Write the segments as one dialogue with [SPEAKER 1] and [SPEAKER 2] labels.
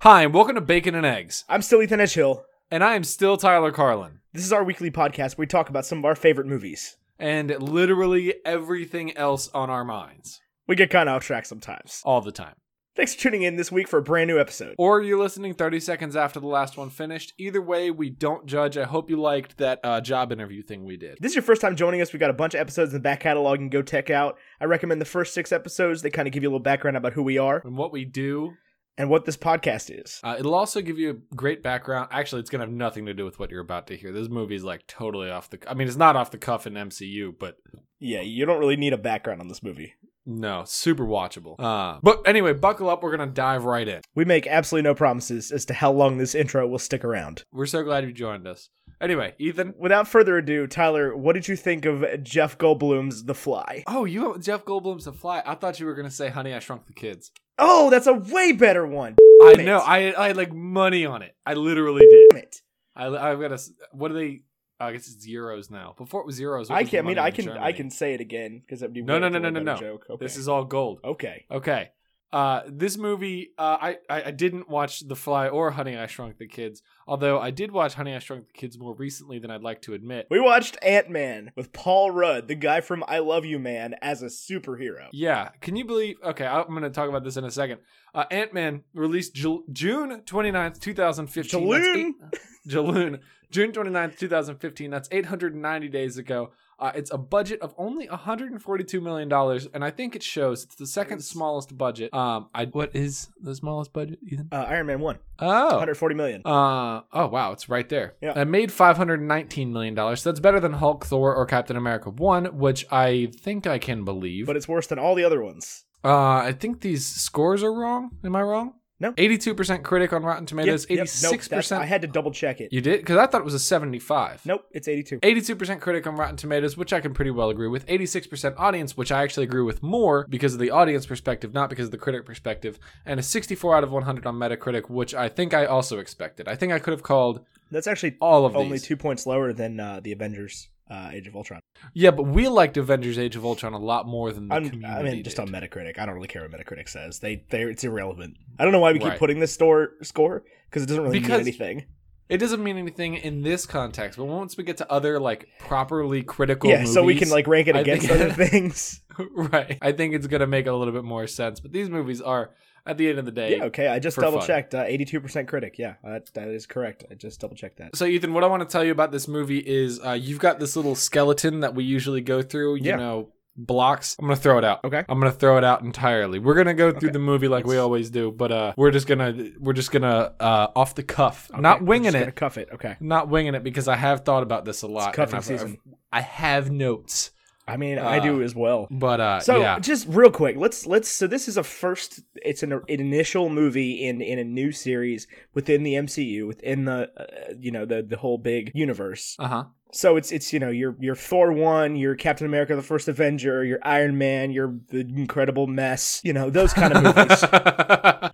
[SPEAKER 1] Hi, and welcome to Bacon and Eggs.
[SPEAKER 2] I'm still Ethan Edgehill.
[SPEAKER 1] And I am still Tyler Carlin.
[SPEAKER 2] This is our weekly podcast where we talk about some of our favorite movies.
[SPEAKER 1] And literally everything else on our minds.
[SPEAKER 2] We get kind of off track sometimes.
[SPEAKER 1] All the time.
[SPEAKER 2] Thanks for tuning in this week for a brand new episode.
[SPEAKER 1] Or you're listening 30 seconds after the last one finished. Either way, we don't judge. I hope you liked that uh, job interview thing we did.
[SPEAKER 2] If this is your first time joining us, we got a bunch of episodes in the back catalog and go check out. I recommend the first six episodes. They kind of give you a little background about who we are
[SPEAKER 1] And what we do,
[SPEAKER 2] and what this podcast is.
[SPEAKER 1] uh, it'll also give you a great background. Actually, it's going to have nothing to do with what you're about to hear. This movie is like totally off the. I mean, it's not off the cuff in MCU, but
[SPEAKER 2] Yeah, you don't really need a background on this movie.
[SPEAKER 1] no, super watchable. Uh, but anyway, buckle up. We're going to dive right in.
[SPEAKER 2] We make absolutely no promises as to how long this intro will stick around.
[SPEAKER 1] We're so glad you joined us. Anyway, Ethan,
[SPEAKER 2] Without further ado, Tyler, what did you think of Jeff Goldblum's The Fly?
[SPEAKER 1] Oh, you went with Jeff Goldblum's The Fly. I thought you were gonna say Honey, I Shrunk the Kids.
[SPEAKER 2] Oh, that's a way better one.
[SPEAKER 1] I
[SPEAKER 2] it.
[SPEAKER 1] know. I I had like money on it. I literally did.
[SPEAKER 2] Damn it.
[SPEAKER 1] I I've got a. s- What are they? oh, I guess it's euros now. Before it was euros. what
[SPEAKER 2] I
[SPEAKER 1] was the
[SPEAKER 2] can. I mean,
[SPEAKER 1] money
[SPEAKER 2] I
[SPEAKER 1] in
[SPEAKER 2] can. I
[SPEAKER 1] Germany?
[SPEAKER 2] can say it again because that'd be
[SPEAKER 1] No,
[SPEAKER 2] weird
[SPEAKER 1] no, no,
[SPEAKER 2] to
[SPEAKER 1] no,
[SPEAKER 2] a
[SPEAKER 1] no,
[SPEAKER 2] better
[SPEAKER 1] no.
[SPEAKER 2] Joke. Okay.
[SPEAKER 1] This is all gold.
[SPEAKER 2] okay.
[SPEAKER 1] Okay. Uh, this movie, uh, I, I I didn't watch The Fly or Honey I Shrunk the Kids, although I did watch Honey I Shrunk the Kids more recently than I'd like to admit.
[SPEAKER 2] We watched Ant Man with Paul Rudd, the guy from I Love You Man, as a superhero.
[SPEAKER 1] Yeah, can you believe? Okay, I'm going to talk about this in a second. Uh, Ant Man released Ju- June 29th, 2015. That's
[SPEAKER 2] Jaloon.
[SPEAKER 1] Jaloon, June 29th, 2015. That's 890 days ago. Uh, it's a budget of only $142 million, and I think it shows. It's the second
[SPEAKER 2] Nice.
[SPEAKER 1] smallest budget. Um, I What is the smallest budget, Ethan?
[SPEAKER 2] Uh, Iron Man one.
[SPEAKER 1] Oh.
[SPEAKER 2] 140 million.
[SPEAKER 1] Uh, oh, wow, it's right there.
[SPEAKER 2] Yeah.
[SPEAKER 1] I made $519 million. So that's better than Hulk, Thor, or Captain America 1, which I think I can believe.
[SPEAKER 2] But it's worse than all the other ones.
[SPEAKER 1] Uh, I think these scores are wrong. Am I wrong?
[SPEAKER 2] No.
[SPEAKER 1] 82% critic on Rotten Tomatoes,
[SPEAKER 2] Yep, yep, nope,
[SPEAKER 1] 86%.
[SPEAKER 2] that's- I had to double check it.
[SPEAKER 1] you did? Because I thought it was a 75.
[SPEAKER 2] Nope, it's 82.
[SPEAKER 1] 82% critic on Rotten Tomatoes, which I can pretty well agree with. 86% audience, which I actually agree with more because of the audience perspective, not because of the critic perspective. And a 64 out of 100 on Metacritic, which I think I also expected. I think I could have called
[SPEAKER 2] That's actually
[SPEAKER 1] all of
[SPEAKER 2] only
[SPEAKER 1] these.
[SPEAKER 2] two points lower than uh, the Avengers: uh, Age of Ultron.
[SPEAKER 1] Yeah, but we liked Avengers Age of Ultron a lot more than the
[SPEAKER 2] I'm,
[SPEAKER 1] community.
[SPEAKER 2] I mean, just
[SPEAKER 1] did.
[SPEAKER 2] on Metacritic. I don't really care what Metacritic says. They, they, it's irrelevant. I don't know why we
[SPEAKER 1] Right.
[SPEAKER 2] keep putting this store score because it doesn't really
[SPEAKER 1] Because-
[SPEAKER 2] mean anything.
[SPEAKER 1] It doesn't mean anything in this context, but once we get to other like properly critical,
[SPEAKER 2] yeah, so we can
[SPEAKER 1] movies-
[SPEAKER 2] like rank it
[SPEAKER 1] I
[SPEAKER 2] against
[SPEAKER 1] think-
[SPEAKER 2] other things.
[SPEAKER 1] right. I think it's gonna make a little bit more sense. But these movies are, at the end of the day,
[SPEAKER 2] yeah, okay. I just
[SPEAKER 1] for
[SPEAKER 2] double
[SPEAKER 1] fun.
[SPEAKER 2] checked. uh, Eighty-two percent critic. Yeah, that, that is correct. I just double checked that.
[SPEAKER 1] So Ethan, what I want to tell you about this movie is uh, you've got this little skeleton that we usually go through. You
[SPEAKER 2] Yeah.
[SPEAKER 1] know, blocks. I'm gonna throw it out.
[SPEAKER 2] Okay.
[SPEAKER 1] I'm gonna throw it out entirely. We're gonna go through
[SPEAKER 2] Okay.
[SPEAKER 1] the movie like we
[SPEAKER 2] Let's-
[SPEAKER 1] always do, but uh, we're just gonna we're just gonna uh, off the cuff,
[SPEAKER 2] Okay,
[SPEAKER 1] not
[SPEAKER 2] I'm
[SPEAKER 1] winging
[SPEAKER 2] just
[SPEAKER 1] it.
[SPEAKER 2] Gonna cuff it. Okay.
[SPEAKER 1] Not winging it because I have thought about this a lot.
[SPEAKER 2] cuffing
[SPEAKER 1] and I've- I've-
[SPEAKER 2] season.
[SPEAKER 1] I have notes,
[SPEAKER 2] I mean, I
[SPEAKER 1] Uh,
[SPEAKER 2] do as well.
[SPEAKER 1] but uh,
[SPEAKER 2] So
[SPEAKER 1] yeah,
[SPEAKER 2] just real quick, let's let's. So this is a first. It's an, an initial movie in in a new series within the MCU, within the uh, you know the the whole big universe.
[SPEAKER 1] uh huh.
[SPEAKER 2] So it's it's you know your your Thor one, your Captain America, the First Avenger, your Iron Man, your the Incredible Mess, you know those kind of movies.
[SPEAKER 1] yeah.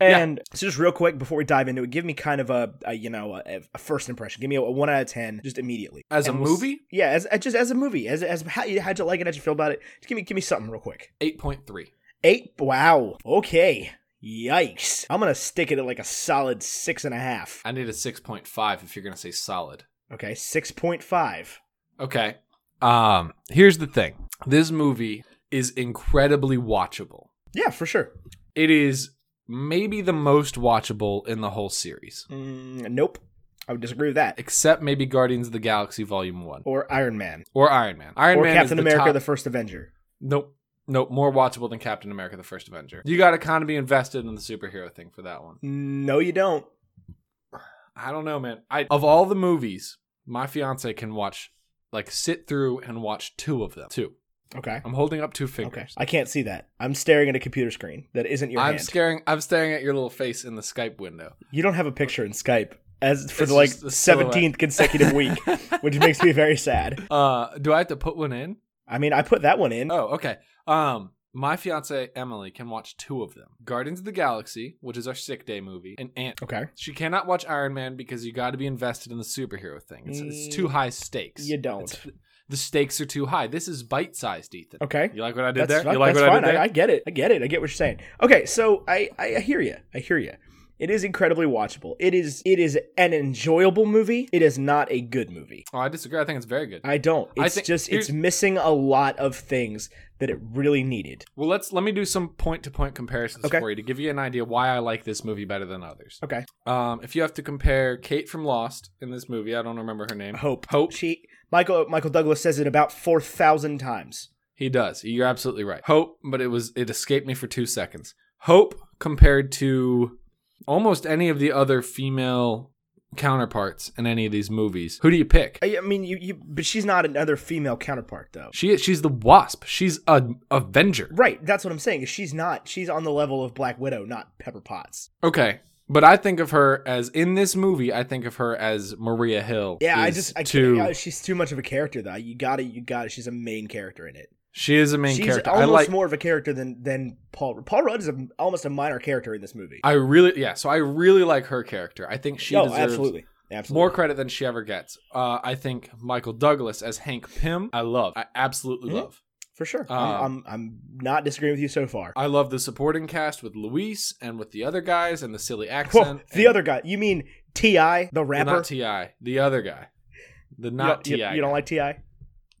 [SPEAKER 1] Yeah.
[SPEAKER 2] And so, just real quick before we dive into it, give me kind of a, a you know a, a first impression. Give me a, a one out of ten, just immediately.
[SPEAKER 1] As
[SPEAKER 2] And
[SPEAKER 1] a
[SPEAKER 2] we'll s-
[SPEAKER 1] movie,
[SPEAKER 2] yeah, as, as just as a movie, as as how you how'd you like it, how'd you feel about it? Just give me give me something real quick.
[SPEAKER 1] 8.3.
[SPEAKER 2] Eight. Wow. Okay. Yikes. I'm gonna stick it at like a solid six and a half.
[SPEAKER 1] I need a 6.5 if you're going to say solid.
[SPEAKER 2] Okay, six point five.
[SPEAKER 1] Okay. Um, here's the thing. This movie is incredibly watchable.
[SPEAKER 2] Yeah, for sure.
[SPEAKER 1] It is maybe the most watchable in the whole series,
[SPEAKER 2] Mm, nope. I would disagree with that.
[SPEAKER 1] except maybe Guardians of the Galaxy Volume 1
[SPEAKER 2] Or Iron Man.
[SPEAKER 1] or Iron Man. Iron
[SPEAKER 2] or
[SPEAKER 1] Man
[SPEAKER 2] Captain
[SPEAKER 1] is the
[SPEAKER 2] America:
[SPEAKER 1] top-
[SPEAKER 2] The First Avenger.
[SPEAKER 1] Nope. Nope, more watchable than Captain America the First Avenger. You got to kind of be invested in the superhero thing for that one.
[SPEAKER 2] No, you don't.
[SPEAKER 1] I don't know, man. I of all the movies, my fiance can watch like sit through and watch two of them. Two.
[SPEAKER 2] Okay.
[SPEAKER 1] I'm holding up two
[SPEAKER 2] Okay.
[SPEAKER 1] fingers.
[SPEAKER 2] I can't see that. I'm staring at a computer screen that isn't your
[SPEAKER 1] I'm
[SPEAKER 2] hand.
[SPEAKER 1] scaring I'm staring at your little face in the Skype window.
[SPEAKER 2] You don't have a picture in Skype as for
[SPEAKER 1] It's
[SPEAKER 2] the like
[SPEAKER 1] just a
[SPEAKER 2] seventeenth consecutive week, which makes me very sad.
[SPEAKER 1] Uh do I have to put one in?
[SPEAKER 2] I mean, I put that one in.
[SPEAKER 1] Oh, okay. Um my fiance Emily can watch two of them. Guardians of the Galaxy, which is our sick day movie, and Ant.
[SPEAKER 2] Okay,
[SPEAKER 1] She cannot watch Iron Man because you got to be invested in the superhero thing. It's, it's too
[SPEAKER 2] Mm,
[SPEAKER 1] high stakes.
[SPEAKER 2] you don't.
[SPEAKER 1] It's- the stakes are too high. This is bite-sized, Ethan.
[SPEAKER 2] Okay,
[SPEAKER 1] You like what I did
[SPEAKER 2] that's
[SPEAKER 1] there?
[SPEAKER 2] fine.
[SPEAKER 1] You like
[SPEAKER 2] that's
[SPEAKER 1] what
[SPEAKER 2] fine.
[SPEAKER 1] I did there?
[SPEAKER 2] I, I get it. I get it. I get what you're saying. Okay, so I I, I hear you. I hear you. It is incredibly watchable. It is it is an enjoyable movie. It is not a good movie.
[SPEAKER 1] Oh, I disagree. I think it's very good.
[SPEAKER 2] I don't. It's
[SPEAKER 1] I think-
[SPEAKER 2] just
[SPEAKER 1] here's-
[SPEAKER 2] it's missing a lot of things that it really needed.
[SPEAKER 1] Well, let's let me do some point to point comparisons
[SPEAKER 2] Okay.
[SPEAKER 1] for you to give you an idea why I like this movie better than others.
[SPEAKER 2] Okay.
[SPEAKER 1] Um, if you have to compare Kate from Lost in this movie, I don't remember her name.
[SPEAKER 2] Hope.
[SPEAKER 1] Hope.
[SPEAKER 2] She Michael Michael Douglas says it about 4,000 times.
[SPEAKER 1] He does. You're absolutely right. Hope, but it was it escaped me for two seconds. Hope compared to almost any of the other female counterparts in any of these movies. Who do you pick?
[SPEAKER 2] I, I mean, you, you but she's not another female counterpart though.
[SPEAKER 1] She she's the Wasp. She's a Avenger.
[SPEAKER 2] Right, that's what I'm saying. is She's not. She's on the level of Black Widow, not Pepper Potts.
[SPEAKER 1] Okay. But I think of her as in this movie. I think of her as Maria Hill.
[SPEAKER 2] Yeah, I
[SPEAKER 1] is
[SPEAKER 2] just I
[SPEAKER 1] to-
[SPEAKER 2] can't, yeah, she's too much of a character though. You got to you got to She's a main character in it.
[SPEAKER 1] she is a main
[SPEAKER 2] she's
[SPEAKER 1] character. I
[SPEAKER 2] almost
[SPEAKER 1] like.
[SPEAKER 2] more of a character than than Paul. Rudd. Paul Rudd is a, almost a minor character in this movie.
[SPEAKER 1] I really yeah. So I really like her character. I think she
[SPEAKER 2] oh,
[SPEAKER 1] deserves
[SPEAKER 2] absolutely, absolutely.
[SPEAKER 1] more credit than she ever gets. Uh, I think Michael Douglas as Hank Pym. I love. I absolutely
[SPEAKER 2] Mhm.
[SPEAKER 1] love.
[SPEAKER 2] for sure.
[SPEAKER 1] Uh,
[SPEAKER 2] I'm, I'm I'm not disagreeing with you so far.
[SPEAKER 1] I love the supporting cast with Luis and with the other guys and the silly accent.
[SPEAKER 2] Whoa,
[SPEAKER 1] and-
[SPEAKER 2] the other guy. You mean Ti the
[SPEAKER 1] Well,
[SPEAKER 2] rapper?
[SPEAKER 1] not Ti, the other guy, the
[SPEAKER 2] You
[SPEAKER 1] not
[SPEAKER 2] don't- you,
[SPEAKER 1] Ti.
[SPEAKER 2] You don't
[SPEAKER 1] guy.
[SPEAKER 2] like Ti?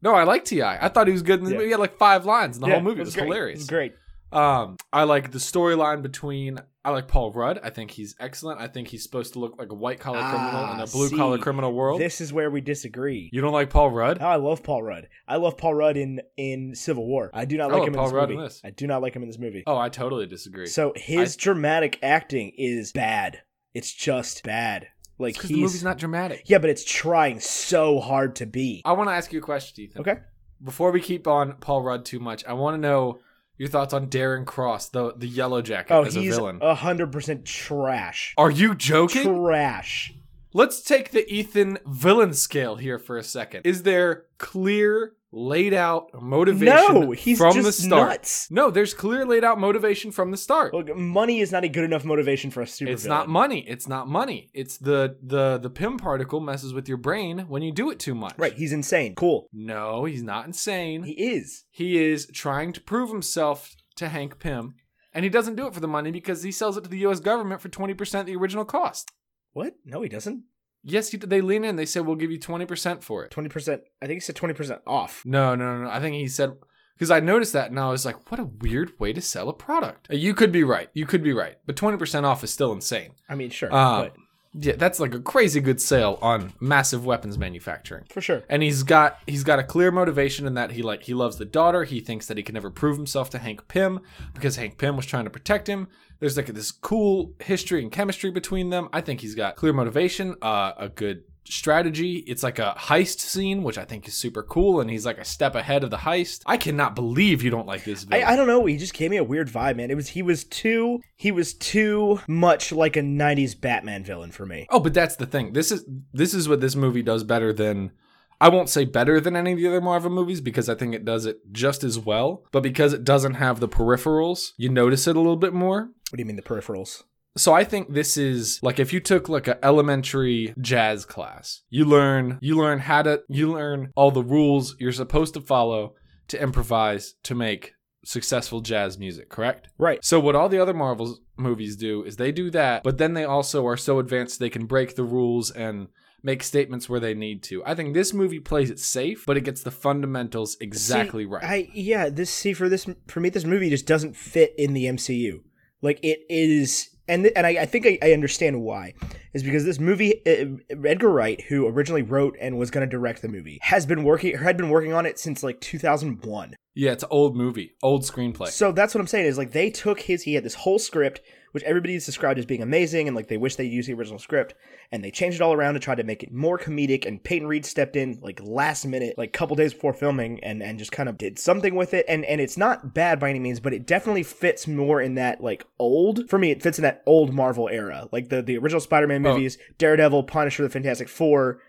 [SPEAKER 1] No, I like Ti. I thought he was good in the
[SPEAKER 2] Yeah.
[SPEAKER 1] movie. He had like five lines, and the
[SPEAKER 2] Yeah,
[SPEAKER 1] whole movie
[SPEAKER 2] it
[SPEAKER 1] was,
[SPEAKER 2] great. It
[SPEAKER 1] hilarious.
[SPEAKER 2] was great.
[SPEAKER 1] Um, I like the storyline between. I like Paul Rudd. I think he's excellent. I think he's supposed to look like a white collar criminal
[SPEAKER 2] Ah,
[SPEAKER 1] in a blue collar
[SPEAKER 2] see,
[SPEAKER 1] criminal world.
[SPEAKER 2] This is where we disagree.
[SPEAKER 1] you don't like Paul Rudd?
[SPEAKER 2] Oh, I love Paul Rudd. I love Paul Rudd in in Civil War. I do not
[SPEAKER 1] I
[SPEAKER 2] like
[SPEAKER 1] love
[SPEAKER 2] him
[SPEAKER 1] Paul
[SPEAKER 2] in this
[SPEAKER 1] Rudd in
[SPEAKER 2] movie.
[SPEAKER 1] this.
[SPEAKER 2] I do not like him in this movie.
[SPEAKER 1] Oh, I totally disagree.
[SPEAKER 2] So his dramatic acting is bad. It's just bad. Like
[SPEAKER 1] because the movie's
[SPEAKER 2] he's
[SPEAKER 1] not dramatic.
[SPEAKER 2] yeah, but it's trying so hard to be.
[SPEAKER 1] I want to ask you a question, Ethan.
[SPEAKER 2] Okay.
[SPEAKER 1] Before we keep on Paul Rudd too much, I want to know your thoughts on Darren Cross, the the Yellow Jacket
[SPEAKER 2] Oh,
[SPEAKER 1] as a
[SPEAKER 2] he's
[SPEAKER 1] villain.
[SPEAKER 2] a hundred percent trash.
[SPEAKER 1] Are you joking?
[SPEAKER 2] Trash.
[SPEAKER 1] Let's take the Ethan villain scale here for a second. Is there clear, laid out motivation
[SPEAKER 2] No, he's
[SPEAKER 1] from
[SPEAKER 2] just
[SPEAKER 1] the start?
[SPEAKER 2] nuts.
[SPEAKER 1] No, there's clear, laid out motivation from the start.
[SPEAKER 2] Look, money is not a good enough motivation for a super.
[SPEAKER 1] It's not money. It's not money. It's the the the Pym particle messes with your brain when you do it too much.
[SPEAKER 2] right. He's insane. Cool.
[SPEAKER 1] No, he's not insane.
[SPEAKER 2] He
[SPEAKER 1] He,
[SPEAKER 2] is.
[SPEAKER 1] is trying to prove himself to Hank Pym, and he doesn't do it for the money because he sells it to the U.S. government for twenty percent the original cost.
[SPEAKER 2] What? No, he doesn't.
[SPEAKER 1] Yes, he, they lean in. They say we'll give you twenty percent for it.
[SPEAKER 2] Twenty percent. I think he said twenty percent off.
[SPEAKER 1] No, no, no, no. I think he said because I noticed that and I was like, what a weird way to sell a product. You could be right. You could be right. But 20% off is still insane.
[SPEAKER 2] I mean, sure,
[SPEAKER 1] Uh,
[SPEAKER 2] but
[SPEAKER 1] Yeah, that's like a crazy good sale on massive weapons manufacturing.
[SPEAKER 2] for sure.
[SPEAKER 1] And he's got he's got a clear motivation in that he like he loves the daughter. He thinks that he can never prove himself to Hank Pym because Hank Pym was trying to protect him. There's like this cool history and chemistry between them. I think he's got clear motivation, uh, a good strategy. It's like a heist scene, which I think is super cool, and he's like a step ahead of the heist. I cannot believe you don't like this villain.
[SPEAKER 2] I, I don't know. He just gave me a weird vibe, man. It was he was too he was too much like a '90s Batman villain for me.
[SPEAKER 1] Oh, but that's the thing. This is this is what this movie does better than I won't say better than any of the other Marvel movies because I think it does it just as well, but because it doesn't have the peripherals, you notice it a little bit more.
[SPEAKER 2] What do you mean the peripherals?
[SPEAKER 1] So I think this is like if you took like a elementary jazz class, you learn you learn how to you learn all the rules you're supposed to follow to improvise to make successful jazz music, correct?
[SPEAKER 2] Right.
[SPEAKER 1] So what all the other Marvel movies do is they do that, but then they also are so advanced they can break the rules and make statements where they need to. I think this movie plays it safe, but it gets the fundamentals exactly
[SPEAKER 2] See,
[SPEAKER 1] right.
[SPEAKER 2] I yeah. This see for this for me this movie just doesn't fit in the MCU. Like it is. And, th- and I, I think I, I understand why is because this movie uh, Edgar Wright, who originally wrote and was going to direct the movie, has been working had been working on it since like 2001.
[SPEAKER 1] yeah, it's an old movie, old screenplay.
[SPEAKER 2] So that's what I'm saying is like they took his he had this whole script which everybody's described as being amazing and like they wish they used the original script and they changed it all around to try to make it more comedic and Peyton Reed stepped in like last minute like couple days before filming and and just kind of did something with it and and it's not bad by any means but it definitely fits more in that like old for me it fits in that old Marvel era like the the original Spider-Man
[SPEAKER 1] Oh.
[SPEAKER 2] movies Daredevil Punisher the Fantastic Four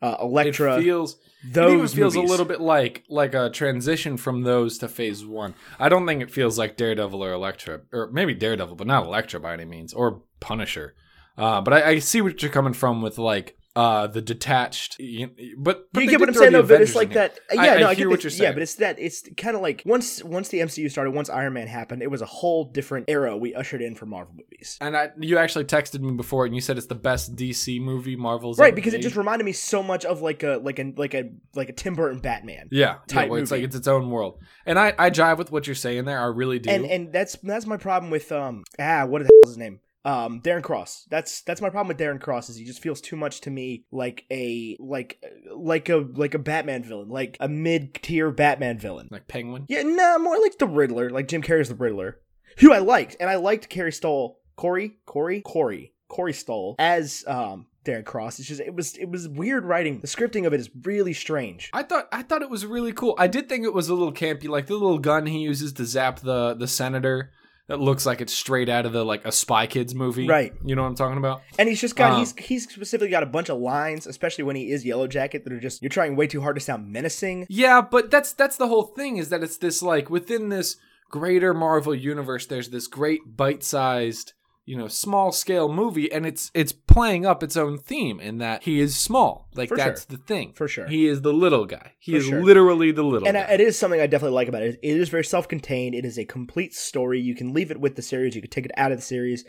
[SPEAKER 2] uh,
[SPEAKER 1] it
[SPEAKER 2] Elektra
[SPEAKER 1] feels
[SPEAKER 2] those
[SPEAKER 1] it even feels
[SPEAKER 2] movies.
[SPEAKER 1] a little bit like like a transition from those to phase one. I don't think it feels like Daredevil or Elektra, or maybe Daredevil, but not Elektra by any means, or Punisher. Uh, but I, I see what you're coming from with like uh, the detached. You, but, but they
[SPEAKER 2] you get
[SPEAKER 1] did
[SPEAKER 2] what I'm
[SPEAKER 1] throw
[SPEAKER 2] saying,
[SPEAKER 1] the
[SPEAKER 2] though. But it's
[SPEAKER 1] Avengers
[SPEAKER 2] like
[SPEAKER 1] in here.
[SPEAKER 2] that. Yeah,
[SPEAKER 1] I- I
[SPEAKER 2] no, I
[SPEAKER 1] hear
[SPEAKER 2] get
[SPEAKER 1] what
[SPEAKER 2] that-
[SPEAKER 1] you're
[SPEAKER 2] Yeah,
[SPEAKER 1] saying.
[SPEAKER 2] but it's that. It's kind of like once once the MCU started, once Iron Man happened, it was a whole different era we ushered in for Marvel movies.
[SPEAKER 1] And I, you actually texted me before, and you said it's the best DC movie Marvel's
[SPEAKER 2] Right,
[SPEAKER 1] ever
[SPEAKER 2] because it
[SPEAKER 1] made.
[SPEAKER 2] just reminded me so much of like a like a like a like a Tim Burton Batman.
[SPEAKER 1] yeah, yeah
[SPEAKER 2] type
[SPEAKER 1] where it's
[SPEAKER 2] movie.
[SPEAKER 1] like it's its own world. And I I jive with what you're saying there. I really do.
[SPEAKER 2] and and that's that's my problem with um ah what the hell is his name um Darren Cross that's that's my problem with Darren Cross is he just feels too much to me like a like like a like a Batman villain like a mid tier Batman villain
[SPEAKER 1] like Penguin.
[SPEAKER 2] yeah no more like the Riddler like Jim Carrey's the Riddler who I liked and I liked Carrie Stoll Corey Corey Corey Corey Stoll as um Darren Cross it's just it was it was weird writing the scripting of it is really strange
[SPEAKER 1] I thought I thought it was really cool. I did think it was a little campy, like the little gun he uses to zap the the senator. That looks like it's straight out of the like a Spy Kids movie,
[SPEAKER 2] Right.
[SPEAKER 1] You know what I'm talking about?
[SPEAKER 2] And he's just got
[SPEAKER 1] Um,
[SPEAKER 2] he's he's specifically got a bunch of lines, especially when he is Yellow Jacket, that are just you're trying way too hard to sound menacing.
[SPEAKER 1] Yeah, but that's that's the whole thing is that it's this like within this greater Marvel universe, there's this great bite-sized, you know, small scale movie, and it's it's playing up its own theme in that he is small. Like
[SPEAKER 2] For
[SPEAKER 1] that's the thing.
[SPEAKER 2] For sure.
[SPEAKER 1] He is the little guy. He
[SPEAKER 2] For
[SPEAKER 1] is
[SPEAKER 2] sure.
[SPEAKER 1] literally the little
[SPEAKER 2] And
[SPEAKER 1] guy.
[SPEAKER 2] I, it is something I definitely like about it. It is very self-contained. It is a complete story. You can leave it with the series. You can take it out of the series.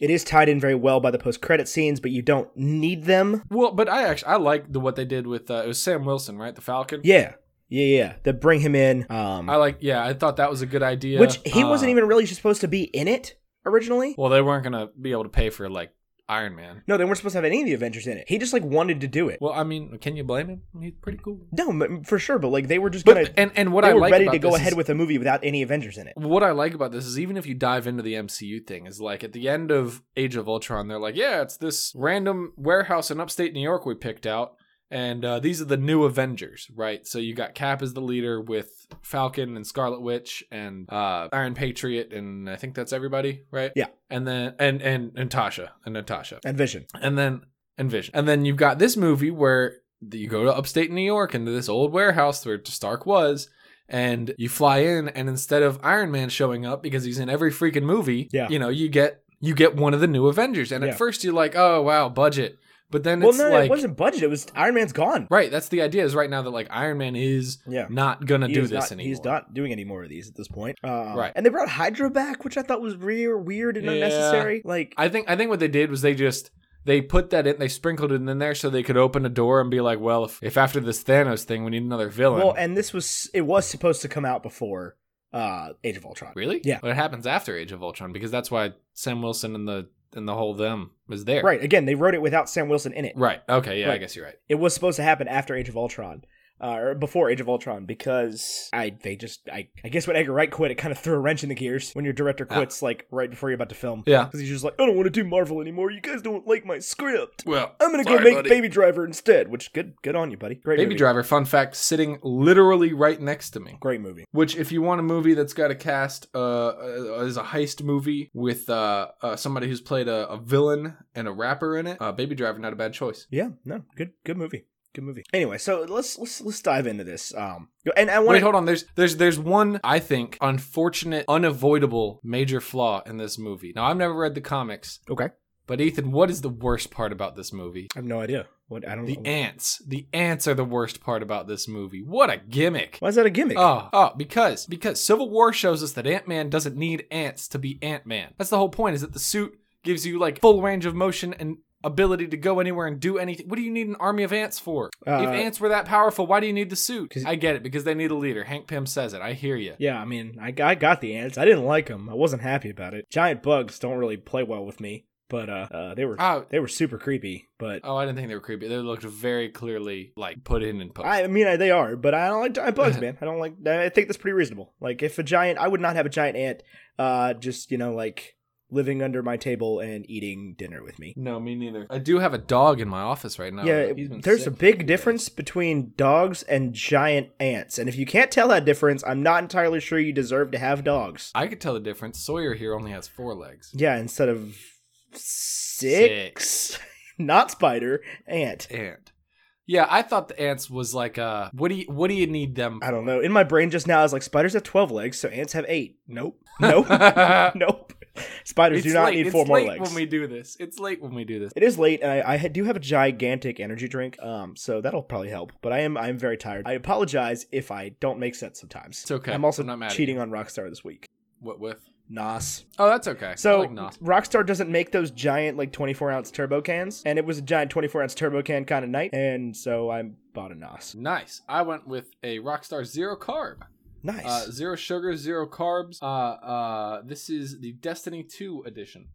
[SPEAKER 2] It is tied in very well by the post-credit scenes, but you don't need them.
[SPEAKER 1] well, but I actually I like the what they did with uh, it was Sam Wilson, right? The Falcon.
[SPEAKER 2] Yeah, yeah, yeah. That bring him in. Um,
[SPEAKER 1] I like, yeah, I thought that was a good idea.
[SPEAKER 2] which he wasn't
[SPEAKER 1] Mm-hmm. Uh,
[SPEAKER 2] even really supposed to be in it originally.
[SPEAKER 1] Well, they weren't gonna be able to pay for like Iron Man.
[SPEAKER 2] No, they weren't supposed to have any of the Avengers in it. He just like wanted to do it.
[SPEAKER 1] Well, I mean, can you blame him? He's pretty cool.
[SPEAKER 2] No, m- for sure. But like they were just
[SPEAKER 1] But
[SPEAKER 2] gonna.
[SPEAKER 1] and and what
[SPEAKER 2] they
[SPEAKER 1] I
[SPEAKER 2] were
[SPEAKER 1] like
[SPEAKER 2] ready
[SPEAKER 1] about
[SPEAKER 2] to go
[SPEAKER 1] this
[SPEAKER 2] ahead
[SPEAKER 1] is-
[SPEAKER 2] with a movie without any Avengers in it.
[SPEAKER 1] what I like about this is even if you dive into the MCU thing, is like at the end of Age of Ultron, they're like, yeah, it's this random warehouse in upstate New York we picked out. And uh, these are the new Avengers, right? So you got Cap as the leader with Falcon and Scarlet Witch and uh, Iron Patriot, and I think that's everybody, right?
[SPEAKER 2] Yeah.
[SPEAKER 1] And then and and, and Tasha and Natasha,
[SPEAKER 2] And Vision.
[SPEAKER 1] and then and Vision, and then you've got this movie where you go to upstate New York into this old warehouse where Stark was, and you fly in, and instead of Iron Man showing up because he's in every freaking movie,
[SPEAKER 2] Yeah.
[SPEAKER 1] you know, you get you get one of the new Avengers, and
[SPEAKER 2] Yeah.
[SPEAKER 1] at first you're like, oh wow, budget, but then
[SPEAKER 2] Well,
[SPEAKER 1] it's
[SPEAKER 2] no,
[SPEAKER 1] like,
[SPEAKER 2] it wasn't budget. It was Iron Man's gone.
[SPEAKER 1] right, that's the idea is right now that like Iron Man is
[SPEAKER 2] Yeah.
[SPEAKER 1] not gonna do
[SPEAKER 2] He's
[SPEAKER 1] this
[SPEAKER 2] not,
[SPEAKER 1] anymore.
[SPEAKER 2] He's not doing any more of these at this point. Um,
[SPEAKER 1] Right.
[SPEAKER 2] And they brought Hydra back, which I thought was really weird and
[SPEAKER 1] Yeah.
[SPEAKER 2] unnecessary. Like,
[SPEAKER 1] I think I think what they did was they just they put that in, they sprinkled it in there so they could open a door and be like, well, if, if after this Thanos thing we need another villain,
[SPEAKER 2] well, and this was it was supposed to come out before uh Age of Ultron.
[SPEAKER 1] Really?
[SPEAKER 2] Yeah.
[SPEAKER 1] But it happens after Age of Ultron because that's why Sam Wilson and the and the whole them was there.
[SPEAKER 2] Right. Again, they wrote it without Sam Wilson in it.
[SPEAKER 1] Right. Okay. Yeah. I
[SPEAKER 2] Right.
[SPEAKER 1] guess you're right.
[SPEAKER 2] It was supposed to happen after Age of Ultron. Uh, or before Age of Ultron, because I they just I, I guess when Edgar Wright quit, it kind of threw a wrench in the gears when your director
[SPEAKER 1] Ah.
[SPEAKER 2] quits like right before you're about to film.
[SPEAKER 1] Yeah.
[SPEAKER 2] Because he's just like, I don't want to do Marvel anymore. You guys don't like my script.
[SPEAKER 1] Well,
[SPEAKER 2] I'm gonna go
[SPEAKER 1] Sorry,
[SPEAKER 2] make
[SPEAKER 1] buddy.
[SPEAKER 2] Baby Driver instead. Which good, good on you, buddy. Great
[SPEAKER 1] Baby
[SPEAKER 2] movie.
[SPEAKER 1] Driver. Fun fact: sitting literally right next to me.
[SPEAKER 2] Great movie.
[SPEAKER 1] Which, if you want a movie that's got a cast, uh, uh, is a heist movie with uh, uh somebody who's played a, a villain and a rapper in it. Uh, Baby Driver, not a bad choice.
[SPEAKER 2] Yeah. No. Good. Good movie. Good movie. Anyway, so let's let's let's dive into this. Um, and I
[SPEAKER 1] Wait,
[SPEAKER 2] want
[SPEAKER 1] hold on. There's there's there's one I think unfortunate, unavoidable major flaw in this movie. Now I've never read the comics,
[SPEAKER 2] Okay.
[SPEAKER 1] but Ethan, what is the worst part about this movie?
[SPEAKER 2] I have no idea. What I don't.
[SPEAKER 1] The
[SPEAKER 2] know.
[SPEAKER 1] ants. The ants are the worst part about this movie. What a gimmick.
[SPEAKER 2] Why is that a gimmick?
[SPEAKER 1] Oh, oh, because because Civil War shows us that Ant Man doesn't need ants to be Ant Man. That's the whole point. Is that the suit gives you like full range of motion and ability to go anywhere and do anything. What do you need an army of ants for? if
[SPEAKER 2] Uh,
[SPEAKER 1] ants were that powerful, why do you need the suit?
[SPEAKER 2] 'Cause-
[SPEAKER 1] I get it because they need a leader. Hank Pym says it. I hear you.
[SPEAKER 2] Yeah, I mean, I, I got the ants. I didn't like them. I wasn't happy about it. Giant bugs don't really play well with me, but uh, uh they were
[SPEAKER 1] Oh,
[SPEAKER 2] they were super creepy. But
[SPEAKER 1] oh, I didn't think they were creepy. They looked very clearly like put in and post.
[SPEAKER 2] I mean, I- they are, but I don't like giant bugs, man. I don't like. I think that's pretty reasonable. Like, if a giant, I would not have a giant ant, uh, just you know, like living under my table and eating dinner with me.
[SPEAKER 1] no, me neither. I do have a dog in my office right now.
[SPEAKER 2] yeah,
[SPEAKER 1] He's been
[SPEAKER 2] there's
[SPEAKER 1] sick
[SPEAKER 2] a
[SPEAKER 1] for
[SPEAKER 2] big
[SPEAKER 1] days.
[SPEAKER 2] difference between dogs and giant ants, and if you can't tell that difference, I'm not entirely sure you deserve to have dogs.
[SPEAKER 1] I could tell the difference. Sawyer here only has four legs.
[SPEAKER 2] Yeah, instead of six,
[SPEAKER 1] Six.
[SPEAKER 2] not spider ant.
[SPEAKER 1] Ant. Yeah, I thought the ants was like, uh, what do you what do you need them?
[SPEAKER 2] I don't know. In my brain just now, I was like, spiders have twelve legs, so ants have eight. Nope. Nope. nope. Spiders
[SPEAKER 1] It's
[SPEAKER 2] do not
[SPEAKER 1] late.
[SPEAKER 2] need
[SPEAKER 1] it's
[SPEAKER 2] four more
[SPEAKER 1] late
[SPEAKER 2] legs.
[SPEAKER 1] when we do this. It's late when we do this.
[SPEAKER 2] it is late, and I, I ha- do have a gigantic energy drink, um, so that'll probably help. But I am I am very tired. I apologize if I don't make sense sometimes.
[SPEAKER 1] It's okay.
[SPEAKER 2] I'm also
[SPEAKER 1] I'm not mad at
[SPEAKER 2] cheating on Rockstar this week.
[SPEAKER 1] What with?
[SPEAKER 2] Nas.
[SPEAKER 1] Oh, that's okay. I
[SPEAKER 2] So
[SPEAKER 1] like Nos.
[SPEAKER 2] Rockstar doesn't make those giant like 24 ounce turbo cans, and it was a giant 24 ounce turbo can kind of night, and so I bought a Nas.
[SPEAKER 1] Nice. I went with a Rockstar Zero Carb.
[SPEAKER 2] Nice.
[SPEAKER 1] Uh, zero sugar, zero carbs. Uh, uh, this is the Destiny 2 edition.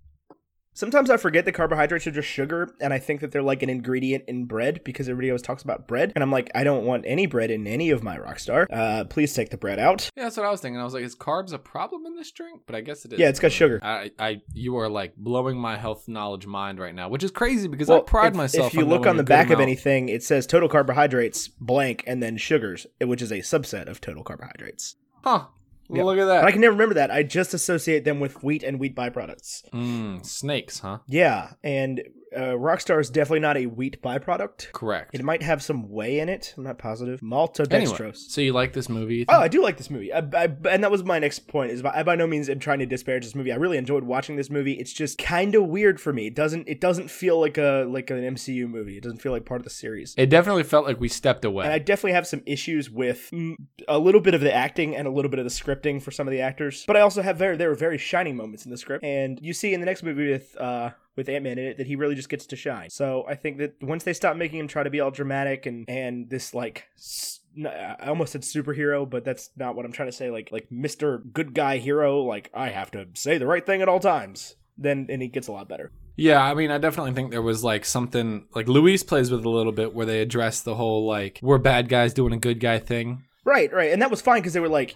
[SPEAKER 2] Sometimes I forget that carbohydrates are just sugar, and I think that they're like an ingredient in bread because everybody always talks about bread, and I'm like, I don't want any bread in any of my Rockstar. Uh, please take the bread out.
[SPEAKER 1] Yeah, that's what I was thinking. I was like, is carbs a problem in this drink? But I guess it is.
[SPEAKER 2] Yeah, it's got sugar.
[SPEAKER 1] I, I, you are like blowing my health knowledge mind right now, which is crazy because I
[SPEAKER 2] Well,
[SPEAKER 1] pride
[SPEAKER 2] if,
[SPEAKER 1] myself.
[SPEAKER 2] If you
[SPEAKER 1] on
[SPEAKER 2] look
[SPEAKER 1] knowing
[SPEAKER 2] on
[SPEAKER 1] a
[SPEAKER 2] the
[SPEAKER 1] good
[SPEAKER 2] back of
[SPEAKER 1] amount.
[SPEAKER 2] anything, it says total carbohydrates blank and then sugars, which is a subset of total carbohydrates.
[SPEAKER 1] huh?
[SPEAKER 2] Yeah.
[SPEAKER 1] Look at
[SPEAKER 2] But I
[SPEAKER 1] that.
[SPEAKER 2] can never remember that. I just associate them with wheat and wheat byproducts.
[SPEAKER 1] Mm, snakes, huh?
[SPEAKER 2] Yeah, and uh, Rockstar is definitely not a wheat byproduct.
[SPEAKER 1] Correct.
[SPEAKER 2] It might have some whey in it. I'm not positive.
[SPEAKER 1] Anyway,
[SPEAKER 2] Maltodextrose.
[SPEAKER 1] so you like this movie?
[SPEAKER 2] Oh, I do like this movie. I, I, and that was my next point. Is I by no means am trying to disparage this movie. I really enjoyed watching this movie. It's just kind of weird for me. It doesn't. It doesn't feel like a like an MCU movie. It doesn't feel like part of the series.
[SPEAKER 1] it definitely felt like we stepped away.
[SPEAKER 2] And I definitely have some issues with mm, a little bit of the acting and a little bit of the scripting for some of the actors. But I also have very there were very shining moments in the script, and you see in the next movie with uh with Ant Man in it that he really just gets to shine. So I think that once they stop making him try to be all dramatic and and this like. s- n- I almost said superhero, but that's not what I'm trying to say. Like, like Mr. Good Guy Hero. Like, I have to say the right thing at all times. Then, and he gets a lot better.
[SPEAKER 1] Yeah, I mean, I definitely think there was like something like Luis plays with a little bit where they address the whole like we're bad guys doing a good guy thing.
[SPEAKER 2] Right, right, and that was fine because they were like,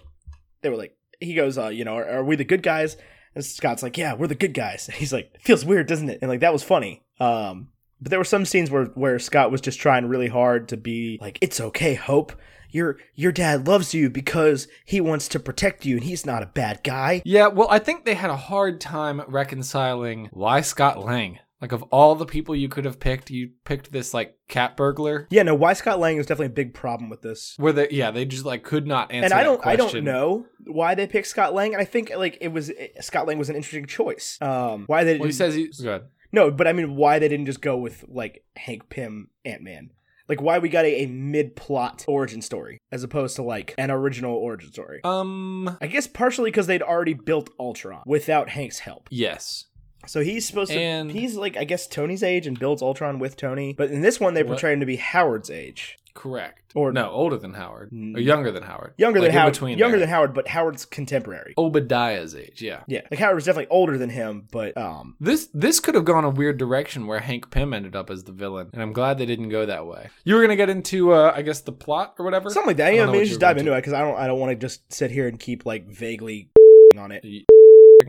[SPEAKER 2] they were like, he goes, uh, you know, are, are we the good guys? And Scott's like, yeah, we're the good guys. He's like, feels weird, doesn't it? And like that was funny. Um, but there were some scenes where where Scott was just trying really hard to be like, it's okay, Hope. Your your dad loves you because he wants to protect you, and he's not a bad guy.
[SPEAKER 1] Yeah, well, I think they had a hard time reconciling why Scott Lang. Like of all the people you could have picked, you picked this like cat burglar.
[SPEAKER 2] Yeah, no, why Scott Lang is definitely a big problem with this.
[SPEAKER 1] Where they yeah they just like could not answer.
[SPEAKER 2] and I
[SPEAKER 1] that
[SPEAKER 2] don't I don't
[SPEAKER 1] question.
[SPEAKER 2] know why they picked Scott Lang. And I think like it was Scott Lang was an interesting choice. Um, why they
[SPEAKER 1] Well, he
[SPEAKER 2] didn't-
[SPEAKER 1] says he's good.
[SPEAKER 2] No, but I mean, why they didn't just go with like Hank Pym Ant Man? Like, why we got a, a mid plot origin story as opposed to like an original origin story?
[SPEAKER 1] Um.
[SPEAKER 2] I guess partially because they'd already built Ultron without Hank's help.
[SPEAKER 1] Yes.
[SPEAKER 2] So he's supposed to.
[SPEAKER 1] And-
[SPEAKER 2] he's like, I guess Tony's age and builds Ultron with Tony. But in this one, they
[SPEAKER 1] What?
[SPEAKER 2] portray him to be Howard's age.
[SPEAKER 1] Correct.
[SPEAKER 2] Or-
[SPEAKER 1] no, older than Howard
[SPEAKER 2] Mm.
[SPEAKER 1] or younger than Howard.
[SPEAKER 2] Younger
[SPEAKER 1] Like,
[SPEAKER 2] than
[SPEAKER 1] in
[SPEAKER 2] Howard.
[SPEAKER 1] Between there.
[SPEAKER 2] Younger
[SPEAKER 1] Oh.
[SPEAKER 2] than Howard, but Howard's contemporary.
[SPEAKER 1] Obadiah's age. Yeah.
[SPEAKER 2] Yeah. Like, Howard was definitely older than him, but um,
[SPEAKER 1] This this could have gone a weird direction where Hank Pym ended up as the villain, and I'm glad they didn't go that way. You were gonna get into, uh, I guess, the plot or whatever.
[SPEAKER 2] something like that.
[SPEAKER 1] I
[SPEAKER 2] Yeah,
[SPEAKER 1] don't
[SPEAKER 2] I
[SPEAKER 1] know
[SPEAKER 2] mean,
[SPEAKER 1] what
[SPEAKER 2] just
[SPEAKER 1] you were
[SPEAKER 2] dive
[SPEAKER 1] gonna
[SPEAKER 2] into it because I don't. I don't want to just sit here and keep like vaguely on it.
[SPEAKER 1] do.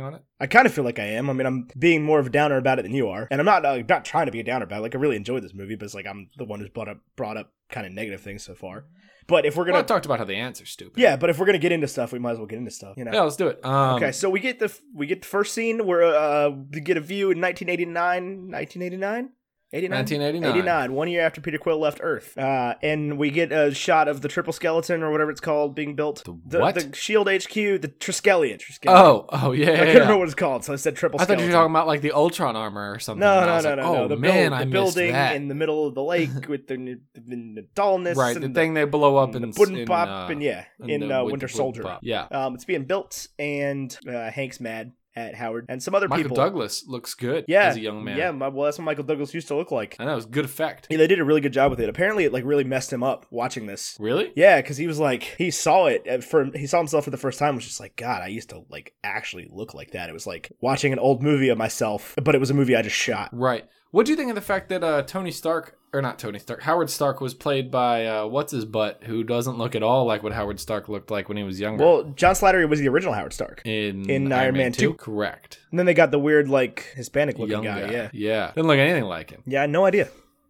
[SPEAKER 1] on it.
[SPEAKER 2] I kind of feel like I am. I mean, I'm being more of a downer about it than you are, and I'm not uh, not trying to be a downer about it. Like, I really enjoyed this movie, but it's like I'm the one who's brought up brought up kind of negative things so far. But if we're
[SPEAKER 1] Well, I
[SPEAKER 2] gonna,
[SPEAKER 1] talked about how the answer's stupid.
[SPEAKER 2] yeah, but if we're gonna get into stuff, we might as well get into stuff. You know.
[SPEAKER 1] yeah, let's do it. Um,
[SPEAKER 2] okay, so we get the f- we get the first scene where uh we get a view in 1989, 1989, 89.
[SPEAKER 1] 1989.
[SPEAKER 2] 89, one year after Peter Quill left Earth. Uh, and we get a shot of the triple skeleton or whatever it's called being built.
[SPEAKER 1] The
[SPEAKER 2] the,
[SPEAKER 1] what?
[SPEAKER 2] the Shield HQ, the Triskelion. Triskelion.
[SPEAKER 1] Oh, oh yeah.
[SPEAKER 2] I
[SPEAKER 1] yeah,
[SPEAKER 2] couldn't
[SPEAKER 1] yeah.
[SPEAKER 2] remember what it's called, so I said triple
[SPEAKER 1] I thought
[SPEAKER 2] skeleton.
[SPEAKER 1] you were talking about like the Ultron armor or something.
[SPEAKER 2] No,
[SPEAKER 1] and I
[SPEAKER 2] no,
[SPEAKER 1] was
[SPEAKER 2] no,
[SPEAKER 1] like,
[SPEAKER 2] no,
[SPEAKER 1] oh,
[SPEAKER 2] no. The,
[SPEAKER 1] man,
[SPEAKER 2] build,
[SPEAKER 1] I
[SPEAKER 2] the
[SPEAKER 1] missed
[SPEAKER 2] building
[SPEAKER 1] that.
[SPEAKER 2] in the middle of the lake with the, n- the, the dullness,
[SPEAKER 1] right,
[SPEAKER 2] and
[SPEAKER 1] the thing they blow up
[SPEAKER 2] and
[SPEAKER 1] in
[SPEAKER 2] the wooden
[SPEAKER 1] in,
[SPEAKER 2] pop,
[SPEAKER 1] uh,
[SPEAKER 2] and yeah,
[SPEAKER 1] in
[SPEAKER 2] in,
[SPEAKER 1] the
[SPEAKER 2] uh,
[SPEAKER 1] wood-
[SPEAKER 2] Winter
[SPEAKER 1] wood
[SPEAKER 2] Soldier.
[SPEAKER 1] pop. Yeah,
[SPEAKER 2] Um, it's being built, and uh, Hank's mad at Howard and some other
[SPEAKER 1] Michael
[SPEAKER 2] people.
[SPEAKER 1] Douglas looks good
[SPEAKER 2] yeah,
[SPEAKER 1] as a young man.
[SPEAKER 2] yeah. My, well, that's what Michael Douglas used to look like.
[SPEAKER 1] I know it was good effect.
[SPEAKER 2] Yeah, they did a really good job with it. Apparently, it like really messed him up watching this.
[SPEAKER 1] Really?
[SPEAKER 2] Yeah, because he was like, he saw it at- for he saw himself for the first time. Was just like, God, I used to like actually look like that. It was like watching an old movie of myself, but it was a movie I just shot.
[SPEAKER 1] Right. What do you think of the fact that uh, Tony Stark, or not Tony Stark, Howard Stark was played by uh, what's his butt, who doesn't look at all like what Howard Stark looked like when he was younger?
[SPEAKER 2] Well, John Slattery was the original Howard Stark.
[SPEAKER 1] in,
[SPEAKER 2] in Iron Man 2?
[SPEAKER 1] correct.
[SPEAKER 2] And then they got the weird, like Hispanic looking
[SPEAKER 1] Young
[SPEAKER 2] guy. Yeah,
[SPEAKER 1] yeah. Didn't look anything like him.
[SPEAKER 2] yeah, no idea.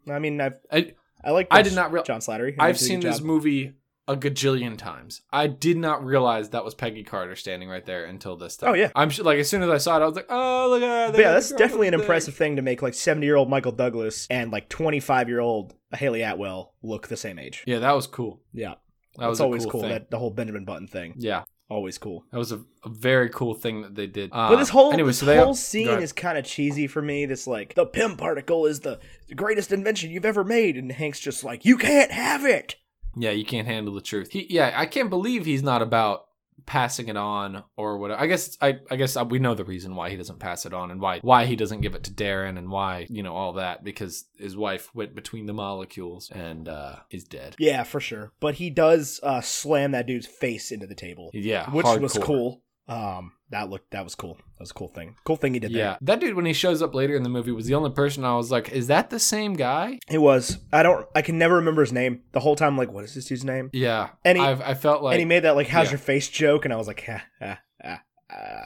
[SPEAKER 2] I mean, I've,
[SPEAKER 1] I,
[SPEAKER 2] I like.
[SPEAKER 1] I
[SPEAKER 2] this
[SPEAKER 1] did not real-
[SPEAKER 2] John Slattery.
[SPEAKER 1] I've seen this movie a gajillion times. I did not realize that was Peggy Carter standing right there until this time.
[SPEAKER 2] Oh, yeah.
[SPEAKER 1] I'm sure, like as soon as I saw it, I was like, oh look at that.
[SPEAKER 2] But yeah, that's definitely an impressive thing to make like seventy year old Michael Douglas and like twenty five year old Haley Atwell look the same age.
[SPEAKER 1] Yeah, that was cool.
[SPEAKER 2] Yeah,
[SPEAKER 1] That was
[SPEAKER 2] that's
[SPEAKER 1] a
[SPEAKER 2] always
[SPEAKER 1] cool
[SPEAKER 2] cool.
[SPEAKER 1] thing.
[SPEAKER 2] That the whole Benjamin Button thing.
[SPEAKER 1] Yeah.
[SPEAKER 2] always cool.
[SPEAKER 1] That was a, a very cool thing that they did. Uh,
[SPEAKER 2] But this whole
[SPEAKER 1] anyway,
[SPEAKER 2] this
[SPEAKER 1] so they
[SPEAKER 2] whole
[SPEAKER 1] go
[SPEAKER 2] scene
[SPEAKER 1] ahead.
[SPEAKER 2] is kind of cheesy for me. This like the Pym particle is the greatest invention you've ever made, and Hank's just like, you can't have it.
[SPEAKER 1] Yeah, you can't handle the truth. He, yeah, I can't believe he's not about passing it on or whatever. I guess I, I guess uh we know the reason why he doesn't pass it on and why why he doesn't give it to Darren and why you know all that because his wife went between the molecules and uh, is dead.
[SPEAKER 2] Yeah, for sure. But he does uh, slam that dude's face into the table,
[SPEAKER 1] Yeah,
[SPEAKER 2] which was
[SPEAKER 1] hardcore.
[SPEAKER 2] cool. Um, that looked that was cool. That was a cool thing. Cool thing he did
[SPEAKER 1] Yeah, that dude when he shows up later in the movie was the only person I was like, is that the same guy?
[SPEAKER 2] there. It was. I don't. I can never remember his name. The whole time, like, what is this dude's name?
[SPEAKER 1] Yeah,
[SPEAKER 2] And he-
[SPEAKER 1] I've, I felt like
[SPEAKER 2] and he made that like "How's
[SPEAKER 1] yeah.
[SPEAKER 2] your face?" joke, and I was like, ha, ha, ha,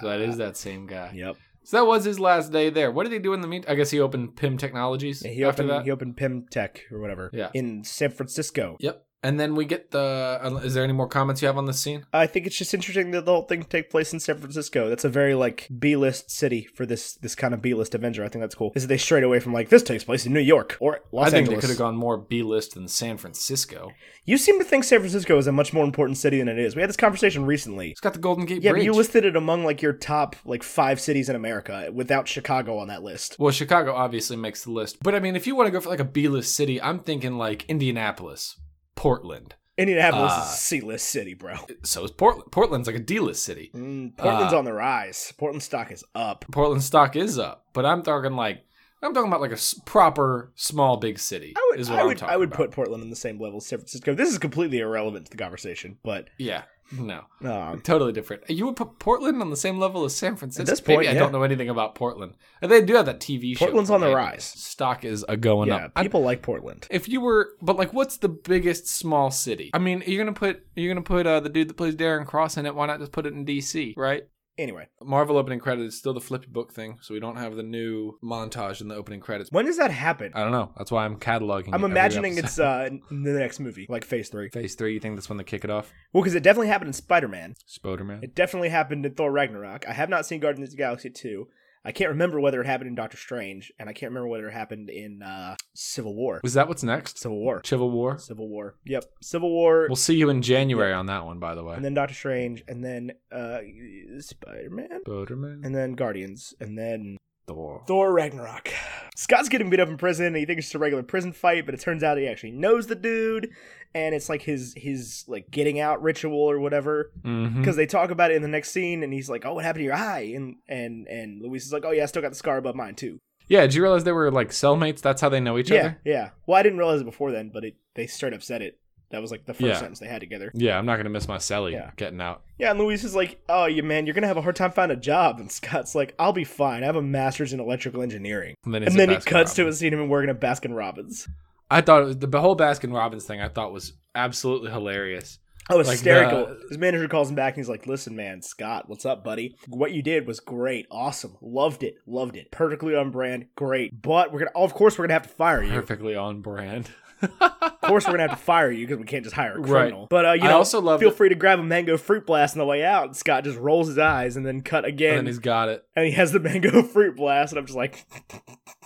[SPEAKER 1] so that
[SPEAKER 2] Uh,
[SPEAKER 1] is that same guy.
[SPEAKER 2] Yep.
[SPEAKER 1] So that was his last day there. What did he do in the meantime? I guess he opened Pym Technologies.
[SPEAKER 2] He
[SPEAKER 1] after
[SPEAKER 2] opened
[SPEAKER 1] that.
[SPEAKER 2] he opened Pym Tech or whatever.
[SPEAKER 1] Yeah.
[SPEAKER 2] In San Francisco.
[SPEAKER 1] Yep. And then we get the. uh, Is there any more comments you have on this scene?
[SPEAKER 2] I think it's just interesting that the whole thing take place in San Francisco. That's a very like B list city for this this kind of B list Avenger. I think that's cool. Is that they strayed away from like this takes place in New York or Los
[SPEAKER 1] I think they
[SPEAKER 2] Angeles.
[SPEAKER 1] could have gone more B list than San Francisco.
[SPEAKER 2] you seem to think San Francisco is a much more important city than it is. We had this conversation recently.
[SPEAKER 1] It's got the Golden Gate
[SPEAKER 2] Yeah, but
[SPEAKER 1] Bridge.
[SPEAKER 2] you listed it among like your top like five cities in America without Chicago on that list.
[SPEAKER 1] well, Chicago obviously makes the list, but I mean, if you want to go for like a B list city, I'm thinking like Indianapolis, Portland.
[SPEAKER 2] Indianapolis
[SPEAKER 1] Uh,
[SPEAKER 2] is a C list city, bro.
[SPEAKER 1] So is Portland. Portland's like a D list city.
[SPEAKER 2] Mm, Portland's
[SPEAKER 1] Uh,
[SPEAKER 2] on the rise. Portland stock is up.
[SPEAKER 1] Portland stock is up, but I'm talking like I'm talking about like a s- proper small big city.
[SPEAKER 2] I would,
[SPEAKER 1] is what
[SPEAKER 2] I
[SPEAKER 1] am
[SPEAKER 2] would,
[SPEAKER 1] talking
[SPEAKER 2] I would
[SPEAKER 1] about.
[SPEAKER 2] put Portland on the same level as San Francisco. This is completely irrelevant to the conversation, but
[SPEAKER 1] Yeah. No,
[SPEAKER 2] um,
[SPEAKER 1] totally different. You would put Portland on the same level as San Francisco.
[SPEAKER 2] this
[SPEAKER 1] Maybe
[SPEAKER 2] point,
[SPEAKER 1] I
[SPEAKER 2] yeah.
[SPEAKER 1] don't know anything about Portland. And They do have that TV show.
[SPEAKER 2] Portland's on the
[SPEAKER 1] right?
[SPEAKER 2] rise.
[SPEAKER 1] Stock is a going
[SPEAKER 2] Yeah,
[SPEAKER 1] up. I-
[SPEAKER 2] people like Portland.
[SPEAKER 1] if you were, but like, what's the biggest small city? I mean, you're gonna put you're gonna put uh, the dude that plays Darren Cross in it. Why not just put it in D.C. Right?
[SPEAKER 2] Anyway,
[SPEAKER 1] Marvel opening credits is still the flippy book thing, so we don't have the new montage in the opening credits.
[SPEAKER 2] when does that happen?
[SPEAKER 1] I don't know. That's why I'm cataloging. it
[SPEAKER 2] I'm
[SPEAKER 1] every
[SPEAKER 2] imagining
[SPEAKER 1] episode.
[SPEAKER 2] it's uh, in the next movie, like Phase Three.
[SPEAKER 1] Phase three. You think that's when they kick it off?
[SPEAKER 2] Well, because it definitely happened in Spider Man.
[SPEAKER 1] Spider Man.
[SPEAKER 2] It definitely happened in Thor Ragnarok. I have not seen Guardians of the Galaxy two. I can't remember whether it happened in Doctor Strange, and I can't remember whether it happened in uh, Civil War.
[SPEAKER 1] Was that what's next?
[SPEAKER 2] Civil War.
[SPEAKER 1] Civil War.
[SPEAKER 2] Civil War. Yep. Civil War.
[SPEAKER 1] We'll see you in January on that one, by the way.
[SPEAKER 2] and then Doctor Strange, and then uh, Spider Man,
[SPEAKER 1] Spider Man.
[SPEAKER 2] and then Guardians, and then
[SPEAKER 1] Thor.
[SPEAKER 2] Thor Ragnarok. Scott's getting beat up in prison, and he thinks it's a regular prison fight, but it turns out he actually knows the dude, and it's like his his like getting out ritual or whatever.
[SPEAKER 1] Mhm.
[SPEAKER 2] Because they talk about it in the next scene, and he's like, "Oh, what happened to your eye?" And and and Luis is like, "Oh yeah, I still got the scar above mine too."
[SPEAKER 1] Yeah. Did you realize they were like cellmates? That's how they know each
[SPEAKER 2] yeah,
[SPEAKER 1] other.
[SPEAKER 2] yeah. Well, I didn't realize it before then, but it, they straight up said it. That was like the first
[SPEAKER 1] Yeah.
[SPEAKER 2] sentence they had together.
[SPEAKER 1] Yeah. I'm not gonna miss my celly
[SPEAKER 2] Yeah.
[SPEAKER 1] getting out.
[SPEAKER 2] Yeah, and Luis is like, "Oh, you man, you're gonna have a hard time finding a job." And Scott's like, "I'll be fine. I have a master's in electrical engineering."
[SPEAKER 1] And then,
[SPEAKER 2] and then it cuts to a scene of him working at Baskin Robbins.
[SPEAKER 1] I thought it was, the whole Baskin Robbins thing. I thought was absolutely hilarious.
[SPEAKER 2] Oh, was
[SPEAKER 1] Like
[SPEAKER 2] hysterical.
[SPEAKER 1] the-
[SPEAKER 2] His manager calls him back and he's like, Listen, man, Scott, what's up, buddy? What you did was great. Awesome. Loved it. Loved it. Perfectly on brand. Great. But we're going to, of course, we're going to have to fire you.
[SPEAKER 1] Perfectly on brand.
[SPEAKER 2] Of course, we're going to have to fire you because we can't just hire a
[SPEAKER 1] Right.
[SPEAKER 2] criminal. But, uh, you
[SPEAKER 1] I
[SPEAKER 2] know,
[SPEAKER 1] also love
[SPEAKER 2] feel
[SPEAKER 1] that-
[SPEAKER 2] free to grab a mango fruit blast on the way out. And Scott just rolls his eyes and then cut
[SPEAKER 1] And
[SPEAKER 2] again.
[SPEAKER 1] then
[SPEAKER 2] And,
[SPEAKER 1] he's got it.
[SPEAKER 2] he has the mango fruit blast. And I'm just like,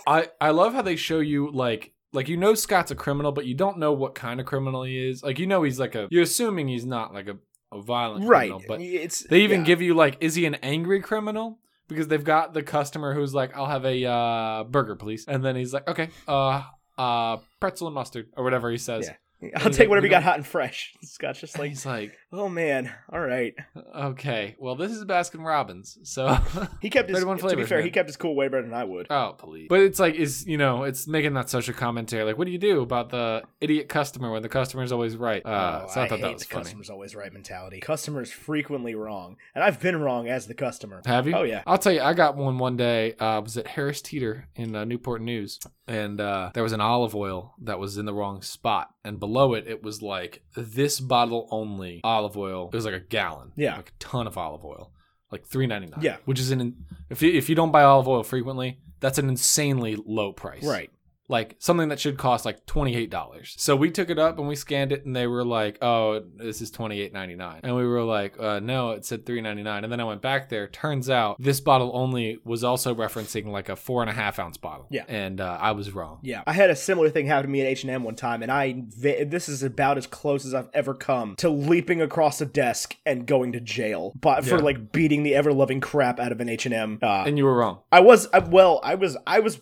[SPEAKER 1] I I love how they show you like like you know Scott's a criminal, but you don't know what kind of criminal he is. Like you know he's like a. You're assuming he's not like a, a violent
[SPEAKER 2] Right.
[SPEAKER 1] criminal, but
[SPEAKER 2] it's
[SPEAKER 1] They even
[SPEAKER 2] yeah.
[SPEAKER 1] give you like, is he an angry criminal? Because they've got the customer who's like, I'll have a uh, burger, please, and then he's like, okay, uh, uh, pretzel and mustard or whatever he says.
[SPEAKER 2] Yeah.
[SPEAKER 1] he's
[SPEAKER 2] I'll
[SPEAKER 1] like,
[SPEAKER 2] take whatever
[SPEAKER 1] you
[SPEAKER 2] you got
[SPEAKER 1] know-
[SPEAKER 2] hot and fresh. Scott's just
[SPEAKER 1] Like
[SPEAKER 2] like,
[SPEAKER 1] he's like,
[SPEAKER 2] Oh, man. All right.
[SPEAKER 1] okay, well this is Baskin Robbins, so
[SPEAKER 2] He kept his,
[SPEAKER 1] 31
[SPEAKER 2] to be
[SPEAKER 1] flavors,
[SPEAKER 2] fair,
[SPEAKER 1] man.
[SPEAKER 2] he kept his cool way better than I would.
[SPEAKER 1] oh please. But it's like, is you know, it's making that social commentary, like, what do you do about the idiot customer when the customer's always right? Uh,
[SPEAKER 2] Oh,
[SPEAKER 1] so I, thought
[SPEAKER 2] hate
[SPEAKER 1] that was
[SPEAKER 2] the
[SPEAKER 1] funny.
[SPEAKER 2] customers always right mentality. Customers frequently wrong, and I've been wrong as the customer.
[SPEAKER 1] Have you?
[SPEAKER 2] Oh yeah,
[SPEAKER 1] I'll tell you, I got one one day. Uh, was at Harris Teeter in uh, Newport News, and uh, there was an olive oil that was in the wrong spot, and below it, it was like this bottle only olive oil. It was like a gallon,
[SPEAKER 2] Yeah.
[SPEAKER 1] like a ton of olive oil, like three ninety nine,
[SPEAKER 2] Yeah.
[SPEAKER 1] which is an if you, if you don't buy olive oil frequently, that's an insanely low price,
[SPEAKER 2] right.
[SPEAKER 1] like something that should cost like $28. So we took it up and we scanned it and they were like, "Oh, this is $28.99." And we were like, uh, "No, it said $3.99." And then I went back there. Turns out this bottle only was also referencing like a four and a half ounce bottle.
[SPEAKER 2] Yeah.
[SPEAKER 1] and uh, I was wrong.
[SPEAKER 2] Yeah, I had a similar thing happen to me at H and M one time, and I ve- this is about as close as I've ever come to leaping across a desk and going to jail, but for
[SPEAKER 1] Yeah.
[SPEAKER 2] like beating the ever loving crap out of an H and M. Uh,
[SPEAKER 1] And you were wrong.
[SPEAKER 2] I was I, well, I was I was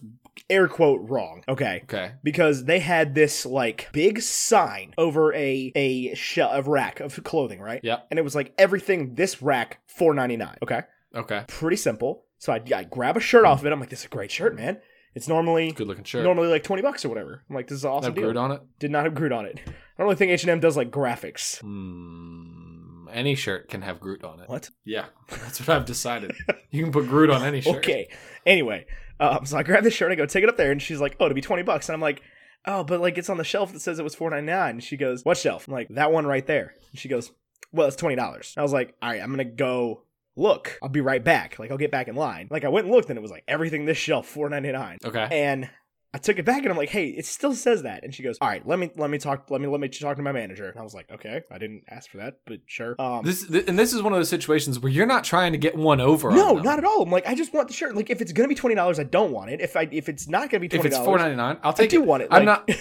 [SPEAKER 2] air quote wrong. Okay.
[SPEAKER 1] Okay.
[SPEAKER 2] Because they had this like big sign over a a shell of rack of clothing, right?
[SPEAKER 1] Yep.
[SPEAKER 2] And it was like everything this rack four ninety nine. Okay,
[SPEAKER 1] Okay.
[SPEAKER 2] pretty simple. So I, I grab a shirt off of it. I'm like, this is a great shirt, man. It's normally
[SPEAKER 1] Good looking shirt.
[SPEAKER 2] normally like 20 bucks or whatever. I'm like, this is an awesome
[SPEAKER 1] Have
[SPEAKER 2] deal.
[SPEAKER 1] Groot on it.
[SPEAKER 2] Did not have Groot on it. I don't really think H&M does like graphics.
[SPEAKER 1] Hmm. any shirt can have Groot on it.
[SPEAKER 2] What?
[SPEAKER 1] Yeah, that's what I've decided. you can put Groot on any shirt.
[SPEAKER 2] Okay. Anyway, um, so I grab this shirt and I go take it up there and she's like, oh, it'll be 20 bucks. And I'm like, oh, but like it's on the shelf that says it was 4.99. And she goes, what shelf? I'm like, that one right there. And she goes, well, it's $20. And I was like, all right, I'm going to go look. I'll be right back. Like I'll get back in line. Like I went and looked and it was like everything this shelf, 4.99.
[SPEAKER 1] Okay.
[SPEAKER 2] and I took it back and I'm like, hey, it still says that. And she goes, all right, let me let me talk let me let me talk to my manager. And I was like, okay, I didn't ask for that, but sure. Um,
[SPEAKER 1] This th- and this is one of those situations where you're not trying to get one over.
[SPEAKER 2] no,
[SPEAKER 1] on them.
[SPEAKER 2] not at all. I'm like, I just want the shirt. Like, if it's gonna be twenty dollars, I don't want it. If I if it's not gonna be
[SPEAKER 1] If
[SPEAKER 2] twenty
[SPEAKER 1] it's four
[SPEAKER 2] dollars,
[SPEAKER 1] ninety nine, I'll
[SPEAKER 2] I
[SPEAKER 1] take
[SPEAKER 2] do
[SPEAKER 1] it.
[SPEAKER 2] want it.
[SPEAKER 1] I'm
[SPEAKER 2] Like,
[SPEAKER 1] not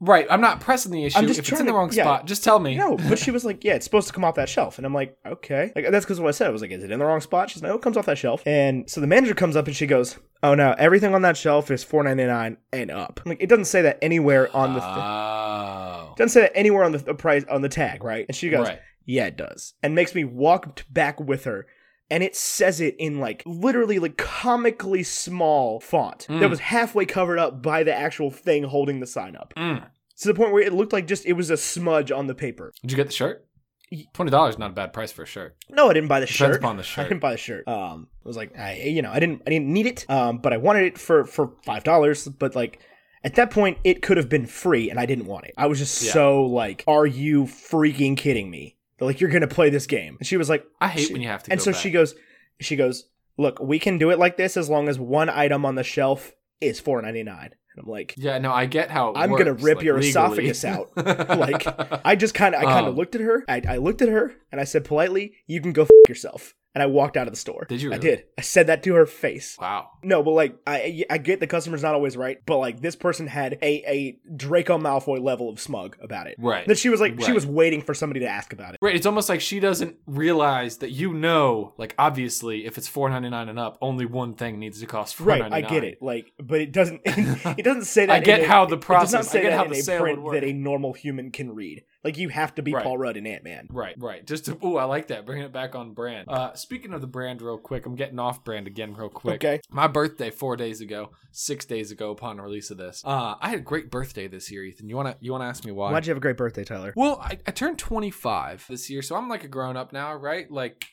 [SPEAKER 1] right. I'm not pressing the issue.
[SPEAKER 2] I'm
[SPEAKER 1] If
[SPEAKER 2] just
[SPEAKER 1] it's
[SPEAKER 2] trying
[SPEAKER 1] in the
[SPEAKER 2] to-
[SPEAKER 1] wrong
[SPEAKER 2] yeah.
[SPEAKER 1] spot, just tell me.
[SPEAKER 2] No, but she was like, "Yeah, it's supposed to come off that shelf," and I'm like, "Okay." Like that's because what I said. I was like, "Is it in the wrong spot?" She's like, "No, it comes off that shelf." And so the manager comes up and she goes, "Oh no, everything on that shelf is four ninety nine and up." I'm like it doesn't say that anywhere on the
[SPEAKER 1] Ah.
[SPEAKER 2] th-
[SPEAKER 1] Oh.
[SPEAKER 2] doesn't say that anywhere on the, the price on the tag, right? And she goes,
[SPEAKER 1] right.
[SPEAKER 2] Yeah, it does. And makes me walk t- back with her. And it says it in like literally like comically small font
[SPEAKER 1] Mm.
[SPEAKER 2] that was halfway covered up by the actual thing holding the sign up.
[SPEAKER 1] Mm.
[SPEAKER 2] To the point where it looked like just it was a smudge on the paper.
[SPEAKER 1] Did you get the shirt?
[SPEAKER 2] Ye-
[SPEAKER 1] Twenty dollars is not a bad price for a shirt.
[SPEAKER 2] No, I didn't buy the
[SPEAKER 1] Depends
[SPEAKER 2] shirt.
[SPEAKER 1] upon the
[SPEAKER 2] I
[SPEAKER 1] shirt.
[SPEAKER 2] didn't buy the shirt. Um, I was like, I you know, I didn't I didn't need it. Um, but I wanted it for for five dollars. But like at that point, it could have been free, and I didn't want it. I was just
[SPEAKER 1] Yeah.
[SPEAKER 2] so like, are you freaking kidding me? Like you're gonna play this game? And she was like,
[SPEAKER 1] I hate
[SPEAKER 2] She-
[SPEAKER 1] when you have to.
[SPEAKER 2] and
[SPEAKER 1] go
[SPEAKER 2] so
[SPEAKER 1] back.
[SPEAKER 2] she goes she goes look we can do it like this as long as one item on the shelf is 4.99 and i'm like
[SPEAKER 1] Yeah, no, I get how. It
[SPEAKER 2] I'm gonna
[SPEAKER 1] works,
[SPEAKER 2] rip
[SPEAKER 1] like,
[SPEAKER 2] your
[SPEAKER 1] legally.
[SPEAKER 2] esophagus out. Like, i just kind of i kind of
[SPEAKER 1] Um.
[SPEAKER 2] looked at her I, I looked at her and i said politely you can go f- yourself and i walked out of the store
[SPEAKER 1] Did you
[SPEAKER 2] i
[SPEAKER 1] really?
[SPEAKER 2] did i said that to her face
[SPEAKER 1] wow.
[SPEAKER 2] no but like i i get the customer's not always right but like this person had a a draco malfoy level of smug about it
[SPEAKER 1] Right.
[SPEAKER 2] that she was like she
[SPEAKER 1] Right.
[SPEAKER 2] was waiting for somebody to ask about it
[SPEAKER 1] Right, it's almost like she doesn't realize that you know, like obviously, if it's four ninety nine and up, only one thing needs to cost four
[SPEAKER 2] Right,
[SPEAKER 1] ninety nine.
[SPEAKER 2] I get it. Like, but it doesn't. It doesn't say that.
[SPEAKER 1] I
[SPEAKER 2] in
[SPEAKER 1] get
[SPEAKER 2] a-
[SPEAKER 1] how the
[SPEAKER 2] it does not
[SPEAKER 1] process- I
[SPEAKER 2] say
[SPEAKER 1] get
[SPEAKER 2] that
[SPEAKER 1] how
[SPEAKER 2] in
[SPEAKER 1] the
[SPEAKER 2] a
[SPEAKER 1] sale would
[SPEAKER 2] print
[SPEAKER 1] work.
[SPEAKER 2] that a normal human can read. Like, you have to be
[SPEAKER 1] Right.
[SPEAKER 2] Paul Rudd in Ant Man.
[SPEAKER 1] Right, right. Just to, ooh, I like that. Bringing it back on brand. Uh, speaking of the brand, real quick, I'm getting off brand again, real quick.
[SPEAKER 2] Okay.
[SPEAKER 1] My birthday four days ago, six days ago, upon release of this, uh, I had a great birthday this year, Ethan. You wanna you wanna ask me why?
[SPEAKER 2] Why'd you have a great birthday, Tyler?
[SPEAKER 1] Well, I, I turned 25 this year, so I'm like a grown up now, right? Like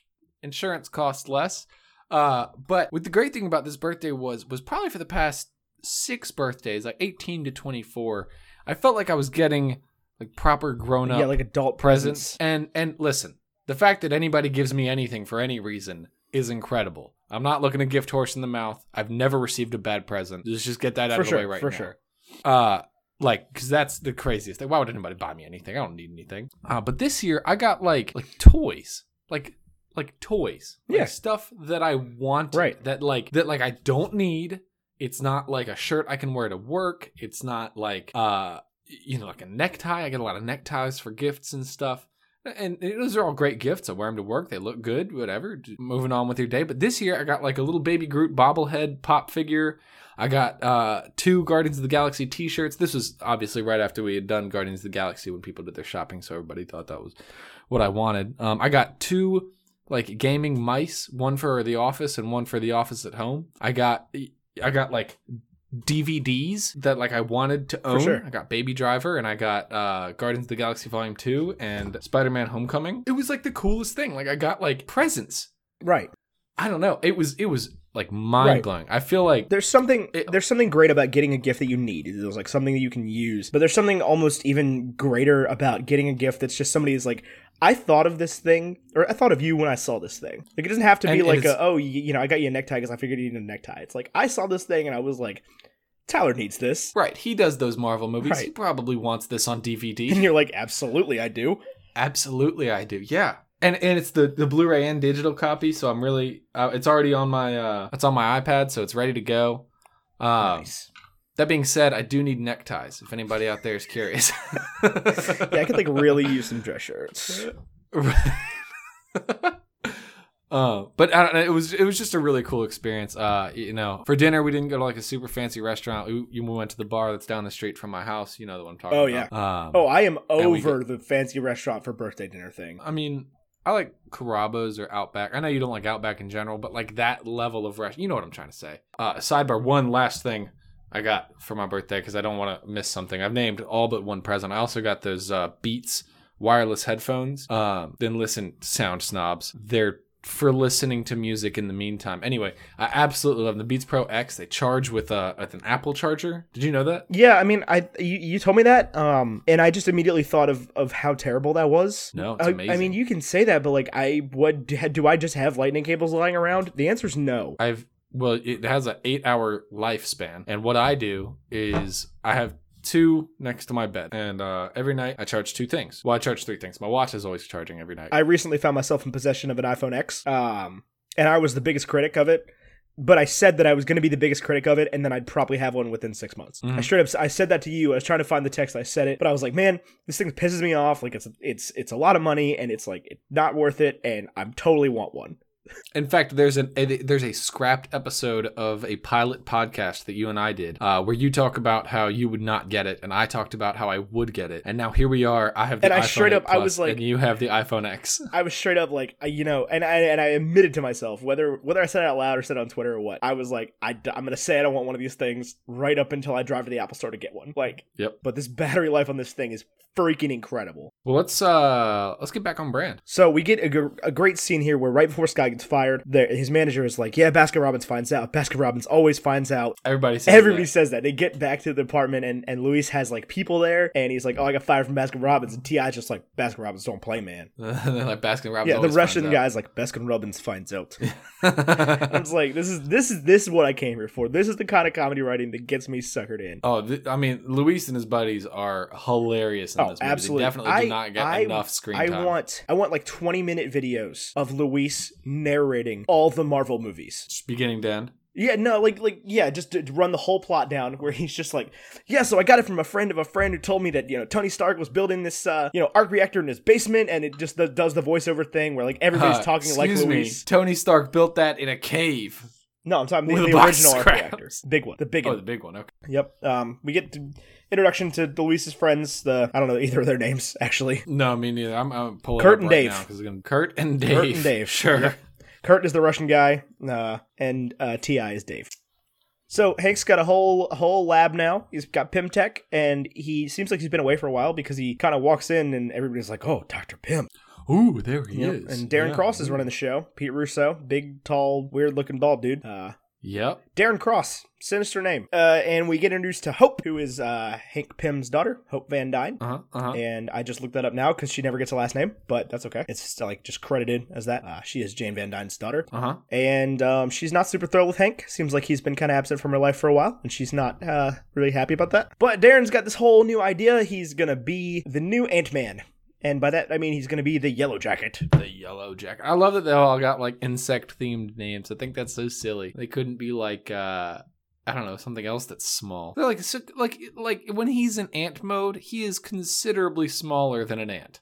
[SPEAKER 1] insurance costs less. Uh, but what the great thing about this birthday was was probably for the past six birthdays, like 18 to 24, I felt like I was getting like proper grown up
[SPEAKER 2] Yeah, like adult
[SPEAKER 1] presents.
[SPEAKER 2] presents.
[SPEAKER 1] And and listen, the fact that anybody gives me anything for any reason is incredible. I'm not looking a gift horse in the mouth. I've never received a bad present. Let's just get that out
[SPEAKER 2] For
[SPEAKER 1] of the
[SPEAKER 2] sure,
[SPEAKER 1] way right
[SPEAKER 2] for
[SPEAKER 1] now.
[SPEAKER 2] sure.
[SPEAKER 1] Uh, like, cause that's the craziest thing. Why would anybody buy me anything? I don't need anything. Uh, but this year I got like like toys, like like toys, Like,
[SPEAKER 2] Yeah.
[SPEAKER 1] stuff that I want,
[SPEAKER 2] Right.
[SPEAKER 1] That like that like I don't need. It's not like a shirt I can wear to work. It's not like uh you know, like a necktie. I get a lot of neckties for gifts and stuff. And those are all great gifts. I wear them to work. They look good, whatever. Just moving on with your day. But this year, I got like a little baby Groot bobblehead pop figure. I got uh, two Guardians of the Galaxy t shirts. This was obviously right after we had done Guardians of the Galaxy when people did their shopping. So everybody thought that was what I wanted. Um, I got two like gaming mice, one for the office and one for the office at home. I got. I got like DVDs that like I wanted to own.
[SPEAKER 2] sure.
[SPEAKER 1] I got Baby Driver and I got uh Guardians of the Galaxy Volume 2 and Spider-Man Homecoming. It was like the coolest thing. Like I got like presents.
[SPEAKER 2] Right.
[SPEAKER 1] I don't know. It was it was like mind-blowing. I feel like
[SPEAKER 2] There's something.
[SPEAKER 1] It-
[SPEAKER 2] there's something great about getting a gift that you need. There's like something that you can use. But there's something almost even greater about getting a gift that's just somebody is like. I thought of this thing, or I thought of you when I saw this thing. Like it doesn't have to be
[SPEAKER 1] And
[SPEAKER 2] like,
[SPEAKER 1] it's-
[SPEAKER 2] a, oh, you, you know, I got you a necktie because I figured you needed a necktie. It's like I saw this thing and I was like, Tyler needs this.
[SPEAKER 1] Right, he does those Marvel movies. He
[SPEAKER 2] Right.
[SPEAKER 1] probably wants this on
[SPEAKER 2] And
[SPEAKER 1] DVD.
[SPEAKER 2] you're like, absolutely, I do.
[SPEAKER 1] Absolutely, I do. Yeah, and and it's the the Blu-ray and digital copy, so I'm really uh, it's already on my uh, it's on my iPad, so it's ready to go. Um,
[SPEAKER 2] nice.
[SPEAKER 1] That being said, I do need neckties. If anybody out there is curious,
[SPEAKER 2] Yeah, I could like really use some dress shirts.
[SPEAKER 1] Right. Uh, but I don't know, it was it was just a really cool experience. Uh, you know, for dinner we didn't go to like a super fancy restaurant. We, we went to the bar that's down the street from my house. You know the one I'm talking
[SPEAKER 2] Oh,
[SPEAKER 1] about. yeah. Um,
[SPEAKER 2] Oh, I am
[SPEAKER 1] And we
[SPEAKER 2] over the fancy restaurant for birthday dinner thing.
[SPEAKER 1] I mean, I like Carrabba's or Outback. I know you don't like Outback in general, but like that level of restaurant, you know what I'm trying to say. Uh, sidebar, one last thing I got for my birthday because I don't want to miss something. I've named all but one present. I also got those uh, Beats wireless headphones. Um, then listen, sound snobs, they're for listening to music in the meantime. Anyway, I absolutely love them. the Beats Pro X. They charge with a with an Apple charger. Did you know that?
[SPEAKER 2] Yeah, I mean, I you, you told me that, um, and I just immediately thought of of how terrible that was.
[SPEAKER 1] No, it's
[SPEAKER 2] I,
[SPEAKER 1] amazing.
[SPEAKER 2] I mean, you can say that, but like, I what do I just have lightning cables lying around? The answer's no.
[SPEAKER 1] I've well, it has an eight hour lifespan, and what I do is I have two next to my bed, and uh, every night I charge two things. Well, I charge three things. My watch is always charging every night.
[SPEAKER 2] I recently found myself in possession of an iPhone X, um, and I was the biggest critic of it. But I said that I was going to be the biggest critic of it, and then I'd probably have one within six months.
[SPEAKER 1] Mhm.
[SPEAKER 2] I straight up, I said that to you. I was trying to find the text. I said it, but I was like, man, this thing pisses me off. Like it's it's it's a lot of money, and it's like not worth it. And I totally want one.
[SPEAKER 1] In fact, there's an a, there's a scrapped episode of a pilot podcast that you and I did, uh, where you talk about how you would not get it, and I talked about how I would get it, and now here we are. I have the
[SPEAKER 2] And I
[SPEAKER 1] iPhone
[SPEAKER 2] straight
[SPEAKER 1] 8
[SPEAKER 2] up- I
[SPEAKER 1] Plus,
[SPEAKER 2] was like-
[SPEAKER 1] and you have the iPhone X.
[SPEAKER 2] I was straight up like, I- you know, and I and I admitted to myself whether whether I said it out loud or said it on Twitter or what, I was like, I, am gonna say I don't want one of these things right up until I drive to the Apple Store to get one. Like,
[SPEAKER 1] Yep.
[SPEAKER 2] But this battery life on this thing is freaking incredible.
[SPEAKER 1] Well, let's uh let's get back on brand.
[SPEAKER 2] So we get a, gr- a great scene here where right before Sky gets fired, there his manager is like, yeah, Baskin Robbins finds out. Baskin Robbins always finds out.
[SPEAKER 1] Everybody says that.
[SPEAKER 2] Everybody says that. They get back to the apartment and, and Luis has like people there and he's like, Oh, I got fired from Baskin Robbins and T.I.'s just like, Baskin Robbins don't play, man.
[SPEAKER 1] and then like Baskin Robbins.
[SPEAKER 2] yeah, the Russian guy's like, Baskin Robbins finds out.
[SPEAKER 1] guy.
[SPEAKER 2] I was like, this is this is this is what I came here for. This is the kind of comedy writing that gets me suckered in.
[SPEAKER 1] Oh, th- I mean, Luis and his buddies are hilarious in
[SPEAKER 2] Oh,
[SPEAKER 1] this movie.
[SPEAKER 2] absolutely.
[SPEAKER 1] They definitely
[SPEAKER 2] I-
[SPEAKER 1] do not get
[SPEAKER 2] I-
[SPEAKER 1] enough screen
[SPEAKER 2] I
[SPEAKER 1] time.
[SPEAKER 2] want I want like 20 minute videos of Luis narrating all the Marvel movies.
[SPEAKER 1] Just beginning to end.
[SPEAKER 2] Yeah, no, like like yeah, just to to run the whole plot down where he's just like, yeah, so I got it from a friend of a friend who told me that you know Tony Stark was building this uh, you know arc reactor in his basement, and it just th- does the voiceover thing where like everybody's
[SPEAKER 1] Uh,
[SPEAKER 2] talking like
[SPEAKER 1] excuse
[SPEAKER 2] Luis.
[SPEAKER 1] Me, Tony Stark built that in a cave.
[SPEAKER 2] No, I'm talking the,
[SPEAKER 1] With a
[SPEAKER 2] the
[SPEAKER 1] box
[SPEAKER 2] original arc
[SPEAKER 1] scraps.
[SPEAKER 2] reactor, big one, the big
[SPEAKER 1] Oh,
[SPEAKER 2] one.
[SPEAKER 1] the big one. Okay.
[SPEAKER 2] Yep. Um, we get to introduction to Luis's friends. The I don't know either of their names actually.
[SPEAKER 1] No, me neither. I'm, I'm pulling
[SPEAKER 2] Kurt
[SPEAKER 1] up
[SPEAKER 2] and
[SPEAKER 1] right
[SPEAKER 2] Dave.
[SPEAKER 1] now 'cause it's gonna Kurt and Dave.
[SPEAKER 2] Kurt and Dave.
[SPEAKER 1] Sure.
[SPEAKER 2] Yep. Kurt is the Russian guy, uh, and uh, Ti is Dave. So Hank's got a whole a whole lab now. He's got Pym Tech, and he seems like he's been away for a while because he kind of walks in and everybody's like, "Oh, Doctor Pym."
[SPEAKER 1] Ooh, there he
[SPEAKER 2] Yep.
[SPEAKER 1] is.
[SPEAKER 2] And Darren
[SPEAKER 1] Yeah.
[SPEAKER 2] Cross is running the show. Pete Russo, big, tall, weird-looking bald dude. Uh,
[SPEAKER 1] Yep.
[SPEAKER 2] Darren Cross, sinister name. Uh, and we get introduced to Hope, who is uh, Hank Pym's daughter, Hope Van Dyne.
[SPEAKER 1] Uh huh. Uh-huh.
[SPEAKER 2] and I just looked that up now because she never gets a last name, but that's okay. It's still, like just credited as that. Uh, she is Jane Van Dyne's daughter,
[SPEAKER 1] Uh-huh.
[SPEAKER 2] and um, she's not super thrilled with Hank. Seems like he's been kind of absent from her life for a while, and she's not uh, really happy about that. But Darren's got this whole new idea. He's gonna be the new Ant Man, and by that I mean he's gonna be the Yellow Jacket.
[SPEAKER 1] The yellow jacket. I love that they all got like insect themed names. I think that's so silly. They couldn't be like uh I don't know something else that's small. They're like so, like like when he's in ant mode, he is considerably smaller than an ant.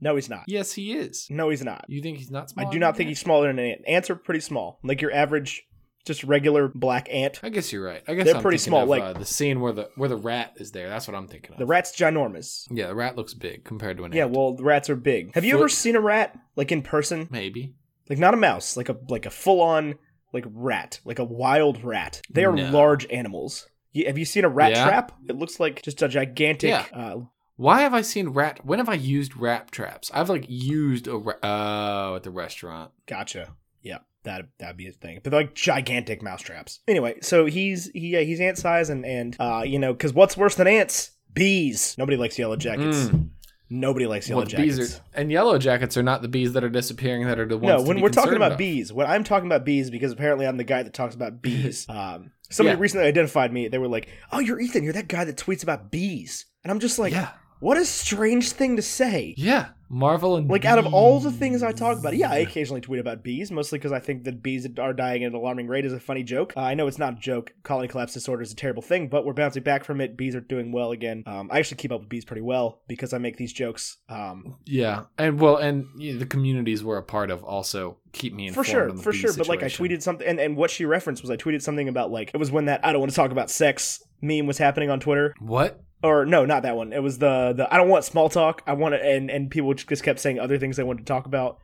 [SPEAKER 2] No, he's not.
[SPEAKER 1] Yes, he is.
[SPEAKER 2] No, he's not.
[SPEAKER 1] You think he's not
[SPEAKER 2] I
[SPEAKER 1] small?
[SPEAKER 2] do not think he's smaller than an ant. Ants are pretty small, like your average, just regular black ant.
[SPEAKER 1] I guess you're right. I guess
[SPEAKER 2] They're
[SPEAKER 1] I'm
[SPEAKER 2] pretty
[SPEAKER 1] thinking
[SPEAKER 2] small,
[SPEAKER 1] Of,
[SPEAKER 2] like-
[SPEAKER 1] uh, the scene where the where the rat is there. That's what I'm thinking of.
[SPEAKER 2] The rat's ginormous.
[SPEAKER 1] yeah, the rat looks big compared to an
[SPEAKER 2] Yeah,
[SPEAKER 1] ant.
[SPEAKER 2] well, rats are big. Have you ever
[SPEAKER 1] Foot-
[SPEAKER 2] seen a rat like in person?
[SPEAKER 1] maybe.
[SPEAKER 2] Like not a mouse, like a like a full-on like rat, like a wild rat. They are
[SPEAKER 1] No.
[SPEAKER 2] large animals. You, have you seen a rat
[SPEAKER 1] Yeah.
[SPEAKER 2] trap? It looks like just a gigantic
[SPEAKER 1] Yeah.
[SPEAKER 2] uh,
[SPEAKER 1] Why have I seen rat? When have I used rat traps? I've like used a ra- oh at the restaurant.
[SPEAKER 2] gotcha. Yeah, that that'd be a thing. But they're like gigantic mouse traps. Anyway, so he's he uh, he's ant size and and uh you know cuz what's worse than ants? Bees. Nobody likes yellow jackets.
[SPEAKER 1] Mm.
[SPEAKER 2] Nobody likes yellow
[SPEAKER 1] Well, the
[SPEAKER 2] jackets.
[SPEAKER 1] bees are, and yellow jackets are not the bees that are disappearing that are the ones.
[SPEAKER 2] no,
[SPEAKER 1] to
[SPEAKER 2] when
[SPEAKER 1] be
[SPEAKER 2] we're talking
[SPEAKER 1] concerned
[SPEAKER 2] about bees, when I'm talking about bees, because apparently I'm the guy that talks about bees. Um, somebody
[SPEAKER 1] Yeah.
[SPEAKER 2] recently identified me. They were like, "Oh, you're Ethan. You're that guy that tweets about bees." And I'm just like,
[SPEAKER 1] yeah,
[SPEAKER 2] "What a strange thing to say."
[SPEAKER 1] yeah, Marvel and
[SPEAKER 2] Like out of all the things I
[SPEAKER 1] bees.
[SPEAKER 2] talk about, yeah, I occasionally tweet about bees, mostly because I think that bees are dying at an alarming rate is a funny joke. Uh, I know it's not a joke. Colony collapse disorder is a terrible thing, but we're bouncing back from it. Bees are doing well again. Um, I actually keep up with bees pretty well because I make these jokes. Um,
[SPEAKER 1] yeah, and well, and you know, the communities we're a part of also keep me
[SPEAKER 2] for
[SPEAKER 1] informed
[SPEAKER 2] sure,
[SPEAKER 1] on the
[SPEAKER 2] for
[SPEAKER 1] bee
[SPEAKER 2] sure. But like I
[SPEAKER 1] situation.
[SPEAKER 2] tweeted something, and, and what she referenced was I tweeted something about like it was when that I don't want to talk about sex meme was happening on Twitter.
[SPEAKER 1] what?
[SPEAKER 2] or no, not that one. It was the the I don't want small talk. I want to, and and people just kept saying other things they wanted to talk about.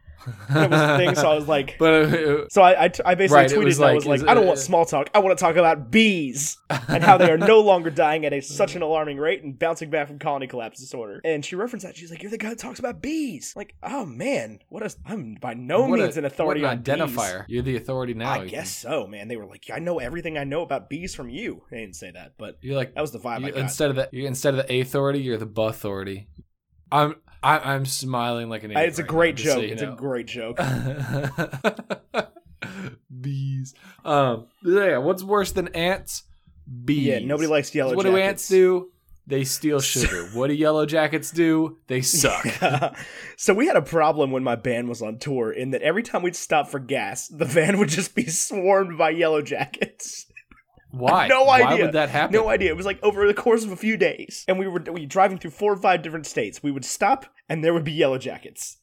[SPEAKER 2] And it was the thing, so I was like,
[SPEAKER 1] But uh,
[SPEAKER 2] so I I, t- I basically
[SPEAKER 1] Right, it
[SPEAKER 2] tweeted
[SPEAKER 1] was
[SPEAKER 2] and I
[SPEAKER 1] like-
[SPEAKER 2] was like,
[SPEAKER 1] is-
[SPEAKER 2] I don't want
[SPEAKER 1] uh,
[SPEAKER 2] small talk. I want to talk about bees and how they are no longer dying at a, such an alarming rate and bouncing back from colony collapse disorder. And she referenced that she's like, you're the guy that talks about bees. Like, oh man, what a I'm by no
[SPEAKER 1] what
[SPEAKER 2] means
[SPEAKER 1] a-
[SPEAKER 2] an authority
[SPEAKER 1] what
[SPEAKER 2] on
[SPEAKER 1] an
[SPEAKER 2] bees.
[SPEAKER 1] identifier. You're the authority now.
[SPEAKER 2] I
[SPEAKER 1] Ethan.
[SPEAKER 2] guess so, man. They were like, I know everything I know about bees from you. They didn't say that, but
[SPEAKER 1] you're like
[SPEAKER 2] that was the vibe
[SPEAKER 1] you-
[SPEAKER 2] I got.
[SPEAKER 1] instead of the you instead of the authority, you're the authority. I'm I, I'm smiling like an.
[SPEAKER 2] I-
[SPEAKER 1] Idiot
[SPEAKER 2] it's a
[SPEAKER 1] right
[SPEAKER 2] great
[SPEAKER 1] now, just so
[SPEAKER 2] joke.
[SPEAKER 1] you
[SPEAKER 2] it's
[SPEAKER 1] know.
[SPEAKER 2] a great joke.
[SPEAKER 1] bees. Um, yeah, what's worse than ants? Bees.
[SPEAKER 2] Yeah, nobody likes yellow
[SPEAKER 1] What
[SPEAKER 2] jackets.
[SPEAKER 1] do ants do? They steal sugar. what do yellow jackets do? They suck.
[SPEAKER 2] so we had a problem when my band was on tour in that every time we'd stop for gas, the van would just be swarmed by yellow jackets.
[SPEAKER 1] Why?
[SPEAKER 2] No
[SPEAKER 1] Why
[SPEAKER 2] idea.
[SPEAKER 1] would that happen?
[SPEAKER 2] No idea. It was like over the course of a few days. And we were we were driving through four or five different states. We would stop and there would be yellow jackets.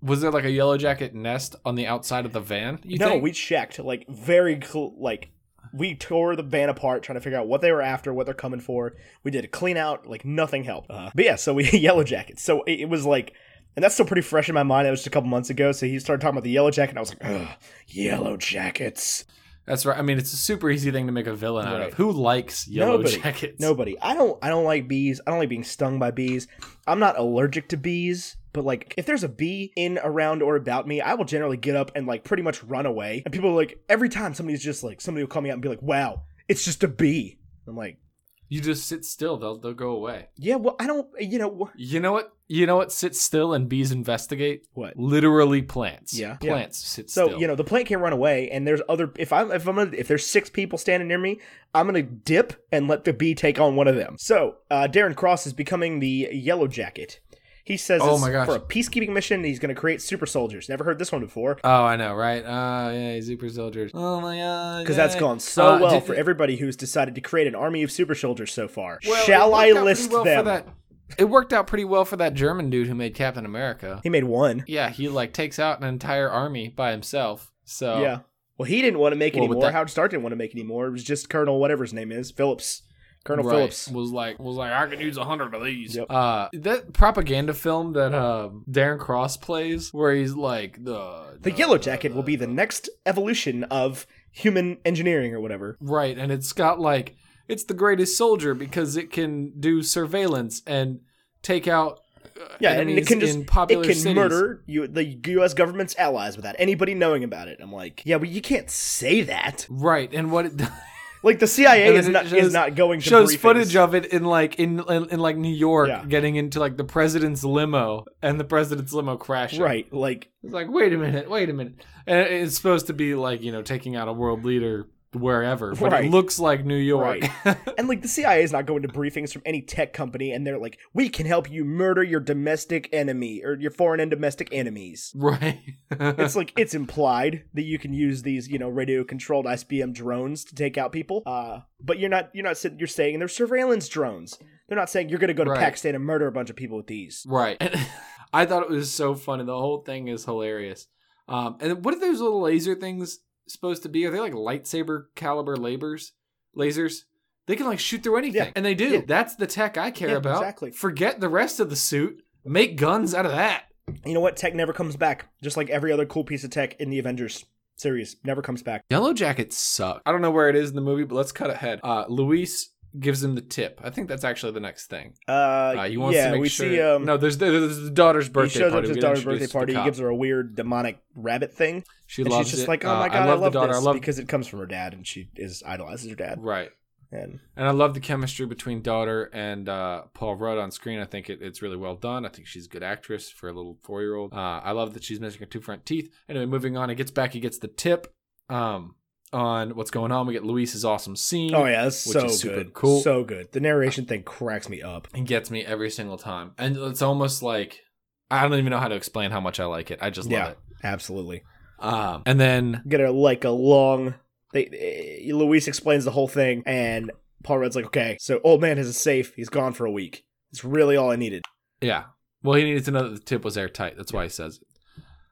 [SPEAKER 1] Was there like a yellow jacket nest on the outside of the van? You
[SPEAKER 2] no,
[SPEAKER 1] think?
[SPEAKER 2] we checked like very cl- like we tore the band apart trying to figure out what they were after, what they're coming for. We did a clean out, like nothing helped.
[SPEAKER 1] Uh-huh.
[SPEAKER 2] But yeah, so we yellow jackets. So it, it was like, and that's still pretty fresh in my mind. It was just a couple months ago. So he started talking about the yellow jacket, and I was like, Ugh, yellow jackets.
[SPEAKER 1] That's right. I mean, it's a super easy thing to make a villain out
[SPEAKER 2] Right.
[SPEAKER 1] of. Who likes yellow
[SPEAKER 2] Nobody.
[SPEAKER 1] jackets?
[SPEAKER 2] Nobody. I don't. I don't like bees. I don't like being stung by bees. I'm not allergic to bees, but like if there's a bee in, around, or about me, I will generally get up and like pretty much run away. And people are like every time somebody's just like somebody will call me out and be like, "Wow, it's just a bee." I'm like,
[SPEAKER 1] You just sit still. They'll they'll go away.
[SPEAKER 2] yeah, well, I don't. You know wh-
[SPEAKER 1] You know what? You know what? Sit still and bees investigate.
[SPEAKER 2] what?
[SPEAKER 1] Literally plants.
[SPEAKER 2] Yeah. Yeah.
[SPEAKER 1] Plants sit
[SPEAKER 2] So
[SPEAKER 1] still.
[SPEAKER 2] you know the plant can't run away, and there's other. If I'm if I'm gonna, if there's six people standing near me, I'm gonna dip and let the bee take on one of them. So uh, Darren Cross is becoming the Yellow Jacket. He says
[SPEAKER 1] Oh
[SPEAKER 2] it's
[SPEAKER 1] my gosh.
[SPEAKER 2] for a peacekeeping mission, he's gonna create super soldiers. Never heard this one before
[SPEAKER 1] Oh, I know, right? Ah, yeah, super soldiers. Oh my god.
[SPEAKER 2] because that's
[SPEAKER 1] yay.
[SPEAKER 2] gone so
[SPEAKER 1] Uh,
[SPEAKER 2] well
[SPEAKER 1] did-
[SPEAKER 2] for everybody who's decided to create an army of super soldiers so far.
[SPEAKER 1] Well, it
[SPEAKER 2] Shall
[SPEAKER 1] worked
[SPEAKER 2] I
[SPEAKER 1] out pretty
[SPEAKER 2] list
[SPEAKER 1] well for
[SPEAKER 2] them?
[SPEAKER 1] that- it worked out pretty well for that German dude who made Captain America.
[SPEAKER 2] He made one.
[SPEAKER 1] Yeah, he like takes out an entire army by himself. So
[SPEAKER 2] Yeah. Well, he didn't want to make
[SPEAKER 1] Well, with
[SPEAKER 2] anymore.
[SPEAKER 1] that-
[SPEAKER 2] Howard Stark didn't want to make anymore. It was just Colonel whatever his name is, Phillips. Colonel
[SPEAKER 1] Right.
[SPEAKER 2] Phillips.
[SPEAKER 1] was like was like I could use a hundred of these.
[SPEAKER 2] Yep.
[SPEAKER 1] Uh, that propaganda film that uh, Darren Cross plays, where he's like the
[SPEAKER 2] The Yellow Jacket will be the next evolution of human engineering or whatever.
[SPEAKER 1] right, and it's got like it's the greatest soldier because it can do surveillance and take out uh,
[SPEAKER 2] Yeah, and
[SPEAKER 1] enemies
[SPEAKER 2] it can just
[SPEAKER 1] in popular
[SPEAKER 2] it can
[SPEAKER 1] cities.
[SPEAKER 2] murder you, the U.S. government's allies without anybody knowing about it. I'm like, yeah, but you can't say that.
[SPEAKER 1] Right, and what it does.
[SPEAKER 2] Like the CIA
[SPEAKER 1] And
[SPEAKER 2] is
[SPEAKER 1] then it
[SPEAKER 2] not is
[SPEAKER 1] shows-
[SPEAKER 2] not going to
[SPEAKER 1] shows
[SPEAKER 2] briefings.
[SPEAKER 1] footage of it in like in in, in like New York
[SPEAKER 2] Yeah.
[SPEAKER 1] getting into like the president's limo and the president's limo crashing.
[SPEAKER 2] right. Like
[SPEAKER 1] It's like wait a minute, wait a minute. And it- it's supposed to be like you know taking out a world leader wherever, but
[SPEAKER 2] Right.
[SPEAKER 1] it looks like New York.
[SPEAKER 2] and like the CIA is not going to briefings from any tech company, and they're like, we can help you murder your domestic enemy or your foreign and domestic enemies.
[SPEAKER 1] Right.
[SPEAKER 2] it's like it's implied that you can use these you know radio controlled ICBM drones to take out people. Uh, but you're not you're not sitting you're saying they're surveillance drones. They're not saying you're going to go to
[SPEAKER 1] Right.
[SPEAKER 2] Pakistan and murder a bunch of people with these.
[SPEAKER 1] right. And I thought it was so funny. The whole thing is hilarious. Um, and what are those little laser things supposed to be? Are they like lightsaber caliber labors? Lasers? They can like shoot through anything,
[SPEAKER 2] Yeah.
[SPEAKER 1] and they do.
[SPEAKER 2] Yeah.
[SPEAKER 1] That's the tech I care
[SPEAKER 2] Yeah,
[SPEAKER 1] about.
[SPEAKER 2] exactly.
[SPEAKER 1] Forget the rest of the suit. Make guns out of that.
[SPEAKER 2] You know what? Tech never comes back. Just like every other cool piece of tech in the Avengers series, never comes back.
[SPEAKER 1] Yellow Jackets suck. I don't know where it is in the movie, but let's cut ahead. Uh, Luis gives him the tip. I think that's actually the next thing.
[SPEAKER 2] Uh,
[SPEAKER 1] Uh, he wants
[SPEAKER 2] yeah,
[SPEAKER 1] to make
[SPEAKER 2] we
[SPEAKER 1] sure.
[SPEAKER 2] see um,
[SPEAKER 1] no, there's, there's the daughter's
[SPEAKER 2] he
[SPEAKER 1] birthday
[SPEAKER 2] shows up
[SPEAKER 1] party. We
[SPEAKER 2] to his
[SPEAKER 1] get
[SPEAKER 2] daughter
[SPEAKER 1] introduced
[SPEAKER 2] birthday
[SPEAKER 1] to the
[SPEAKER 2] party. He
[SPEAKER 1] cop.
[SPEAKER 2] gives her a weird demonic rabbit thing,
[SPEAKER 1] she
[SPEAKER 2] and
[SPEAKER 1] loves
[SPEAKER 2] she's
[SPEAKER 1] it.
[SPEAKER 2] just like, "Oh
[SPEAKER 1] Uh,
[SPEAKER 2] my god, I
[SPEAKER 1] love the
[SPEAKER 2] love,
[SPEAKER 1] daughter.
[SPEAKER 2] this,"
[SPEAKER 1] I love
[SPEAKER 2] because it comes from her dad, and she is idolizes her dad.
[SPEAKER 1] right.
[SPEAKER 2] And
[SPEAKER 1] And I love the chemistry between daughter and uh, Paul Rudd on screen. I think it, it's really well done. I think she's a good actress for a little four year old. Uh, I love that she's missing her two front teeth. Anyway, moving on, he gets back, he gets the tip um, on what's going on. We get Luis's awesome scene.
[SPEAKER 2] oh yeah, that's
[SPEAKER 1] Which
[SPEAKER 2] so
[SPEAKER 1] is super
[SPEAKER 2] good.
[SPEAKER 1] cool.
[SPEAKER 2] So good. The narration thing cracks me up.
[SPEAKER 1] It gets me every single time. And it's almost like I don't even know how to explain how much I like it. I just love
[SPEAKER 2] Yeah.
[SPEAKER 1] it.
[SPEAKER 2] Absolutely.
[SPEAKER 1] Um, and then
[SPEAKER 2] Get a like a long. They eh, Luis explains the whole thing, and Paul Rudd's like, "Okay, so old man has a safe. He's gone for a week. It's really all I needed."
[SPEAKER 1] Yeah. Well, he needed to know that the tip was airtight. That's why he says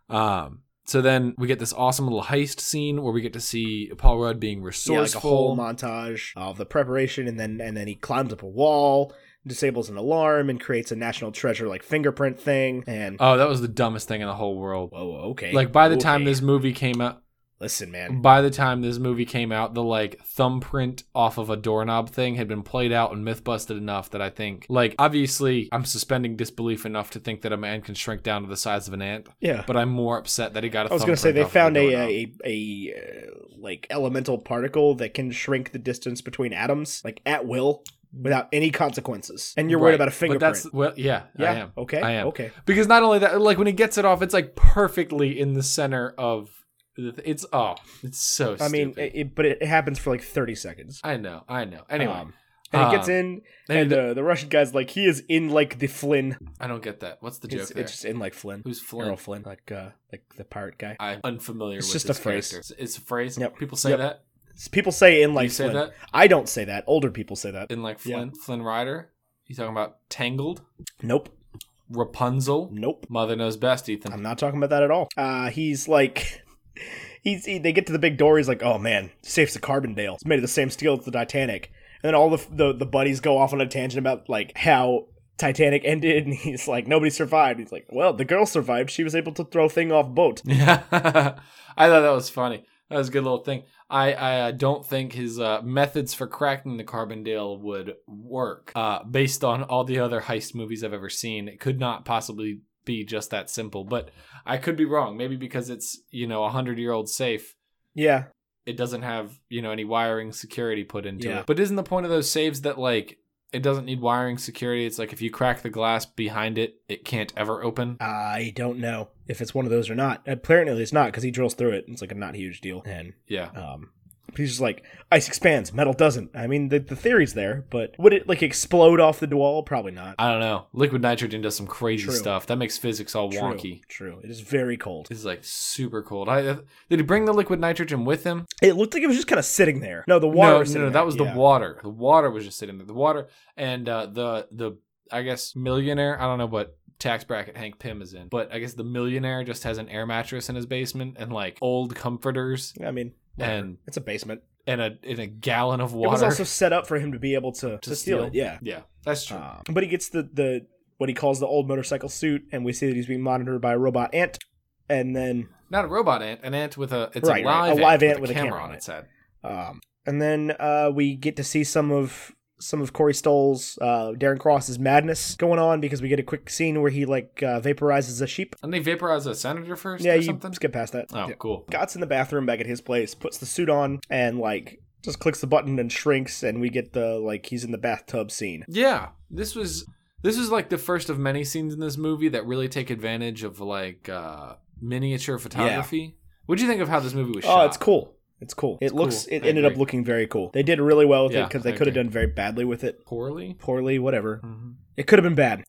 [SPEAKER 1] it. Um, so then we get this awesome little heist scene where we get to see Paul Rudd being
[SPEAKER 2] So like a
[SPEAKER 1] resourceful.
[SPEAKER 2] whole montage of the preparation, and then and then he climbs up a wall, disables an alarm, and creates a national treasure like fingerprint thing. And
[SPEAKER 1] oh, that was the dumbest thing in the whole world.
[SPEAKER 2] whoa, okay.
[SPEAKER 1] Like by the time
[SPEAKER 2] Okay.
[SPEAKER 1] this movie came out,
[SPEAKER 2] listen, man,
[SPEAKER 1] by the time this movie came out, the like thumbprint off of a doorknob thing had been played out and myth busted enough that I think, like, obviously, I'm suspending disbelief enough to think that a man can shrink down to the size of an ant.
[SPEAKER 2] yeah.
[SPEAKER 1] But I'm more upset that he got a.
[SPEAKER 2] I was gonna say
[SPEAKER 1] thumbprint
[SPEAKER 2] they
[SPEAKER 1] off of
[SPEAKER 2] found a,
[SPEAKER 1] doorknob.
[SPEAKER 2] a a uh, like elemental particle that can shrink the distance between atoms like at will without any consequences. And you're
[SPEAKER 1] Right.
[SPEAKER 2] worried about a
[SPEAKER 1] But
[SPEAKER 2] fingerprint.
[SPEAKER 1] that's well, yeah,
[SPEAKER 2] yeah.
[SPEAKER 1] I am.
[SPEAKER 2] Okay.
[SPEAKER 1] I am.
[SPEAKER 2] Okay.
[SPEAKER 1] because not only that like when he gets it off it's like perfectly in the center of the th- it's oh it's so
[SPEAKER 2] I mean,
[SPEAKER 1] stupid.
[SPEAKER 2] it, it- but it happens for like 30 seconds.
[SPEAKER 1] i know i know anyway
[SPEAKER 2] Um, and it gets
[SPEAKER 1] um,
[SPEAKER 2] in,
[SPEAKER 1] and,
[SPEAKER 2] and uh, the Russian guy's like, he is in like the Flynn.
[SPEAKER 1] i don't get that what's the joke
[SPEAKER 2] It's,
[SPEAKER 1] there?
[SPEAKER 2] it's just in like Flynn.
[SPEAKER 1] who's flynn
[SPEAKER 2] Errol Flynn, like uh, like the pirate guy.
[SPEAKER 1] i'm unfamiliar
[SPEAKER 2] It's
[SPEAKER 1] with
[SPEAKER 2] just
[SPEAKER 1] this
[SPEAKER 2] a phrase.
[SPEAKER 1] character. it's a phrase
[SPEAKER 2] Yep.
[SPEAKER 1] people say
[SPEAKER 2] Yep.
[SPEAKER 1] that
[SPEAKER 2] People say in
[SPEAKER 1] like
[SPEAKER 2] like
[SPEAKER 1] you say
[SPEAKER 2] Flynn.
[SPEAKER 1] that
[SPEAKER 2] I don't say that. Older people say that.
[SPEAKER 1] in like
[SPEAKER 2] Yeah.
[SPEAKER 1] flynn flynn rider you talking about tangled
[SPEAKER 2] Nope.
[SPEAKER 1] rapunzel
[SPEAKER 2] Nope.
[SPEAKER 1] mother knows best ethan
[SPEAKER 2] I'm not talking about that at all. Uh, he's like, he's he, they get to the big door. He's like, oh man, safe's a Carbondale. It's made of the same steel as the Titanic. And then all the the, the buddies go off on a tangent about like how Titanic ended, and he's like, nobody survived. He's like, well, the girl survived. She was able to throw thing off boat.
[SPEAKER 1] Yeah, I thought that was funny. That was a good little thing. I I uh, don't think his uh, methods for cracking the Carbondale would work. Uh, based on all the other heist movies I've ever seen, it could not possibly be just that simple. But I could be wrong. Maybe because it's you know a hundred year old safe,
[SPEAKER 2] Yeah,
[SPEAKER 1] it doesn't have you know any wiring security put into
[SPEAKER 2] Yeah.
[SPEAKER 1] it. But isn't the point of those saves that like it doesn't need wiring security? It's like if you crack the glass behind it, it can't ever open.
[SPEAKER 2] I don't know if it's one of those or not. Apparently, it's not because he drills through it. It's like a not huge deal. And
[SPEAKER 1] Yeah.
[SPEAKER 2] Um, but he's just like ice expands, metal doesn't. I mean, the the theory's there, but would it like explode off the wall? Probably not.
[SPEAKER 1] I don't know. Liquid nitrogen does some crazy
[SPEAKER 2] True.
[SPEAKER 1] stuff. That makes physics all wonky.
[SPEAKER 2] True. True. It is very cold.
[SPEAKER 1] This is like super cold. I, uh, did he bring the liquid nitrogen with him?
[SPEAKER 2] It looked like it was just kind of sitting there. No, the water.
[SPEAKER 1] no,
[SPEAKER 2] was
[SPEAKER 1] no,
[SPEAKER 2] sitting
[SPEAKER 1] no,
[SPEAKER 2] there.
[SPEAKER 1] that was
[SPEAKER 2] Yeah.
[SPEAKER 1] the water. The water was just sitting there. The water and uh, the the I guess millionaire. I don't know what tax bracket Hank Pym is in, but I guess the millionaire just has an air mattress in his basement and like old comforters
[SPEAKER 2] I mean,
[SPEAKER 1] and
[SPEAKER 2] it's a basement.
[SPEAKER 1] and a and a gallon of
[SPEAKER 2] It was
[SPEAKER 1] water.
[SPEAKER 2] also set up for him to be able to, to, steal. it. Yeah.
[SPEAKER 1] yeah, that's true.
[SPEAKER 2] Um, but he gets the the what he calls the old motorcycle suit, and we see that he's being monitored by a robot ant, and then
[SPEAKER 1] Not a robot ant, an ant with a it's
[SPEAKER 2] Right,
[SPEAKER 1] a
[SPEAKER 2] right.
[SPEAKER 1] live,
[SPEAKER 2] A live
[SPEAKER 1] ant, with a camera, on
[SPEAKER 2] it.
[SPEAKER 1] its head.
[SPEAKER 2] Um, and then uh, we get to see some of some of Corey Stoll's uh, Darren Cross's madness going on because we get a quick scene where he like uh, vaporizes a sheep.
[SPEAKER 1] And they vaporize a senator first
[SPEAKER 2] yeah,
[SPEAKER 1] or
[SPEAKER 2] you
[SPEAKER 1] something.
[SPEAKER 2] skip past that.
[SPEAKER 1] Oh,
[SPEAKER 2] Yeah.
[SPEAKER 1] cool.
[SPEAKER 2] Scott's in the bathroom back at his place, puts the suit on, and like just clicks the button and shrinks, and we get the like he's in the bathtub scene.
[SPEAKER 1] Yeah, this was this is like the first of many scenes in this movie that really take advantage of like uh, miniature photography. What do you think of how this movie was shot?
[SPEAKER 2] Oh, it's cool. It's cool. It looks.
[SPEAKER 1] cool.
[SPEAKER 2] It
[SPEAKER 1] I
[SPEAKER 2] ended up
[SPEAKER 1] agree.
[SPEAKER 2] looking very cool. They did really well with it
[SPEAKER 1] Yeah,
[SPEAKER 2] because they
[SPEAKER 1] I
[SPEAKER 2] could have
[SPEAKER 1] agree.
[SPEAKER 2] done very badly with it,
[SPEAKER 1] Poorly,
[SPEAKER 2] poorly, whatever.
[SPEAKER 1] Mhm.
[SPEAKER 2] It could have been bad.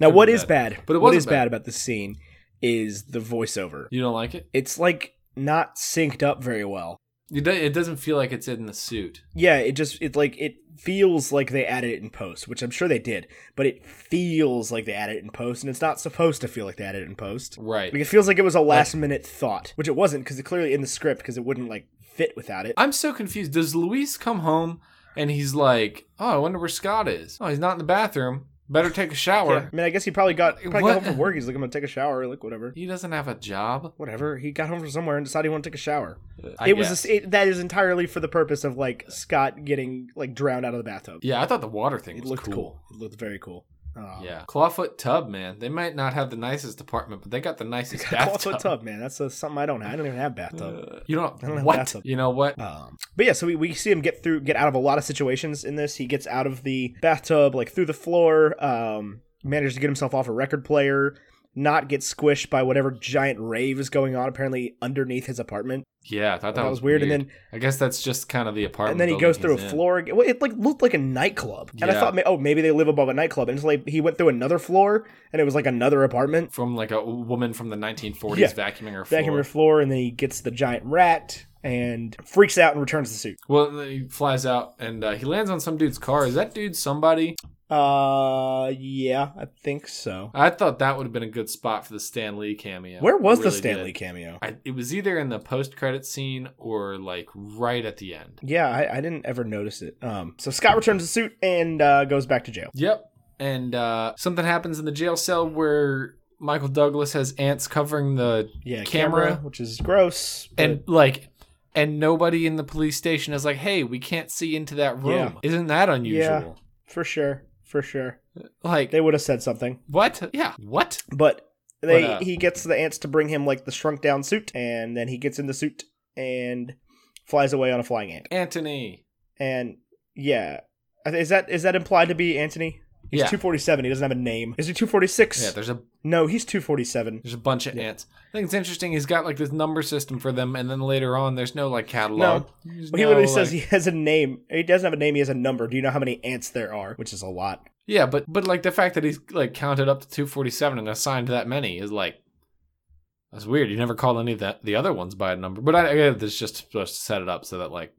[SPEAKER 2] Now,
[SPEAKER 1] Could've
[SPEAKER 2] what
[SPEAKER 1] been
[SPEAKER 2] is bad?
[SPEAKER 1] But it
[SPEAKER 2] what
[SPEAKER 1] wasn't
[SPEAKER 2] is bad about this scene is the voiceover.
[SPEAKER 1] you don't like it.
[SPEAKER 2] it's like not synced up very well.
[SPEAKER 1] You do, it doesn't feel like it's in the suit.
[SPEAKER 2] Yeah, it just it like it feels like they added it in post, which I'm sure they did, but it feels like they added it in post, and it's not supposed to feel like they added it in post.
[SPEAKER 1] Right.
[SPEAKER 2] Like it feels like it was a last minute thought, which it wasn't because it clearly in the script because it wouldn't like fit without it.
[SPEAKER 1] I'm so confused. Does Luis come home and he's like, "Oh, I wonder where Scott is. Oh, he's not in the bathroom. Better take a
[SPEAKER 2] Yeah,
[SPEAKER 1] shower."
[SPEAKER 2] I mean, I guess he probably got he probably
[SPEAKER 1] What?
[SPEAKER 2] got home from work. He's like, I'm gonna take a shower, like whatever,
[SPEAKER 1] He doesn't have a job.
[SPEAKER 2] whatever. He got home from somewhere and decided he wanted to take a shower.
[SPEAKER 1] I
[SPEAKER 2] Uh, it was a
[SPEAKER 1] guess.
[SPEAKER 2] s it, that is entirely for the purpose of like Scott getting like drowned out of the bathtub.
[SPEAKER 1] yeah. I thought the water thing
[SPEAKER 2] It
[SPEAKER 1] was
[SPEAKER 2] looked
[SPEAKER 1] cool.
[SPEAKER 2] cool. It looked very cool. Oh.
[SPEAKER 1] Yeah. Clawfoot Tub, man. They might not have the nicest apartment, but they got the nicest bathtub.
[SPEAKER 2] Clawfoot tub, man. That's uh, something I don't have. I don't even have bathtub.
[SPEAKER 1] Uh, you don't,
[SPEAKER 2] I don't have
[SPEAKER 1] what?
[SPEAKER 2] bathtub.
[SPEAKER 1] You know what?
[SPEAKER 2] Um, but yeah, so we, we see him get through, get out of a lot of situations in this. He gets out of the bathtub, like through the floor, um, manages to get himself off a record player, not get squished by whatever giant rave is going on apparently underneath his apartment.
[SPEAKER 1] Yeah, I thought that,
[SPEAKER 2] that was weird. And then
[SPEAKER 1] I guess that's just kind of the apartment.
[SPEAKER 2] and then he goes
[SPEAKER 1] building
[SPEAKER 2] through
[SPEAKER 1] he's
[SPEAKER 2] a
[SPEAKER 1] in.
[SPEAKER 2] floor. ag- Well, it like looked like a nightclub, and I
[SPEAKER 1] Yeah.
[SPEAKER 2] thought, ma- oh, maybe they live above a nightclub. And it's like he went through another floor, and it was like another apartment.
[SPEAKER 1] from like a woman from the 1940s
[SPEAKER 2] Yeah.
[SPEAKER 1] vacuuming her floor.
[SPEAKER 2] Vacuum her floor, and then he gets the giant rat and freaks out and returns the suit.
[SPEAKER 1] Well, then he flies out and uh, he lands on some dude's car. Is that dude somebody?
[SPEAKER 2] Uh, yeah, I think so.
[SPEAKER 1] I thought that would have been a good spot for the Stan Lee cameo.
[SPEAKER 2] Where was
[SPEAKER 1] I
[SPEAKER 2] the
[SPEAKER 1] really
[SPEAKER 2] Stan
[SPEAKER 1] did.
[SPEAKER 2] Lee cameo?
[SPEAKER 1] I, it was either in the post-credit scene or like right at the end.
[SPEAKER 2] Yeah, I, I didn't ever notice it. Um, so Scott returns the suit and uh, goes back to jail.
[SPEAKER 1] Yep. And uh, something happens in the jail cell where Michael Douglas has ants covering the
[SPEAKER 2] Yeah,
[SPEAKER 1] Camera.
[SPEAKER 2] which is gross. but-
[SPEAKER 1] and like and nobody in the police station is like, "Hey, we can't see into that room." Isn't that unusual?
[SPEAKER 2] for sure, for sure,
[SPEAKER 1] Like
[SPEAKER 2] they would have said something.
[SPEAKER 1] what? Yeah. What?
[SPEAKER 2] But they
[SPEAKER 1] But, uh,
[SPEAKER 2] he gets the ants to bring him like the shrunk down suit, and then he gets in the suit and flies away on a flying ant.
[SPEAKER 1] Anthony.
[SPEAKER 2] And yeah, I thi- is that is that implied to be Anthony? He's
[SPEAKER 1] Yeah.
[SPEAKER 2] two forty seven. He doesn't have a name. Is he two forty six?
[SPEAKER 1] Yeah, there's a
[SPEAKER 2] No, he's two forty seven.
[SPEAKER 1] There's a bunch of ants. I think it's interesting. He's got like this number system for them, and then later on, there's no like catalog. There's
[SPEAKER 2] Well, he
[SPEAKER 1] no,
[SPEAKER 2] literally says
[SPEAKER 1] like-
[SPEAKER 2] he has a name. He doesn't have a name. He has a number. Do you know how many ants there are? Which is a lot.
[SPEAKER 1] yeah, but but like the fact that he's like counted up to 247 and assigned that many is like that's weird. You never call any of that the other ones by a number. But I, I guess it's just supposed to set it up so that like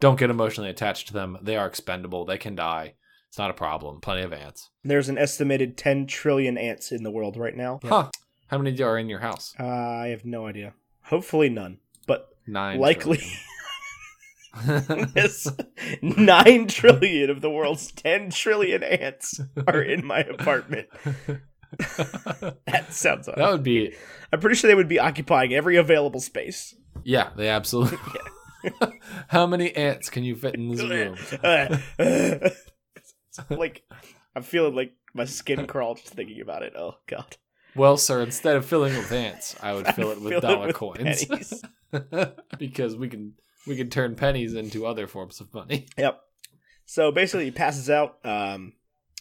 [SPEAKER 1] don't get emotionally attached to them. They are expendable. They can die. It's not a problem. Plenty of ants.
[SPEAKER 2] There's an estimated 10 trillion ants in the world right now.
[SPEAKER 1] Huh? How many are in your house?
[SPEAKER 2] Uh, I have no idea. Hopefully none, but
[SPEAKER 1] Nine.
[SPEAKER 2] likely
[SPEAKER 1] trillion.
[SPEAKER 2] is 9 trillion of the world's 10 trillion ants are in my apartment. That sounds
[SPEAKER 1] that
[SPEAKER 2] awesome.
[SPEAKER 1] would be
[SPEAKER 2] I'm pretty sure they would be occupying every available space.
[SPEAKER 1] Yeah, they absolutely. How many ants can you fit in this room?
[SPEAKER 2] Uh, like, I'm feeling like my skin crawl just thinking about it. Oh, God.
[SPEAKER 1] Well, sir, instead of filling it with ants, I would fill it with
[SPEAKER 2] Fill it
[SPEAKER 1] dollar
[SPEAKER 2] with
[SPEAKER 1] coins
[SPEAKER 2] pennies.
[SPEAKER 1] because we can we can turn pennies into other forms of money.
[SPEAKER 2] Yep. So basically, he passes out um,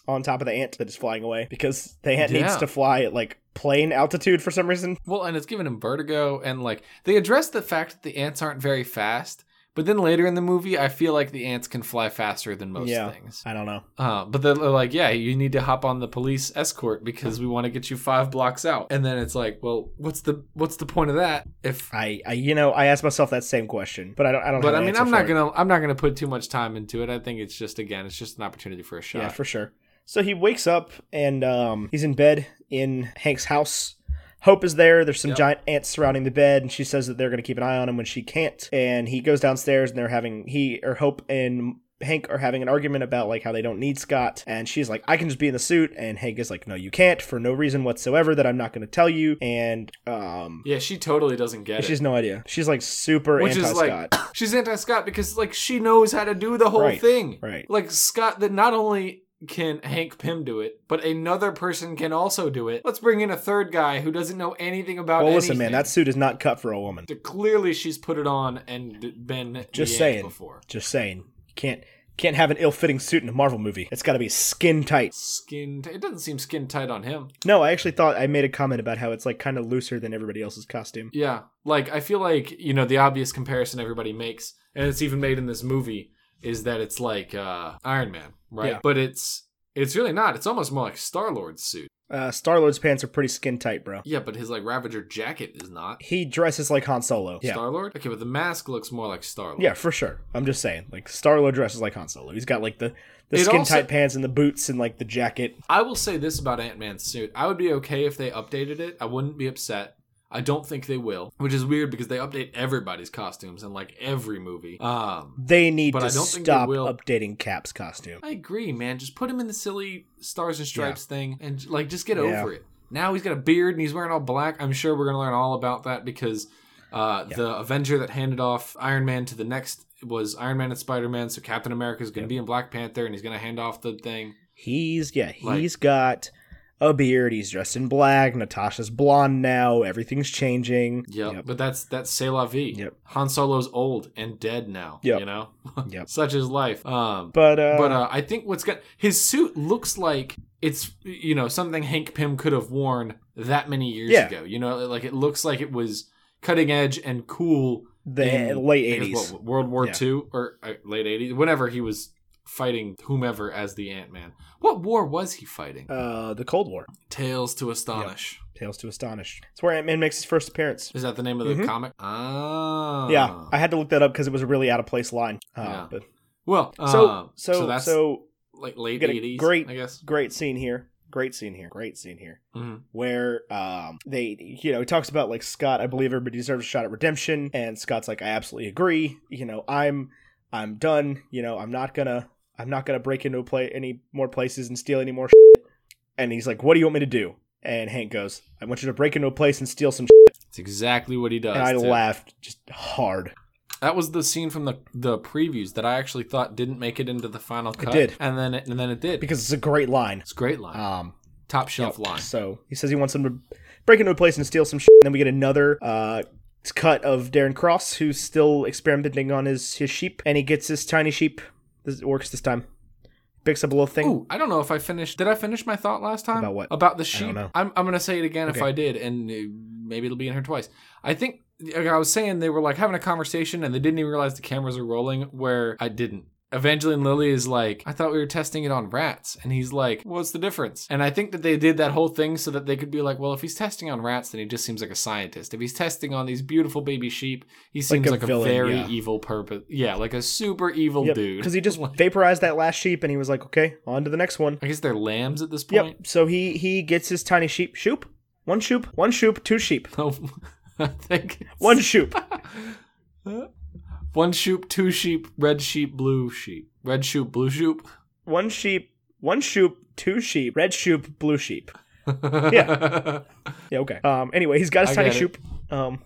[SPEAKER 2] on top of the ant that is flying away because the ant needs
[SPEAKER 1] Yeah.
[SPEAKER 2] to fly at like plane altitude for some reason.
[SPEAKER 1] Well, and it's given him vertigo, and like they address the fact that the ants aren't very fast. But then later in the movie, I feel like the ants can fly faster than most
[SPEAKER 2] Yeah.
[SPEAKER 1] things.
[SPEAKER 2] I don't know.
[SPEAKER 1] Uh, but they're like, yeah, you need to hop on the police escort because we want to get you five blocks out. And then it's like, well, what's the what's the point of that if
[SPEAKER 2] I, I you know I asked myself that same question, but I don't. I don't.
[SPEAKER 1] but
[SPEAKER 2] have
[SPEAKER 1] I
[SPEAKER 2] an
[SPEAKER 1] mean,
[SPEAKER 2] answer
[SPEAKER 1] I'm not
[SPEAKER 2] for it.
[SPEAKER 1] gonna I'm not gonna put too much time into it. I think it's just again, it's just an opportunity for a shot.
[SPEAKER 2] Yeah, for sure. So he wakes up and um, he's in bed in Hank's house. Hope is there. There's some
[SPEAKER 1] Yep.
[SPEAKER 2] giant ants surrounding the bed, and she says that they're going to keep an eye on him when she can't. And he goes downstairs, and they're having he or Hope and Hank are having an argument about like how they don't need Scott, and she's like, "I can just be in the suit," and Hank is like, "No, you can't for no reason whatsoever that I'm not going to tell you." And um,
[SPEAKER 1] yeah, she totally doesn't get
[SPEAKER 2] she has no idea. She's like super
[SPEAKER 1] Which is,
[SPEAKER 2] anti Scott.
[SPEAKER 1] like, it. She's anti Scott because like she knows how to do the whole
[SPEAKER 2] Right,
[SPEAKER 1] thing.
[SPEAKER 2] right.
[SPEAKER 1] Like Scott, that not only can Hank Pym do it, but another person can also do it. Let's bring in a third guy who doesn't know anything about.
[SPEAKER 2] Well, listen,
[SPEAKER 1] anything.
[SPEAKER 2] man, that suit is not cut for a woman.
[SPEAKER 1] clearly she's put it on and been
[SPEAKER 2] Just
[SPEAKER 1] yanked
[SPEAKER 2] saying.
[SPEAKER 1] before.
[SPEAKER 2] Just saying, you can't can't have an ill-fitting suit in a Marvel movie. It's got to be skin tight.
[SPEAKER 1] Skin. T- it doesn't seem skin tight on him.
[SPEAKER 2] No, I actually thought I made a comment about how it's like kind of looser than everybody else's costume.
[SPEAKER 1] Yeah. Like I feel like, you know, the obvious comparison everybody makes, and it's even made in this movie, is that it's like uh Iron Man, right?
[SPEAKER 2] Yeah.
[SPEAKER 1] But it's it's really not. It's almost more like Star Lord's suit.
[SPEAKER 2] Uh, Star Lord's pants are pretty skin tight, bro.
[SPEAKER 1] Yeah, but his like Ravager jacket is not.
[SPEAKER 2] He dresses like Han Solo. Yeah,
[SPEAKER 1] Star Lord? Okay, but the mask looks more like Star Lord.
[SPEAKER 2] yeah, for sure. I'm just saying, like Star Lord dresses like Han Solo. He's got like the the
[SPEAKER 1] It
[SPEAKER 2] skin
[SPEAKER 1] also-
[SPEAKER 2] tight pants and the boots and like the jacket.
[SPEAKER 1] I will say this about Ant Man's suit. I would be okay if they updated it. I wouldn't be upset. I don't think they will, which is weird because they update everybody's costumes in like every movie. Um
[SPEAKER 2] They need
[SPEAKER 1] But
[SPEAKER 2] to
[SPEAKER 1] I don't think they
[SPEAKER 2] stop
[SPEAKER 1] will-
[SPEAKER 2] updating Cap's costume.
[SPEAKER 1] I agree, man. Just put him in the silly stars and stripes thing, and like just get
[SPEAKER 2] Yeah.
[SPEAKER 1] over it. Now he's got a beard and he's wearing all black. I'm sure we're gonna learn all about that because uh, the Avenger that handed off Iron Man to the next was Iron Man and Spider Man. So Captain America is gonna be in Black Panther, and he's gonna hand off the thing.
[SPEAKER 2] He's yeah,
[SPEAKER 1] Like-
[SPEAKER 2] he's got a beard. He's dressed in black. Natasha's blonde now. Everything's changing.
[SPEAKER 1] Yep. But that's that's c'est la vie.
[SPEAKER 2] Yep.
[SPEAKER 1] Han Solo's old and dead now.
[SPEAKER 2] Yep.
[SPEAKER 1] You know?
[SPEAKER 2] Yep.
[SPEAKER 1] Such is life. Um
[SPEAKER 2] But uh,
[SPEAKER 1] but uh, I think what's got his suit looks like it's you know something Hank Pym could have worn that many years
[SPEAKER 2] Yeah.
[SPEAKER 1] ago. You know, like it looks like it was cutting edge and cool.
[SPEAKER 2] the
[SPEAKER 1] in-
[SPEAKER 2] late
[SPEAKER 1] I guess,
[SPEAKER 2] eighties.
[SPEAKER 1] what, World War
[SPEAKER 2] Yeah.
[SPEAKER 1] II or uh, late '80s, whenever he was fighting whomever as the Ant Man. What war was he fighting?
[SPEAKER 2] Uh, the Cold War.
[SPEAKER 1] Tales to Astonish.
[SPEAKER 2] Tales to Astonish. It's where Ant Man makes his first appearance.
[SPEAKER 1] Is that the name of the
[SPEAKER 2] Mhm.
[SPEAKER 1] comic? Ah,
[SPEAKER 2] Yeah, I had to look that up because it was a really out of place line.
[SPEAKER 1] Yeah.
[SPEAKER 2] Uh, but
[SPEAKER 1] Well,
[SPEAKER 2] so,
[SPEAKER 1] uh,
[SPEAKER 2] so so
[SPEAKER 1] that's
[SPEAKER 2] so
[SPEAKER 1] like late
[SPEAKER 2] got a
[SPEAKER 1] '80s.
[SPEAKER 2] great-
[SPEAKER 1] I guess.
[SPEAKER 2] great scene here. Great scene here. Great scene here.
[SPEAKER 1] Mhm.
[SPEAKER 2] where um they you know he talks about like Scott I believe everybody deserves a shot at redemption and Scott's like I absolutely agree you know I'm I'm done you know I'm not gonna I'm not gonna break into a play any more places and steal any more shit. and he's like what do you want me to do and Hank goes I want you to break into a place and steal some shit.
[SPEAKER 1] It's exactly what he does.
[SPEAKER 2] and I
[SPEAKER 1] too.
[SPEAKER 2] laughed just hard
[SPEAKER 1] That was the scene from the the previews that I actually thought didn't make it into the final cut.
[SPEAKER 2] did.
[SPEAKER 1] and then it, and then it did.
[SPEAKER 2] because it's a great line
[SPEAKER 1] it's a great line,
[SPEAKER 2] um
[SPEAKER 1] top shelf line.
[SPEAKER 2] so he says he wants them to break into a place and steal some shit. and then we get another uh cut of Darren Cross, who's still experimenting on his his sheep, and he gets his tiny sheep. This it works this time. Picks up a little thing.
[SPEAKER 1] Ooh, I don't know if I finished. Did I finish my thought last time
[SPEAKER 2] About what?
[SPEAKER 1] About the sheep.
[SPEAKER 2] know.
[SPEAKER 1] I'm I'm gonna say it again if
[SPEAKER 2] Okay.
[SPEAKER 1] I did, and uh, maybe it'll be in here twice. I think like I was saying they were like having a conversation and they didn't even realize the cameras are rolling. Where I didn't. Evangeline Lilly is like, I thought we were testing it on rats, and he's like, What's the difference? And I think that they did that whole thing so that they could be like, Well, if he's testing on rats, then he just seems like a scientist. If he's testing on these beautiful baby sheep, he seems
[SPEAKER 2] a
[SPEAKER 1] like a,
[SPEAKER 2] villain,
[SPEAKER 1] very
[SPEAKER 2] yeah.
[SPEAKER 1] evil purpose. Yeah, like a super evil dude.
[SPEAKER 2] Because he just vaporized that last sheep, and he was like, "Okay, on to the next one."
[SPEAKER 1] I guess they're lambs at this point.
[SPEAKER 2] Yep. So he he gets his tiny sheep. Shoop. One shoop. One shoop. Two sheep.
[SPEAKER 1] No, I think it's-
[SPEAKER 2] One shoop.
[SPEAKER 1] one sheep, two sheep, red sheep, blue sheep, red sheep, blue sheep.
[SPEAKER 2] one sheep. One shoop. Two sheep. Red shoop. Blue sheep.
[SPEAKER 1] yeah,
[SPEAKER 2] Yeah. Okay. Um. Anyway, he's got his
[SPEAKER 1] I
[SPEAKER 2] tiny
[SPEAKER 1] get it.
[SPEAKER 2] shoop. Um.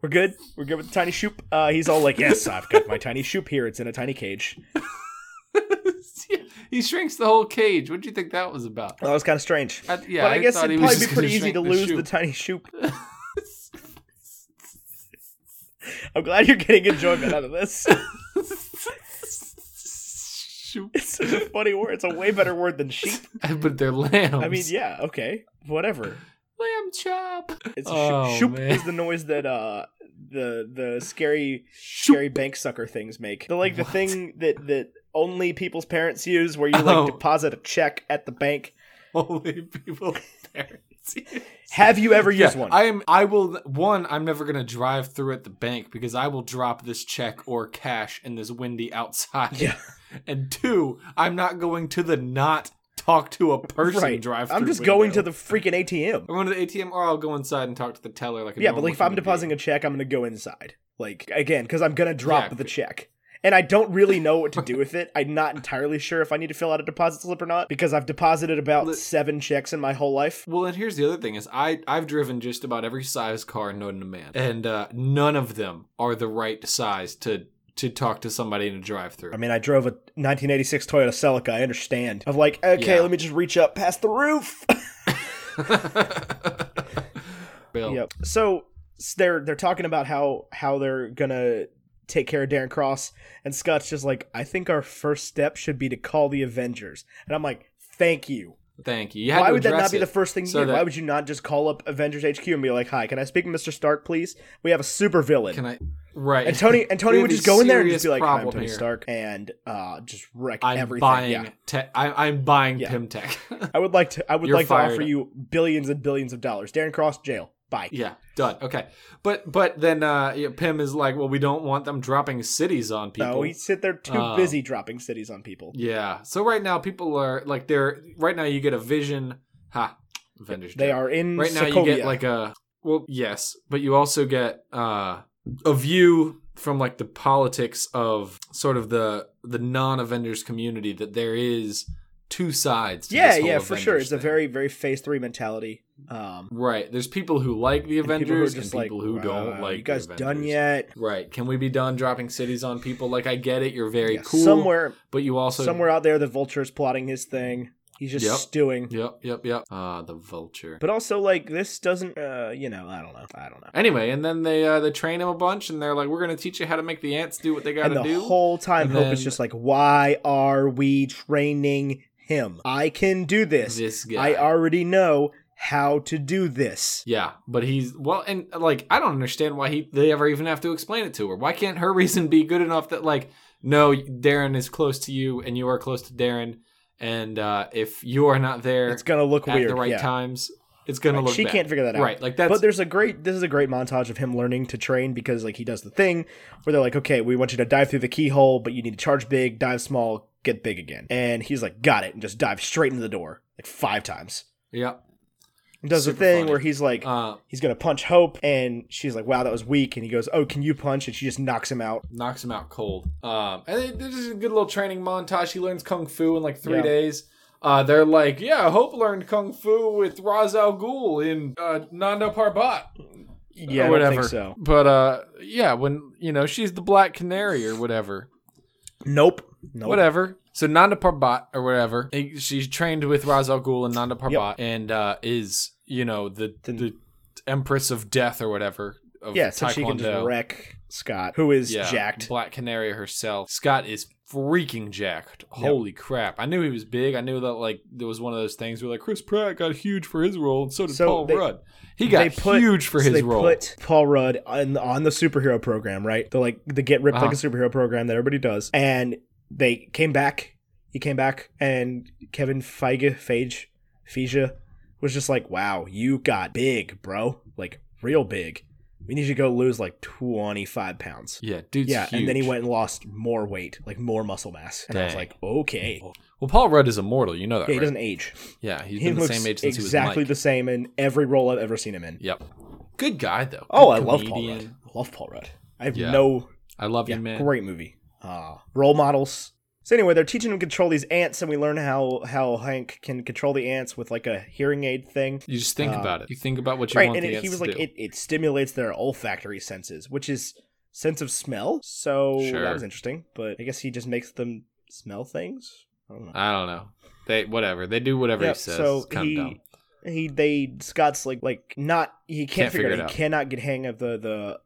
[SPEAKER 2] We're good. We're good with the tiny shoop. Uh, he's all like, "Yes, I've got my tiny shoop here. It's in a tiny cage."
[SPEAKER 1] he shrinks the whole cage. What do you think that was about?
[SPEAKER 2] Well, that was kind of strange.
[SPEAKER 1] I, Uh, yeah,
[SPEAKER 2] but Uh, I, guess
[SPEAKER 1] thought he
[SPEAKER 2] it'd
[SPEAKER 1] was just
[SPEAKER 2] probably be
[SPEAKER 1] gonna
[SPEAKER 2] pretty easy
[SPEAKER 1] shrink
[SPEAKER 2] to lose the
[SPEAKER 1] shoe.
[SPEAKER 2] tiny shoop. I'm glad you're getting enjoyment out of this.
[SPEAKER 1] Shoop.
[SPEAKER 2] It's such a funny word. It's a way better word than sheep.
[SPEAKER 1] but they're lambs.
[SPEAKER 2] I mean, yeah, okay, whatever.
[SPEAKER 1] lamb chop.
[SPEAKER 2] It's a
[SPEAKER 1] Oh,
[SPEAKER 2] shoop. shoop
[SPEAKER 1] man.
[SPEAKER 2] is the noise that uh the the scary
[SPEAKER 1] Shoop.
[SPEAKER 2] scary bank sucker things make. The like the thing that that only people's parents use, where you like
[SPEAKER 1] Oh.
[SPEAKER 2] deposit a check at the bank.
[SPEAKER 1] Only people there.
[SPEAKER 2] Have you ever used
[SPEAKER 1] Yeah,
[SPEAKER 2] one?
[SPEAKER 1] I am. I will. One, I'm never gonna drive through at the bank because I will drop this check or cash in this windy outside.
[SPEAKER 2] Yeah.
[SPEAKER 1] And two, I'm not going to the not talk to a person
[SPEAKER 2] Right.
[SPEAKER 1] drive.
[SPEAKER 2] I'm just going to the freaking ATM.
[SPEAKER 1] I'm going to the ATM, or I'll go inside and talk to the teller. Like a
[SPEAKER 2] Yeah, but
[SPEAKER 1] normal
[SPEAKER 2] like if I'm
[SPEAKER 1] human
[SPEAKER 2] depositing a check, I'm gonna go inside. Like again, because I'm gonna drop
[SPEAKER 1] Yeah.
[SPEAKER 2] the check. And I don't really know what to do with it. I'm not entirely sure if I need to fill out a deposit slip or not, because I've deposited about
[SPEAKER 1] Li-
[SPEAKER 2] seven checks in my whole life.
[SPEAKER 1] Well, and here's the other thing: is I I've driven just about every size car known to man, and uh, none of them are the right size to to talk to somebody in a drive-through.
[SPEAKER 2] I mean, I drove a 1986 Toyota Celica. I understand. Of like, okay,
[SPEAKER 1] Yeah.
[SPEAKER 2] let me just reach up past the roof.
[SPEAKER 1] Bill.
[SPEAKER 2] Yep. So s- they're they're talking about how how they're gonna take care of Darren Cross, and Scott's just like, I think our first step should be to call the Avengers, and I'm like, thank you.
[SPEAKER 1] Thank you. you had
[SPEAKER 2] Why
[SPEAKER 1] to
[SPEAKER 2] would that
[SPEAKER 1] address
[SPEAKER 2] not be
[SPEAKER 1] it.
[SPEAKER 2] the first thing you
[SPEAKER 1] so
[SPEAKER 2] do?
[SPEAKER 1] that-
[SPEAKER 2] Why would you not just call up Avengers HQ and be like, "Hi, can I speak to Mr. Stark, please? We have a super villain."
[SPEAKER 1] Can I? Right.
[SPEAKER 2] And Tony and Tony
[SPEAKER 1] We
[SPEAKER 2] would
[SPEAKER 1] have
[SPEAKER 2] just
[SPEAKER 1] a
[SPEAKER 2] go in there and just
[SPEAKER 1] serious
[SPEAKER 2] be like, "Hi, I'm
[SPEAKER 1] problem
[SPEAKER 2] Tony
[SPEAKER 1] here.
[SPEAKER 2] Stark," and uh, just wreck
[SPEAKER 1] I'm
[SPEAKER 2] everything.
[SPEAKER 1] buying.
[SPEAKER 2] Yeah.
[SPEAKER 1] Te- I, I'm buying
[SPEAKER 2] Yeah.
[SPEAKER 1] Pimtech.
[SPEAKER 2] I would like to. I would
[SPEAKER 1] You're
[SPEAKER 2] like to offer
[SPEAKER 1] fired.
[SPEAKER 2] you billions and billions of dollars. Darren Cross, jail. Bye.
[SPEAKER 1] yeah. Done. Okay. But but then uh, yeah, Pim is like, well, we don't want them dropping cities on people.
[SPEAKER 2] No, we sit there too
[SPEAKER 1] Um,
[SPEAKER 2] busy dropping cities on people.
[SPEAKER 1] yeah. So right now people are like they're right now you get a vision. Ha. Vendors.
[SPEAKER 2] They are in
[SPEAKER 1] right now you get
[SPEAKER 2] Sokovia.
[SPEAKER 1] like a well yes but you also get uh a view from like the politics of sort of the the non-avengers community that there is two sides to
[SPEAKER 2] yeah,
[SPEAKER 1] this whole
[SPEAKER 2] yeah, for sure.
[SPEAKER 1] Avengers
[SPEAKER 2] It's a
[SPEAKER 1] thing.
[SPEAKER 2] very, very phase three mentality. Um,
[SPEAKER 1] Right. There's people who like the
[SPEAKER 2] and
[SPEAKER 1] Avengers
[SPEAKER 2] people who are
[SPEAKER 1] and
[SPEAKER 2] just
[SPEAKER 1] people who don't
[SPEAKER 2] "Wow,
[SPEAKER 1] like
[SPEAKER 2] You
[SPEAKER 1] the
[SPEAKER 2] guys done
[SPEAKER 1] Avengers."
[SPEAKER 2] yet?
[SPEAKER 1] Right. Can we be done dropping cities on people? Like I get it, you're very
[SPEAKER 2] Yeah,
[SPEAKER 1] cool.
[SPEAKER 2] Somewhere,
[SPEAKER 1] but you also
[SPEAKER 2] somewhere out there, the vulture's plotting his thing. He's just
[SPEAKER 1] Yep.
[SPEAKER 2] stewing.
[SPEAKER 1] Yep, yep, yep. Ah, the vulture.
[SPEAKER 2] But also, like, this doesn't, uh, you know, I don't know. I don't know.
[SPEAKER 1] Anyway, and then they uh, they train him a bunch, and they're like, "We're gonna teach you how to make the ants do what they gotta
[SPEAKER 2] and the
[SPEAKER 1] do."
[SPEAKER 2] whole time,
[SPEAKER 1] And
[SPEAKER 2] Hope is
[SPEAKER 1] then-
[SPEAKER 2] just like, why are we training him? I can do this.
[SPEAKER 1] this guy,
[SPEAKER 2] I already know how to do this.
[SPEAKER 1] yeah, but he's well, and like I don't understand why he they ever even have to explain it to her. Why can't her reason be good enough that like, no, Darren is close to you, and you are close to Darren, and uh, if you are not there
[SPEAKER 2] It's gonna look
[SPEAKER 1] at
[SPEAKER 2] weird.
[SPEAKER 1] the right
[SPEAKER 2] yeah.
[SPEAKER 1] times, it's gonna
[SPEAKER 2] Like,
[SPEAKER 1] look
[SPEAKER 2] she
[SPEAKER 1] bad.
[SPEAKER 2] can't figure that out.
[SPEAKER 1] right, like that's
[SPEAKER 2] but there's a great this is a great montage of him learning to train because like he does the thing where they're like, okay, we want you to dive through the keyhole, but you need to charge big, dive small, get big again. And he's like, got it, and just dives straight into the door like five times.
[SPEAKER 1] yeah.
[SPEAKER 2] And does the
[SPEAKER 1] Super
[SPEAKER 2] thing
[SPEAKER 1] funny.
[SPEAKER 2] where he's like,
[SPEAKER 1] Uh,
[SPEAKER 2] he's gonna punch Hope, and she's like, wow, that was weak. And he goes, oh, can you punch? And she just knocks him out.
[SPEAKER 1] knocks him out cold. Um, and it- this is a good little training montage. He learns kung fu in like three
[SPEAKER 2] Yeah.
[SPEAKER 1] days. Uh, they're like, yeah, Hope learned kung fu with Ra's al Ghul in uh, Nanda Parbat or
[SPEAKER 2] Yeah, I don't
[SPEAKER 1] whatever.
[SPEAKER 2] think so.
[SPEAKER 1] But uh, yeah, when you know she's the Black Canary or whatever,
[SPEAKER 2] Nope. Nope.
[SPEAKER 1] whatever. So Nanda Parbat or whatever, he- she's trained with Ra's al Ghul and Nanda Parbat, and uh, is you know the,
[SPEAKER 2] The-
[SPEAKER 1] the Empress of Death or whatever. Of
[SPEAKER 2] Yeah, so she can just
[SPEAKER 1] Taekwondo.
[SPEAKER 2] wreck Scott, who is jacked.
[SPEAKER 1] Black Canary herself. Scott is freaking jacked. Holy crap. I knew he was big. I knew that like there was one of those things where like Chris Pratt got huge for his role and so did
[SPEAKER 2] So
[SPEAKER 1] Paul
[SPEAKER 2] they-
[SPEAKER 1] Rudd. He got
[SPEAKER 2] they put-
[SPEAKER 1] huge for
[SPEAKER 2] So
[SPEAKER 1] his
[SPEAKER 2] they
[SPEAKER 1] role.
[SPEAKER 2] put Paul Rudd on, on the superhero program, right? The like the get ripped like
[SPEAKER 1] Uh-huh.
[SPEAKER 2] a superhero program that everybody does, and they came back. He came back, and Kevin Feige, Feige, Feige, was just like, "Wow, you got big, bro! Like real big. We need you to go lose like twenty five pounds."
[SPEAKER 1] yeah, dude's
[SPEAKER 2] yeah, and then he
[SPEAKER 1] huge.
[SPEAKER 2] went and lost more weight, like more muscle mass, and I was
[SPEAKER 1] Dang.
[SPEAKER 2] like, "Okay,
[SPEAKER 1] Well, Paul Rudd is immortal, you know that,
[SPEAKER 2] yeah, he
[SPEAKER 1] right?
[SPEAKER 2] doesn't age.
[SPEAKER 1] yeah, he's
[SPEAKER 2] he
[SPEAKER 1] been the
[SPEAKER 2] looks
[SPEAKER 1] same age since
[SPEAKER 2] exactly
[SPEAKER 1] he
[SPEAKER 2] the
[SPEAKER 1] was
[SPEAKER 2] same in every role I've ever seen him in."
[SPEAKER 1] Mike. Yep. Good guy though.
[SPEAKER 2] Oh, I
[SPEAKER 1] Good
[SPEAKER 2] love Paul
[SPEAKER 1] comedian.
[SPEAKER 2] Rudd. I love Paul Rudd. I have
[SPEAKER 1] Yeah.
[SPEAKER 2] no
[SPEAKER 1] I love
[SPEAKER 2] yeah,
[SPEAKER 1] you, man.
[SPEAKER 2] great movie. Uh, role models. So anyway, they're teaching him to control these ants, and we learn how how Hank can control the ants with like a hearing aid thing.
[SPEAKER 1] You just think
[SPEAKER 2] Uh,
[SPEAKER 1] about it. You think about what you
[SPEAKER 2] Right,
[SPEAKER 1] want
[SPEAKER 2] and
[SPEAKER 1] the
[SPEAKER 2] it,
[SPEAKER 1] ants
[SPEAKER 2] he was
[SPEAKER 1] to
[SPEAKER 2] like,
[SPEAKER 1] do.
[SPEAKER 2] it, it stimulates their olfactory senses, which is sense of smell. So that
[SPEAKER 1] Sure.
[SPEAKER 2] was interesting, but I guess he just makes them smell things. I don't know.
[SPEAKER 1] I don't know. They whatever. They do whatever
[SPEAKER 2] Yeah,
[SPEAKER 1] he says.
[SPEAKER 2] so
[SPEAKER 1] It's kinda
[SPEAKER 2] he-
[SPEAKER 1] dumb.
[SPEAKER 2] he they Scott's like like not he can't, figure, it out. He cannot get hang of the the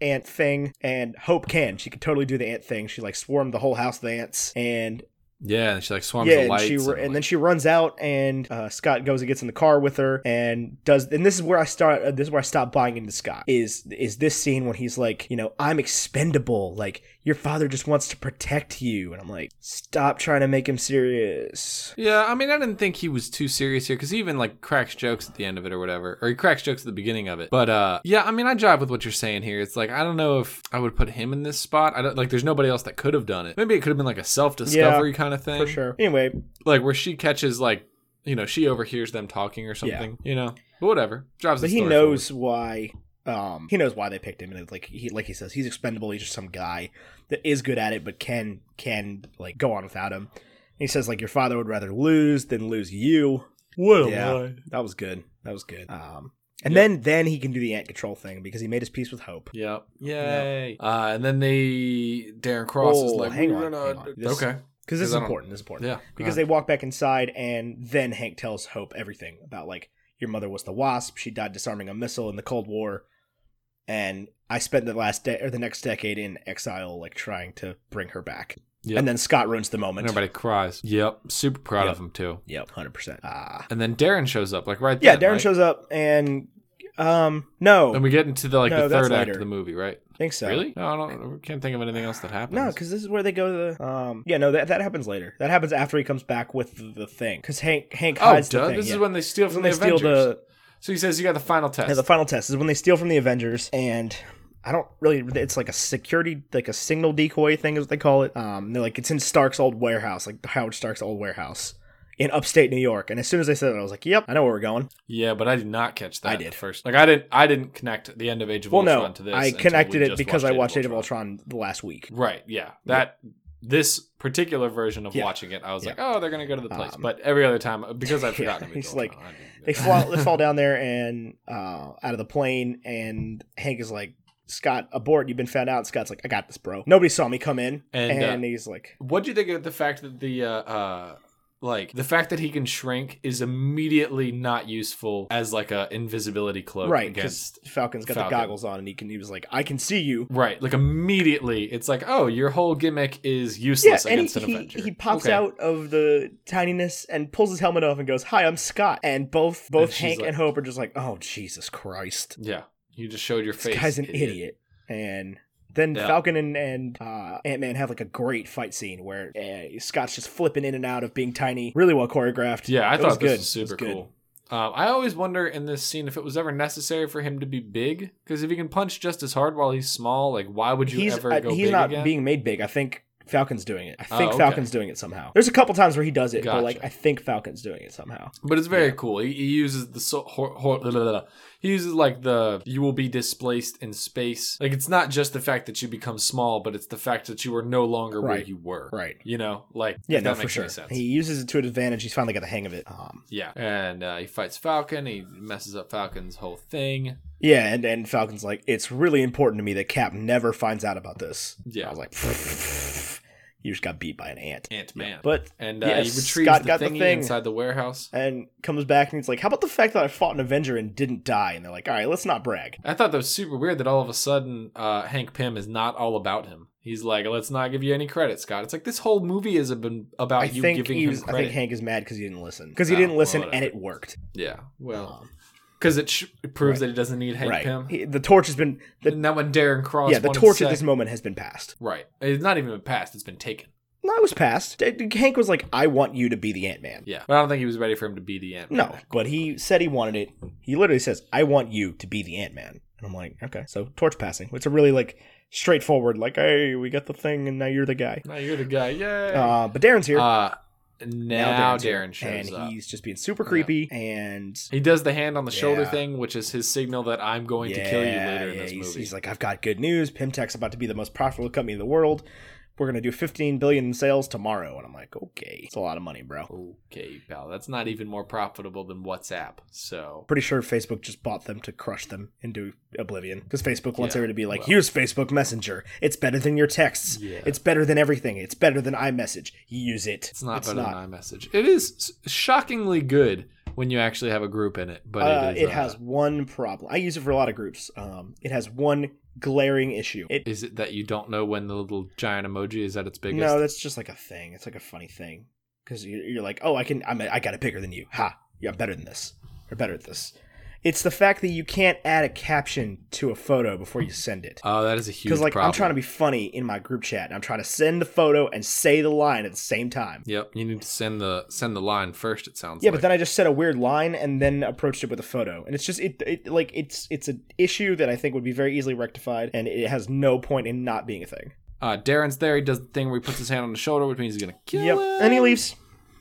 [SPEAKER 2] ant thing and Hope can. She could totally do the ant thing. She like swarmed the whole house of ants and
[SPEAKER 1] Yeah, and she like swarms
[SPEAKER 2] yeah,
[SPEAKER 1] the
[SPEAKER 2] and
[SPEAKER 1] lights.
[SPEAKER 2] she
[SPEAKER 1] and,
[SPEAKER 2] ru- and
[SPEAKER 1] like-
[SPEAKER 2] then she runs out and uh, Scott goes and gets in the car with her and does and this is where I start uh, this is where I stop buying into Scott is is this scene when he's like, you know, I'm expendable. Like your father just wants to protect you and I'm like, stop trying to make him serious.
[SPEAKER 1] Yeah, I mean, I didn't think he was too serious here because he even like cracks jokes at the end of it or whatever, or he cracks jokes at the beginning of it. But uh, yeah, I mean, I jive with what you're saying here. It's like I don't know if I would put him in this spot. I don't like. There's nobody else that could have done it. Maybe it could have been like a self discovery kind of thing,
[SPEAKER 2] For sure. Anyway,
[SPEAKER 1] Like where she catches like, you know, she overhears them talking or something. You know, but whatever. Drives.
[SPEAKER 2] but
[SPEAKER 1] the
[SPEAKER 2] he
[SPEAKER 1] story
[SPEAKER 2] knows why um he knows why they picked him and it's like he like he says he's expendable he's just some guy that is good at it but can can like go on without him And he says like your father would rather lose than lose you
[SPEAKER 1] forward. What
[SPEAKER 2] a
[SPEAKER 1] yeah.
[SPEAKER 2] that was good that was good um and
[SPEAKER 1] Yeah.
[SPEAKER 2] then then he can do the ant control thing because he made his peace with hope
[SPEAKER 1] Yep. Yay. Uh, and then they Darren Cross is
[SPEAKER 2] Oh,
[SPEAKER 1] like,
[SPEAKER 2] hang
[SPEAKER 1] "We're
[SPEAKER 2] on,
[SPEAKER 1] gonna-
[SPEAKER 2] hang on. This-
[SPEAKER 1] okay,
[SPEAKER 2] because this
[SPEAKER 1] Because
[SPEAKER 2] is
[SPEAKER 1] I don't-
[SPEAKER 2] important this is important
[SPEAKER 1] yeah,
[SPEAKER 2] because they walk back inside and then hank tells hope everything about like your mother was the wasp she died disarming a missile in the cold war and i spent the last day or the next decade in exile like trying to bring her back
[SPEAKER 1] Yep.
[SPEAKER 2] and then scott ruins the
[SPEAKER 1] And
[SPEAKER 2] moment
[SPEAKER 1] everybody cries. Yep. Super proud
[SPEAKER 2] Yep.
[SPEAKER 1] of him too.
[SPEAKER 2] yep 100% ah
[SPEAKER 1] And then Darren shows up, like right
[SPEAKER 2] yeah
[SPEAKER 1] then,
[SPEAKER 2] darren
[SPEAKER 1] right?
[SPEAKER 2] shows up and um no
[SPEAKER 1] And we get into the like
[SPEAKER 2] No,
[SPEAKER 1] the
[SPEAKER 2] that's
[SPEAKER 1] third act
[SPEAKER 2] later.
[SPEAKER 1] of the movie, right?
[SPEAKER 2] i think so
[SPEAKER 1] Really? No, I don't. I can't think of anything else that happens.
[SPEAKER 2] No, because this is where they go to the. Um, yeah, no, that, that happens later. That happens after he comes back with the, the thing. Because Hank Hank
[SPEAKER 1] oh,
[SPEAKER 2] hides the
[SPEAKER 1] duh,
[SPEAKER 2] thing.
[SPEAKER 1] this
[SPEAKER 2] yeah.
[SPEAKER 1] is when they steal
[SPEAKER 2] This is
[SPEAKER 1] from
[SPEAKER 2] when they
[SPEAKER 1] the
[SPEAKER 2] steal
[SPEAKER 1] Avengers.
[SPEAKER 2] the
[SPEAKER 1] So he says you got the final test.
[SPEAKER 2] Yeah, the final test is when they steal from the Avengers, and I don't really. It's like a security, like a signal decoy thing, is what they call it. Um, they're like it's in Stark's old warehouse, like Howard Stark's old warehouse in upstate New York. And as soon as they said it, I was like, "Yep, I know where we're going."
[SPEAKER 1] yeah, but I did not catch that.
[SPEAKER 2] I
[SPEAKER 1] at
[SPEAKER 2] did.
[SPEAKER 1] first. Like I didn't. I didn't connect the end of Age of
[SPEAKER 2] Well,
[SPEAKER 1] Ultron
[SPEAKER 2] no,
[SPEAKER 1] to this.
[SPEAKER 2] I
[SPEAKER 1] until we
[SPEAKER 2] connected it
[SPEAKER 1] just
[SPEAKER 2] because I watched Age of Ultron the last week.
[SPEAKER 1] Right. Yeah. That this particular version of
[SPEAKER 2] Yeah.
[SPEAKER 1] watching it, I was
[SPEAKER 2] Yeah.
[SPEAKER 1] like, oh, they're gonna go to the place.
[SPEAKER 2] Um,
[SPEAKER 1] but every other time, because I've
[SPEAKER 2] yeah,
[SPEAKER 1] forgotten, yeah,
[SPEAKER 2] he's like, They fall, they fall down there and uh, out of the plane, and Hank is like, "Scott, abort! You've been found out." Scott's like, "I got this, bro. Nobody saw me come in,"
[SPEAKER 1] And,
[SPEAKER 2] and,
[SPEAKER 1] uh,
[SPEAKER 2] he's like,
[SPEAKER 1] What do you think of the fact that the uh, uh like the fact that he can shrink is immediately not useful as like a invisibility cloak
[SPEAKER 2] "Right, because
[SPEAKER 1] against
[SPEAKER 2] Falcon's got
[SPEAKER 1] Falcon.
[SPEAKER 2] the goggles on, and he can." He was like, "I can see you."
[SPEAKER 1] right like immediately it's like oh your whole gimmick is
[SPEAKER 2] Yeah,
[SPEAKER 1] useless
[SPEAKER 2] and
[SPEAKER 1] against an
[SPEAKER 2] he, he,
[SPEAKER 1] Avenger.
[SPEAKER 2] he pops
[SPEAKER 1] Okay.
[SPEAKER 2] out of the tininess and pulls his helmet off and goes, "Hi, I'm Scott." And both both
[SPEAKER 1] she's
[SPEAKER 2] Hank
[SPEAKER 1] like-
[SPEAKER 2] and Hope are just like, "Oh Jesus Christ,
[SPEAKER 1] Yeah, you just showed your
[SPEAKER 2] this
[SPEAKER 1] face.
[SPEAKER 2] guy's an idiot." And then
[SPEAKER 1] Yeah.
[SPEAKER 2] Falcon and, and uh, Ant Man have like a great fight scene where uh, Scott's just flipping in and out of being tiny, really well choreographed.
[SPEAKER 1] Yeah, I
[SPEAKER 2] It
[SPEAKER 1] thought
[SPEAKER 2] was
[SPEAKER 1] this
[SPEAKER 2] good.
[SPEAKER 1] was
[SPEAKER 2] It was
[SPEAKER 1] super
[SPEAKER 2] good.
[SPEAKER 1] cool. Um, I always wonder in this scene if it was ever necessary for him to be big, because if he can punch just as hard while he's small, like why would you
[SPEAKER 2] he's
[SPEAKER 1] ever
[SPEAKER 2] uh,
[SPEAKER 1] go
[SPEAKER 2] he's
[SPEAKER 1] big
[SPEAKER 2] not
[SPEAKER 1] again?
[SPEAKER 2] being made big. I think Falcon's doing it. I
[SPEAKER 1] Oh,
[SPEAKER 2] think
[SPEAKER 1] okay.
[SPEAKER 2] Falcon's doing it somehow. There's a couple times where he does it,
[SPEAKER 1] Gotcha.
[SPEAKER 2] but like I think Falcon's doing it somehow.
[SPEAKER 1] But it's very
[SPEAKER 2] Yeah.
[SPEAKER 1] cool. He, he uses the so, hor, hor, blah, blah, blah, blah. he uses like the you will be displaced in space. Like it's not just the fact that you become small, but it's the fact that you are no longer where
[SPEAKER 2] Right.
[SPEAKER 1] you were.
[SPEAKER 2] Right.
[SPEAKER 1] You know, like
[SPEAKER 2] Yeah,
[SPEAKER 1] if
[SPEAKER 2] no,
[SPEAKER 1] that
[SPEAKER 2] for
[SPEAKER 1] makes
[SPEAKER 2] sure.
[SPEAKER 1] any sense.
[SPEAKER 2] He uses it to an advantage. He's finally got the hang of it. Um,
[SPEAKER 1] yeah, and uh, he fights Falcon. He messes up Falcon's whole thing.
[SPEAKER 2] yeah, and, and Falcon's like, it's really important to me that Cap never finds out about this. I
[SPEAKER 1] Yeah,
[SPEAKER 2] was like, you just got beat by an ant.
[SPEAKER 1] Ant Man.
[SPEAKER 2] But
[SPEAKER 1] and uh,
[SPEAKER 2] yes,
[SPEAKER 1] he retrieves
[SPEAKER 2] Scott
[SPEAKER 1] the
[SPEAKER 2] got the
[SPEAKER 1] thingy
[SPEAKER 2] thing.
[SPEAKER 1] inside the warehouse.
[SPEAKER 2] and comes back and he's like, how about the fact that I fought an Avenger and didn't die? And they're like, all right, let's not brag.
[SPEAKER 1] I thought that was super weird that all of a sudden uh, Hank Pym is not all about him. He's like, let's not give you any credit, Scott. It's like this whole movie has been about
[SPEAKER 2] I
[SPEAKER 1] you
[SPEAKER 2] think
[SPEAKER 1] giving
[SPEAKER 2] he was,
[SPEAKER 1] him
[SPEAKER 2] I
[SPEAKER 1] credit.
[SPEAKER 2] think Hank is mad because he didn't listen. Because he
[SPEAKER 1] Oh,
[SPEAKER 2] didn't
[SPEAKER 1] well,
[SPEAKER 2] listen and
[SPEAKER 1] whatever.
[SPEAKER 2] it worked.
[SPEAKER 1] yeah, well,
[SPEAKER 2] Um,
[SPEAKER 1] because it, sh- it proves
[SPEAKER 2] right.
[SPEAKER 1] that he doesn't need Hank Pym.
[SPEAKER 2] right. He- the torch has been the
[SPEAKER 1] and that when Darren Cross,
[SPEAKER 2] yeah the
[SPEAKER 1] wanted
[SPEAKER 2] torch at
[SPEAKER 1] sex-
[SPEAKER 2] this moment has been passed.
[SPEAKER 1] right. It's not even been passed; it's been taken.
[SPEAKER 2] No, it was passed. D- Hank was like, I want you to be the Ant Man.
[SPEAKER 1] Yeah, but I don't think he was ready for him to be the Ant.
[SPEAKER 2] No, but he said he wanted it. He literally says, "I want you to be the Ant Man," and I'm like, okay, so torch passing. It's a really like straightforward, like, hey, we got the thing, and now you're the guy.
[SPEAKER 1] now you're the guy. Yay! Uh,
[SPEAKER 2] Uh, but Darren's here.
[SPEAKER 1] now,
[SPEAKER 2] here,
[SPEAKER 1] Darren shows
[SPEAKER 2] and
[SPEAKER 1] up.
[SPEAKER 2] he's just being super creepy. And
[SPEAKER 1] He does the hand on the shoulder
[SPEAKER 2] Yeah.
[SPEAKER 1] thing, which is his signal that I'm going to kill you later in
[SPEAKER 2] yeah,
[SPEAKER 1] this
[SPEAKER 2] he's,
[SPEAKER 1] movie.
[SPEAKER 2] he's like, I've got good news. Pimtech's about to be the most profitable company in the world. We're gonna do 15 billion in sales tomorrow, and I'm like, okay, it's a lot of money, bro.
[SPEAKER 1] Okay, pal. That's not even more profitable than WhatsApp. So
[SPEAKER 2] pretty sure Facebook just bought them to crush them into oblivion because Facebook wants
[SPEAKER 1] Yeah,
[SPEAKER 2] everyone to be like,
[SPEAKER 1] well.
[SPEAKER 2] use Facebook Messenger. It's better than your texts.
[SPEAKER 1] Yeah.
[SPEAKER 2] It's better than everything. It's better than iMessage. Use it.
[SPEAKER 1] it's not better than iMessage. It is s- shockingly good when you actually have a group in it, but
[SPEAKER 2] Uh,
[SPEAKER 1] it, is,
[SPEAKER 2] it
[SPEAKER 1] uh,
[SPEAKER 2] has one problem. I use it for a lot of groups. Um, it has one glaring issue. It,
[SPEAKER 1] Is it that you don't know when the little giant emoji is at its biggest?
[SPEAKER 2] no, that's just like a thing. It's like a funny thing because you're, you're like, oh, I can. I'm. A, I got it bigger than you. Ha! Yeah, I'm better than this. Or better at this. It's the fact that you can't add a caption to a photo before you send it.
[SPEAKER 1] oh, that is a huge
[SPEAKER 2] Because like
[SPEAKER 1] problem.
[SPEAKER 2] I'm trying to be funny in my group chat, and I'm trying to send the photo and say the line at the same time.
[SPEAKER 1] Yep, you need to send the send the line first. It sounds
[SPEAKER 2] yeah,
[SPEAKER 1] like.
[SPEAKER 2] but then I just said a weird line and then approached it with a photo, and it's just it, it like it's it's an issue that I think would be very easily rectified, and it has no point in not being a thing.
[SPEAKER 1] uh, Darren's there. He does the thing where he puts his hand on the shoulder, which means he's gonna kill
[SPEAKER 2] Yep,
[SPEAKER 1] him.
[SPEAKER 2] and he leaves,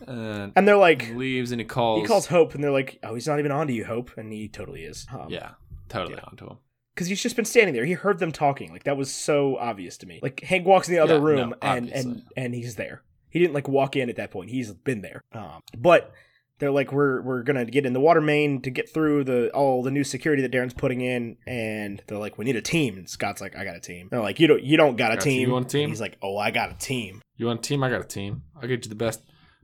[SPEAKER 1] And
[SPEAKER 2] and they're
[SPEAKER 1] he
[SPEAKER 2] like,
[SPEAKER 1] leaves, and he calls.
[SPEAKER 2] he calls Hope, and they're like, oh, he's not even onto you, Hope, and he totally is. Um,
[SPEAKER 1] Yeah, totally
[SPEAKER 2] Yeah.
[SPEAKER 1] onto him.
[SPEAKER 2] because he's just been standing there. He heard them talking. Like that was so obvious to me. Like Hank walks in the other
[SPEAKER 1] Yeah, no,
[SPEAKER 2] room and and
[SPEAKER 1] obviously.
[SPEAKER 2] and he's there. He didn't like walk in at that point. He's been there. Um, but they're like, we're we're gonna get in the water main to get through the all the new security that Darren's putting in, and they're like, we need a team. And Scott's like, I got a team. they're like, you don't you don't got a
[SPEAKER 1] Got a team.
[SPEAKER 2] team.
[SPEAKER 1] You want a team?
[SPEAKER 2] And he's like, oh, I got a team.
[SPEAKER 1] You want a team? I got a team. I'll get you the best,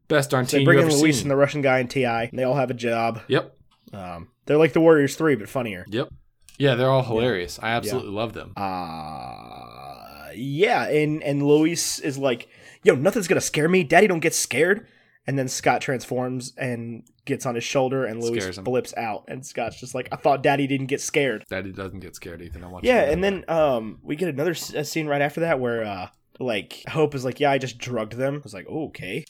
[SPEAKER 1] best darn
[SPEAKER 2] So they
[SPEAKER 1] team
[SPEAKER 2] bring
[SPEAKER 1] you
[SPEAKER 2] in
[SPEAKER 1] ever
[SPEAKER 2] Luis
[SPEAKER 1] seen.
[SPEAKER 2] and the Russian guy and Ti, and they all have a job.
[SPEAKER 1] yep,
[SPEAKER 2] Um, they're like the Warriors three, but funnier.
[SPEAKER 1] Yep. Yeah, they're all hilarious. I absolutely love them.
[SPEAKER 2] uh yeah and and luis is like yo nothing's gonna scare me daddy don't get scared and then scott transforms and gets on his shoulder and luis
[SPEAKER 1] Scares him.
[SPEAKER 2] blips out and scott's just like i thought daddy didn't get scared
[SPEAKER 1] Daddy doesn't get scared, Ethan. I want you
[SPEAKER 2] yeah
[SPEAKER 1] to know
[SPEAKER 2] and
[SPEAKER 1] that.
[SPEAKER 2] then um we get another s- a scene right after that where uh like hope is like yeah i just drugged them i was like oh, okay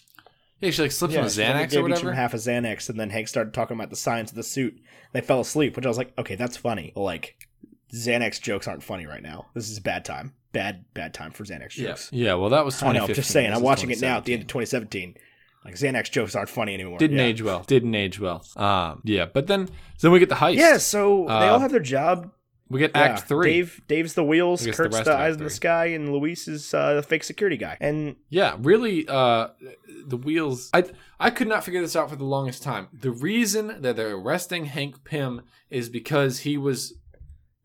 [SPEAKER 1] yeah, she like slips
[SPEAKER 2] yeah,
[SPEAKER 1] on a
[SPEAKER 2] so then they
[SPEAKER 1] Xanax or
[SPEAKER 2] gave each of them
[SPEAKER 1] whatever.
[SPEAKER 2] half a xanax and then hank started talking about the science of the suit they fell asleep which i was like okay that's funny like xanax jokes aren't funny right now this is bad time bad bad time for xanax
[SPEAKER 1] yeah.
[SPEAKER 2] jokes
[SPEAKER 1] yeah, well, that was
[SPEAKER 2] I
[SPEAKER 1] 2015.
[SPEAKER 2] know, I'm just saying.
[SPEAKER 1] This
[SPEAKER 2] I'm
[SPEAKER 1] is
[SPEAKER 2] watching it now at the end
[SPEAKER 1] 2017.
[SPEAKER 2] of 2017. Like Xanax jokes aren't funny anymore.
[SPEAKER 1] Didn't
[SPEAKER 2] yeah.
[SPEAKER 1] age well. Didn't age well. Um, yeah, but then so then we get the heist.
[SPEAKER 2] Yeah, so they
[SPEAKER 1] Uh,
[SPEAKER 2] all have their job
[SPEAKER 1] We get
[SPEAKER 2] Yeah,
[SPEAKER 1] Act Three.
[SPEAKER 2] Dave, Dave's the wheels,
[SPEAKER 1] I guess the
[SPEAKER 2] Kurt's the,
[SPEAKER 1] rest of Act
[SPEAKER 2] eyes in the
[SPEAKER 1] Three.
[SPEAKER 2] sky, and Luis is uh, the fake security guy. And
[SPEAKER 1] Yeah, really. Uh, the wheels. I I could not figure this out for the longest time. The reason that they're arresting Hank Pym is because he was.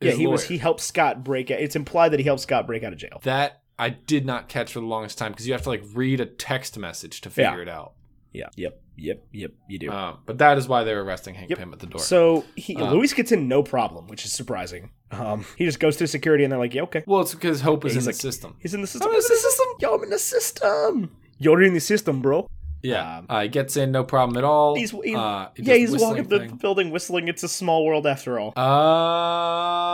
[SPEAKER 2] yeah,
[SPEAKER 1] his
[SPEAKER 2] he was
[SPEAKER 1] lawyer.
[SPEAKER 2] he helped Scott break. out. It's implied that he helped Scott break out of jail.
[SPEAKER 1] That I did not catch for the longest time because you have to like read a text message to figure it out.
[SPEAKER 2] Yeah. Yep. Yep. Yep. You do.
[SPEAKER 1] Um, but that is why they're arresting Hank
[SPEAKER 2] Yep.
[SPEAKER 1] Pym at the door.
[SPEAKER 2] so he,
[SPEAKER 1] Um,
[SPEAKER 2] Luis gets in no problem, which is surprising. Um, he just goes through security, and they're like, "Yeah, okay."
[SPEAKER 1] well, it's because Hope is
[SPEAKER 2] He's
[SPEAKER 1] in
[SPEAKER 2] like-
[SPEAKER 1] the system.
[SPEAKER 2] He's in the system.
[SPEAKER 1] I'm in the
[SPEAKER 2] system. Yo, I'm in the system. You're in the system, bro.
[SPEAKER 1] Yeah,
[SPEAKER 2] um,
[SPEAKER 1] uh, he gets in no problem at all.
[SPEAKER 2] He's- he-
[SPEAKER 1] uh, he
[SPEAKER 2] yeah,
[SPEAKER 1] does
[SPEAKER 2] he's
[SPEAKER 1] whistling
[SPEAKER 2] walking through the
[SPEAKER 1] thing.
[SPEAKER 2] building whistling. It's a small world after all.
[SPEAKER 1] Uh,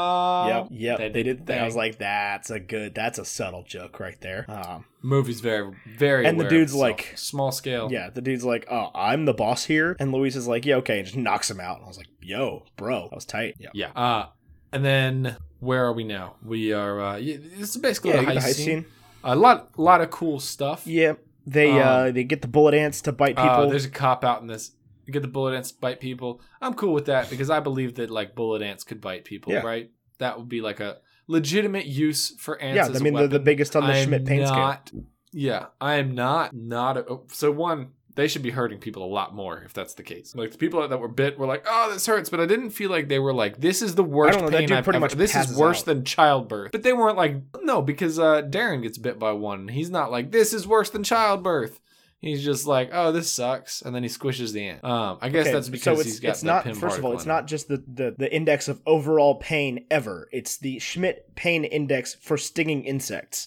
[SPEAKER 2] yep, yep.
[SPEAKER 1] they
[SPEAKER 2] They,
[SPEAKER 1] did
[SPEAKER 2] did.
[SPEAKER 1] the
[SPEAKER 2] that. I was
[SPEAKER 1] thing.
[SPEAKER 2] like, that's a good. That's a subtle joke right there. Um,
[SPEAKER 1] Movie's very, very.
[SPEAKER 2] And the
[SPEAKER 1] aware of
[SPEAKER 2] dude's
[SPEAKER 1] itself.
[SPEAKER 2] like-
[SPEAKER 1] small scale.
[SPEAKER 2] yeah, the dude's like, oh, I'm the boss here, and Luis is like, yeah, okay, and just knocks him out. And I was like, yo, bro, that was tight. Yeah.
[SPEAKER 1] Yeah. Uh, and then where are we now? We are. Uh, y- this is basically
[SPEAKER 2] Yeah,
[SPEAKER 1] a
[SPEAKER 2] you get
[SPEAKER 1] heist,
[SPEAKER 2] the heist
[SPEAKER 1] scene.
[SPEAKER 2] scene.
[SPEAKER 1] A lot, lot of cool stuff.
[SPEAKER 2] Yeah, they
[SPEAKER 1] Um,
[SPEAKER 2] uh they get the bullet ants to bite
[SPEAKER 1] Uh,
[SPEAKER 2] people.
[SPEAKER 1] there's a cop out in this. You get the bullet ants bite people. I'm cool with that because I believe that like bullet ants could bite people,
[SPEAKER 2] Yeah.
[SPEAKER 1] right? That would be like a legitimate use for ants.
[SPEAKER 2] yeah,
[SPEAKER 1] as
[SPEAKER 2] I
[SPEAKER 1] a
[SPEAKER 2] mean the, the
[SPEAKER 1] weapon.
[SPEAKER 2] biggest on the
[SPEAKER 1] I'm
[SPEAKER 2] Schmidt Pain scale.
[SPEAKER 1] not, Yeah, I am not not a, oh, so one. They should be hurting people a lot more if that's the case. Like the people that were bit were like, "Oh, this hurts," but I didn't feel like they were like, "This is the worst
[SPEAKER 2] I don't know, that
[SPEAKER 1] pain
[SPEAKER 2] dude
[SPEAKER 1] I've
[SPEAKER 2] pretty
[SPEAKER 1] ever-
[SPEAKER 2] much
[SPEAKER 1] This is
[SPEAKER 2] passes
[SPEAKER 1] worse
[SPEAKER 2] out.
[SPEAKER 1] than childbirth." But they weren't like, "No," because uh, Darren gets bit by one, and he's not like, "This is worse than childbirth." He's just like, "Oh, this sucks," and then he squishes the ant. Um, I guess
[SPEAKER 2] Okay,
[SPEAKER 1] that's because
[SPEAKER 2] so it's,
[SPEAKER 1] he's got
[SPEAKER 2] it's
[SPEAKER 1] the
[SPEAKER 2] not
[SPEAKER 1] Pym
[SPEAKER 2] first of
[SPEAKER 1] particle
[SPEAKER 2] all it's
[SPEAKER 1] in it.
[SPEAKER 2] not just the, the the index of overall pain ever it's the schmidt pain index for stinging insects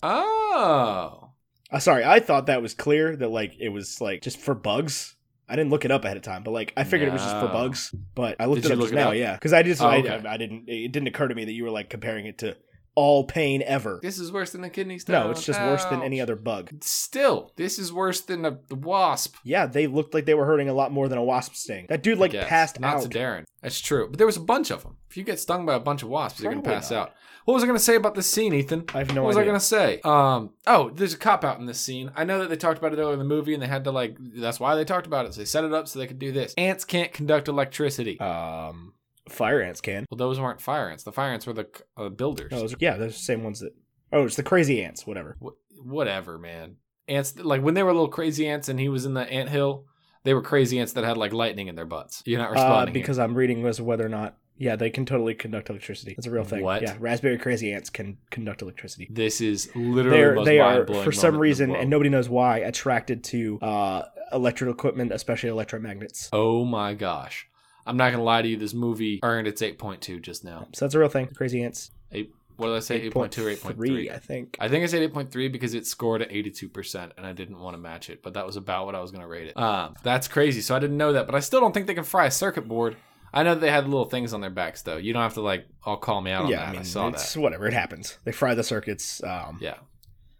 [SPEAKER 1] Oh,
[SPEAKER 2] uh, sorry i thought that was clear that like it was like just for bugs i didn't look it up ahead of time but like i figured it was just for
[SPEAKER 1] No.
[SPEAKER 2] bugs but i looked
[SPEAKER 1] Did you
[SPEAKER 2] it up
[SPEAKER 1] look
[SPEAKER 2] just
[SPEAKER 1] it
[SPEAKER 2] now
[SPEAKER 1] up?
[SPEAKER 2] yeah because i just
[SPEAKER 1] Oh,
[SPEAKER 2] I,
[SPEAKER 1] okay.
[SPEAKER 2] I, I didn't it didn't occur to me that you were like comparing it to all pain ever
[SPEAKER 1] this is worse than the kidney stone.
[SPEAKER 2] no it's just worse than any
[SPEAKER 1] Ouch.
[SPEAKER 2] other bug
[SPEAKER 1] Still, this is worse than a, the wasp.
[SPEAKER 2] yeah they looked like they were hurting a lot more than a wasp sting that dude
[SPEAKER 1] I
[SPEAKER 2] like
[SPEAKER 1] guess.
[SPEAKER 2] passed
[SPEAKER 1] not
[SPEAKER 2] out
[SPEAKER 1] to Darren. That's true. But there was a bunch of them. If you get stung by a bunch of wasps, you're gonna
[SPEAKER 2] Probably
[SPEAKER 1] pass
[SPEAKER 2] not.
[SPEAKER 1] out. What was I gonna say about this scene, Ethan?
[SPEAKER 2] i have no
[SPEAKER 1] what was
[SPEAKER 2] idea
[SPEAKER 1] I gonna say? Um, oh, there's a cop out in this scene. I know that they talked about it earlier in the movie, and they had to like. That's why they talked about it. So they set it up so they could do this. Ants can't conduct electricity.
[SPEAKER 2] um fire ants can
[SPEAKER 1] well, those weren't fire ants. The fire ants were the uh, builders.
[SPEAKER 2] No, those are, yeah, those are the same ones that. Oh, it's the crazy ants, whatever.
[SPEAKER 1] Wh- whatever, man. Ants like when they were little crazy ants, and he was in the ant hill. They were crazy ants that had like lightning in their butts. You're not
[SPEAKER 2] Uh,
[SPEAKER 1] responding here.
[SPEAKER 2] because I'm reading was whether or not. Yeah, they can totally conduct electricity. It's a real thing.
[SPEAKER 1] What?
[SPEAKER 2] Yeah, raspberry crazy ants can conduct electricity.
[SPEAKER 1] This is literally the
[SPEAKER 2] They're,
[SPEAKER 1] most
[SPEAKER 2] they are,
[SPEAKER 1] mind-blowing
[SPEAKER 2] for
[SPEAKER 1] moment
[SPEAKER 2] some
[SPEAKER 1] in the
[SPEAKER 2] reason,
[SPEAKER 1] world.
[SPEAKER 2] and nobody knows why, attracted to uh, electrical equipment, especially electromagnets.
[SPEAKER 1] Oh my gosh. I'm not gonna lie to you, this movie earned its 8.2 just now.
[SPEAKER 2] Um, So that's a real thing. Crazy ants.
[SPEAKER 1] Eight, what did I say? 8.2 or
[SPEAKER 2] 8.3, I
[SPEAKER 1] 8.3?
[SPEAKER 2] think.
[SPEAKER 1] I think I said 8.3 because it scored at 82%, and I didn't want to match it, but that was about what I was gonna rate it. Um, that's crazy. So I didn't know that, but I still don't think they can fry a circuit board. I know they had little things on their backs though. You don't have to like all call me out on
[SPEAKER 2] yeah,
[SPEAKER 1] that.
[SPEAKER 2] I
[SPEAKER 1] I,
[SPEAKER 2] mean,
[SPEAKER 1] saw
[SPEAKER 2] it's
[SPEAKER 1] that.
[SPEAKER 2] whatever. It happens. They fry the circuits. Um,
[SPEAKER 1] Yeah.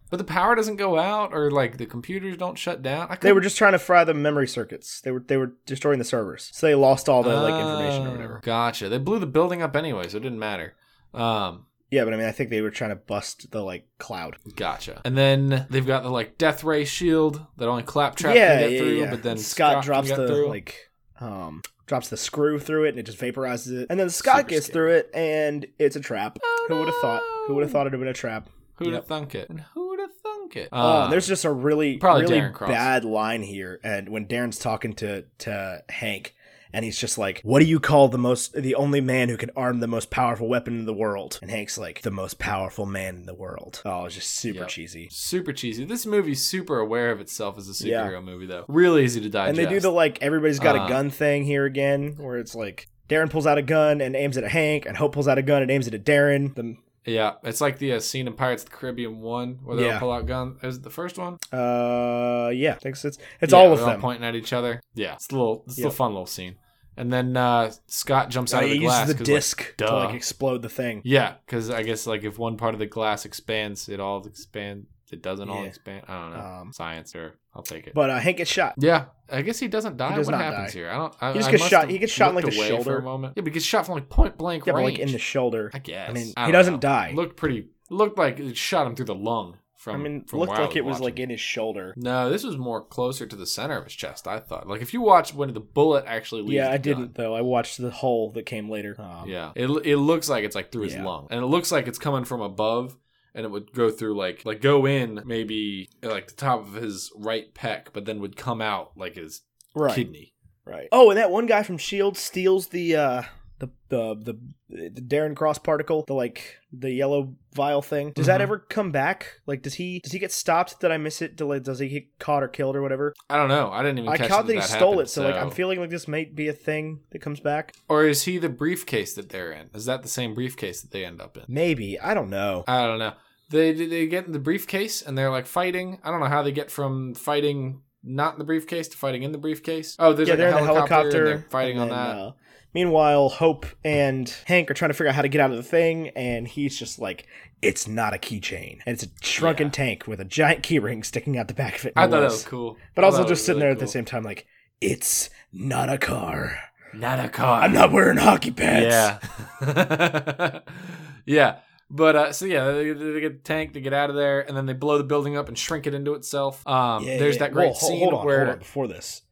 [SPEAKER 1] But the power doesn't go out, or like the computers don't shut down. I
[SPEAKER 2] They were
[SPEAKER 1] couldn't-
[SPEAKER 2] just trying to fry the memory circuits. They were they were destroying the servers, so they lost all the like information or
[SPEAKER 1] Oh,
[SPEAKER 2] whatever.
[SPEAKER 1] Gotcha. They blew the building up anyway, so it didn't matter. Um,
[SPEAKER 2] Yeah, but I mean, I think they were trying to bust the like cloud.
[SPEAKER 1] gotcha. And then they've got the like death ray shield that only claptrap
[SPEAKER 2] yeah,
[SPEAKER 1] can get
[SPEAKER 2] yeah,
[SPEAKER 1] through,
[SPEAKER 2] yeah.
[SPEAKER 1] but then
[SPEAKER 2] Scott,
[SPEAKER 1] can
[SPEAKER 2] drops
[SPEAKER 1] get
[SPEAKER 2] the
[SPEAKER 1] through.
[SPEAKER 2] like um drops the screw through it and it just vaporizes it. And then Scott
[SPEAKER 1] Super
[SPEAKER 2] gets
[SPEAKER 1] scary.
[SPEAKER 2] through it and it's a trap.
[SPEAKER 1] Oh,
[SPEAKER 2] Who would have thought? Who would have
[SPEAKER 1] no.
[SPEAKER 2] thought it would have been a trap?
[SPEAKER 1] Who'd have
[SPEAKER 2] Yep.
[SPEAKER 1] thunk it? And who'd have thunk it?
[SPEAKER 2] Oh,
[SPEAKER 1] Um,
[SPEAKER 2] there's just a really
[SPEAKER 1] probably
[SPEAKER 2] really
[SPEAKER 1] Darren Cross.
[SPEAKER 2] bad line here and when Darren's talking to to Hank and he's just like, "What do you call the most the only man who can arm the most powerful weapon in the world?" And Hank's like, "The most powerful man in the world." Oh, it's just super
[SPEAKER 1] Yep.
[SPEAKER 2] cheesy.
[SPEAKER 1] super cheesy. This movie's super aware of itself as a
[SPEAKER 2] Yeah.
[SPEAKER 1] superhero movie, though. Really easy to digest.
[SPEAKER 2] And they do the like everybody's got
[SPEAKER 1] Uh.
[SPEAKER 2] a gun thing here again, where it's like Darren pulls out a gun and aims it at Hank, and Hope pulls out a gun and aims it at Darren. The,
[SPEAKER 1] yeah. It's like the uh, scene in Pirates of the Caribbean One where they all
[SPEAKER 2] Yeah.
[SPEAKER 1] pull out guns. Is it the first one?
[SPEAKER 2] uh, yeah, I think it's it's, it's
[SPEAKER 1] Yeah,
[SPEAKER 2] all of
[SPEAKER 1] they're
[SPEAKER 2] them.
[SPEAKER 1] pointing at each other. Yeah, it's a little, it's a
[SPEAKER 2] Yep.
[SPEAKER 1] fun little scene. And then uh, Scott jumps
[SPEAKER 2] So
[SPEAKER 1] out of
[SPEAKER 2] he
[SPEAKER 1] the
[SPEAKER 2] uses
[SPEAKER 1] glass.
[SPEAKER 2] the
[SPEAKER 1] 'cause, like,
[SPEAKER 2] disc to
[SPEAKER 1] duh.
[SPEAKER 2] like explode the thing.
[SPEAKER 1] Yeah, because I guess like if one part of the glass expands, it all expands. It doesn't all
[SPEAKER 2] Yeah.
[SPEAKER 1] expand. I don't know.
[SPEAKER 2] Um,
[SPEAKER 1] Science, or I'll take it.
[SPEAKER 2] But uh, Hank gets shot.
[SPEAKER 1] yeah, I guess he doesn't die.
[SPEAKER 2] does
[SPEAKER 1] what
[SPEAKER 2] not
[SPEAKER 1] happens
[SPEAKER 2] die.
[SPEAKER 1] here? I don't. I,
[SPEAKER 2] He just
[SPEAKER 1] I
[SPEAKER 2] gets
[SPEAKER 1] must
[SPEAKER 2] shot-
[SPEAKER 1] have
[SPEAKER 2] he gets shot in, like,
[SPEAKER 1] looked
[SPEAKER 2] the
[SPEAKER 1] away for
[SPEAKER 2] shoulder.
[SPEAKER 1] a moment. Yeah, but he gets shot from like point blank
[SPEAKER 2] Yeah, but
[SPEAKER 1] range.
[SPEAKER 2] like in the shoulder.
[SPEAKER 1] I guess.
[SPEAKER 2] I mean,
[SPEAKER 1] don't
[SPEAKER 2] he doesn't
[SPEAKER 1] know.
[SPEAKER 2] die.
[SPEAKER 1] Looked pretty. Looked like it shot him through the lung From
[SPEAKER 2] I mean,
[SPEAKER 1] from
[SPEAKER 2] looked
[SPEAKER 1] where I
[SPEAKER 2] like it was
[SPEAKER 1] watching.
[SPEAKER 2] like in his shoulder.
[SPEAKER 1] No, this was more closer to the center of his chest. I thought. Like if you watch when the bullet actually leaves.
[SPEAKER 2] Yeah,
[SPEAKER 1] the
[SPEAKER 2] I
[SPEAKER 1] gun. Oh,
[SPEAKER 2] didn't though. I watched the hole that came later. Um,
[SPEAKER 1] Yeah, it it looks like it's like through his
[SPEAKER 2] Yeah.
[SPEAKER 1] lung, and it looks like it's coming from above, and it would go through like like go in maybe like the top of his right pec, but then would come out like his
[SPEAKER 2] right,
[SPEAKER 1] kidney.
[SPEAKER 2] right. Oh, and that one guy from Shield steals the uh the the the, the Darren Cross particle, the like the yellow vial thing. Does
[SPEAKER 1] Mhm.
[SPEAKER 2] that ever come back? Like, does he does he get stopped? Did I miss it? Did- Does he get caught or killed or whatever?
[SPEAKER 1] I don't know. I didn't even.
[SPEAKER 2] I
[SPEAKER 1] catch
[SPEAKER 2] caught that he stole
[SPEAKER 1] happened,
[SPEAKER 2] it, so, like I'm feeling like this might be a thing that comes back.
[SPEAKER 1] Or is he the briefcase that they're in? Is that the same briefcase that they end up in?
[SPEAKER 2] Maybe I don't know.
[SPEAKER 1] I don't know. They they get in the briefcase and they're like fighting. I don't know how they get from fighting not in the briefcase to fighting in the briefcase. Oh, there's
[SPEAKER 2] yeah,
[SPEAKER 1] like
[SPEAKER 2] they're
[SPEAKER 1] a
[SPEAKER 2] in the
[SPEAKER 1] helicopter,
[SPEAKER 2] helicopter
[SPEAKER 1] and they're fighting
[SPEAKER 2] and
[SPEAKER 1] on
[SPEAKER 2] then,
[SPEAKER 1] that.
[SPEAKER 2] uh, meanwhile, Hope and Hank are trying to figure out how to get out of the thing, and he's just like, "It's not a keychain, and it's a shrunken
[SPEAKER 1] Yeah.
[SPEAKER 2] tank with a giant keyring sticking out the back of it."
[SPEAKER 1] I thought that
[SPEAKER 2] nonetheless.
[SPEAKER 1] was cool.
[SPEAKER 2] but
[SPEAKER 1] I
[SPEAKER 2] also
[SPEAKER 1] thought it
[SPEAKER 2] just
[SPEAKER 1] was
[SPEAKER 2] sitting
[SPEAKER 1] really
[SPEAKER 2] there at the
[SPEAKER 1] cool.
[SPEAKER 2] same time, like, "It's not a car.
[SPEAKER 1] Not a car.
[SPEAKER 2] I'm not wearing hockey pads."
[SPEAKER 1] Yeah. yeah. But uh, so yeah, they, they get the tank, they get out of there, and then they blow the building up and shrink it into itself. Um,
[SPEAKER 2] Yeah,
[SPEAKER 1] there's
[SPEAKER 2] yeah.
[SPEAKER 1] that great
[SPEAKER 2] Whoa, ho-
[SPEAKER 1] scene
[SPEAKER 2] hold on,
[SPEAKER 1] where
[SPEAKER 2] hold on, before this,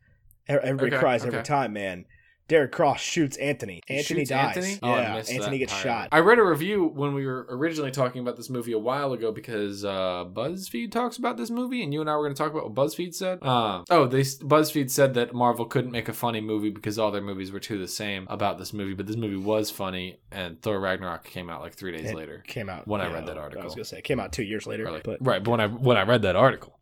[SPEAKER 2] E- everybody
[SPEAKER 1] Okay,
[SPEAKER 2] cries every
[SPEAKER 1] okay.
[SPEAKER 2] time, man. Derek Cross shoots Anthony. Anthony
[SPEAKER 1] shoots
[SPEAKER 2] dies.
[SPEAKER 1] Anthony? Oh, I
[SPEAKER 2] Yeah,
[SPEAKER 1] missed
[SPEAKER 2] Anthony
[SPEAKER 1] that
[SPEAKER 2] gets
[SPEAKER 1] entirely.
[SPEAKER 2] shot.
[SPEAKER 1] I read a review when we were originally talking about this movie a while ago because uh, BuzzFeed talks about this movie, and you and I were going to talk about what BuzzFeed said. Um, oh, they BuzzFeed said that Marvel couldn't make a funny movie because all their movies were too the same about this movie, but this movie was funny, and Thor Ragnarok came out like three days
[SPEAKER 2] It
[SPEAKER 1] later.
[SPEAKER 2] Came out
[SPEAKER 1] When I
[SPEAKER 2] yeah,
[SPEAKER 1] read that
[SPEAKER 2] I
[SPEAKER 1] article.
[SPEAKER 2] was gonna say it came out two years later,
[SPEAKER 1] Or, like-
[SPEAKER 2] but
[SPEAKER 1] right, but when I when I read that article,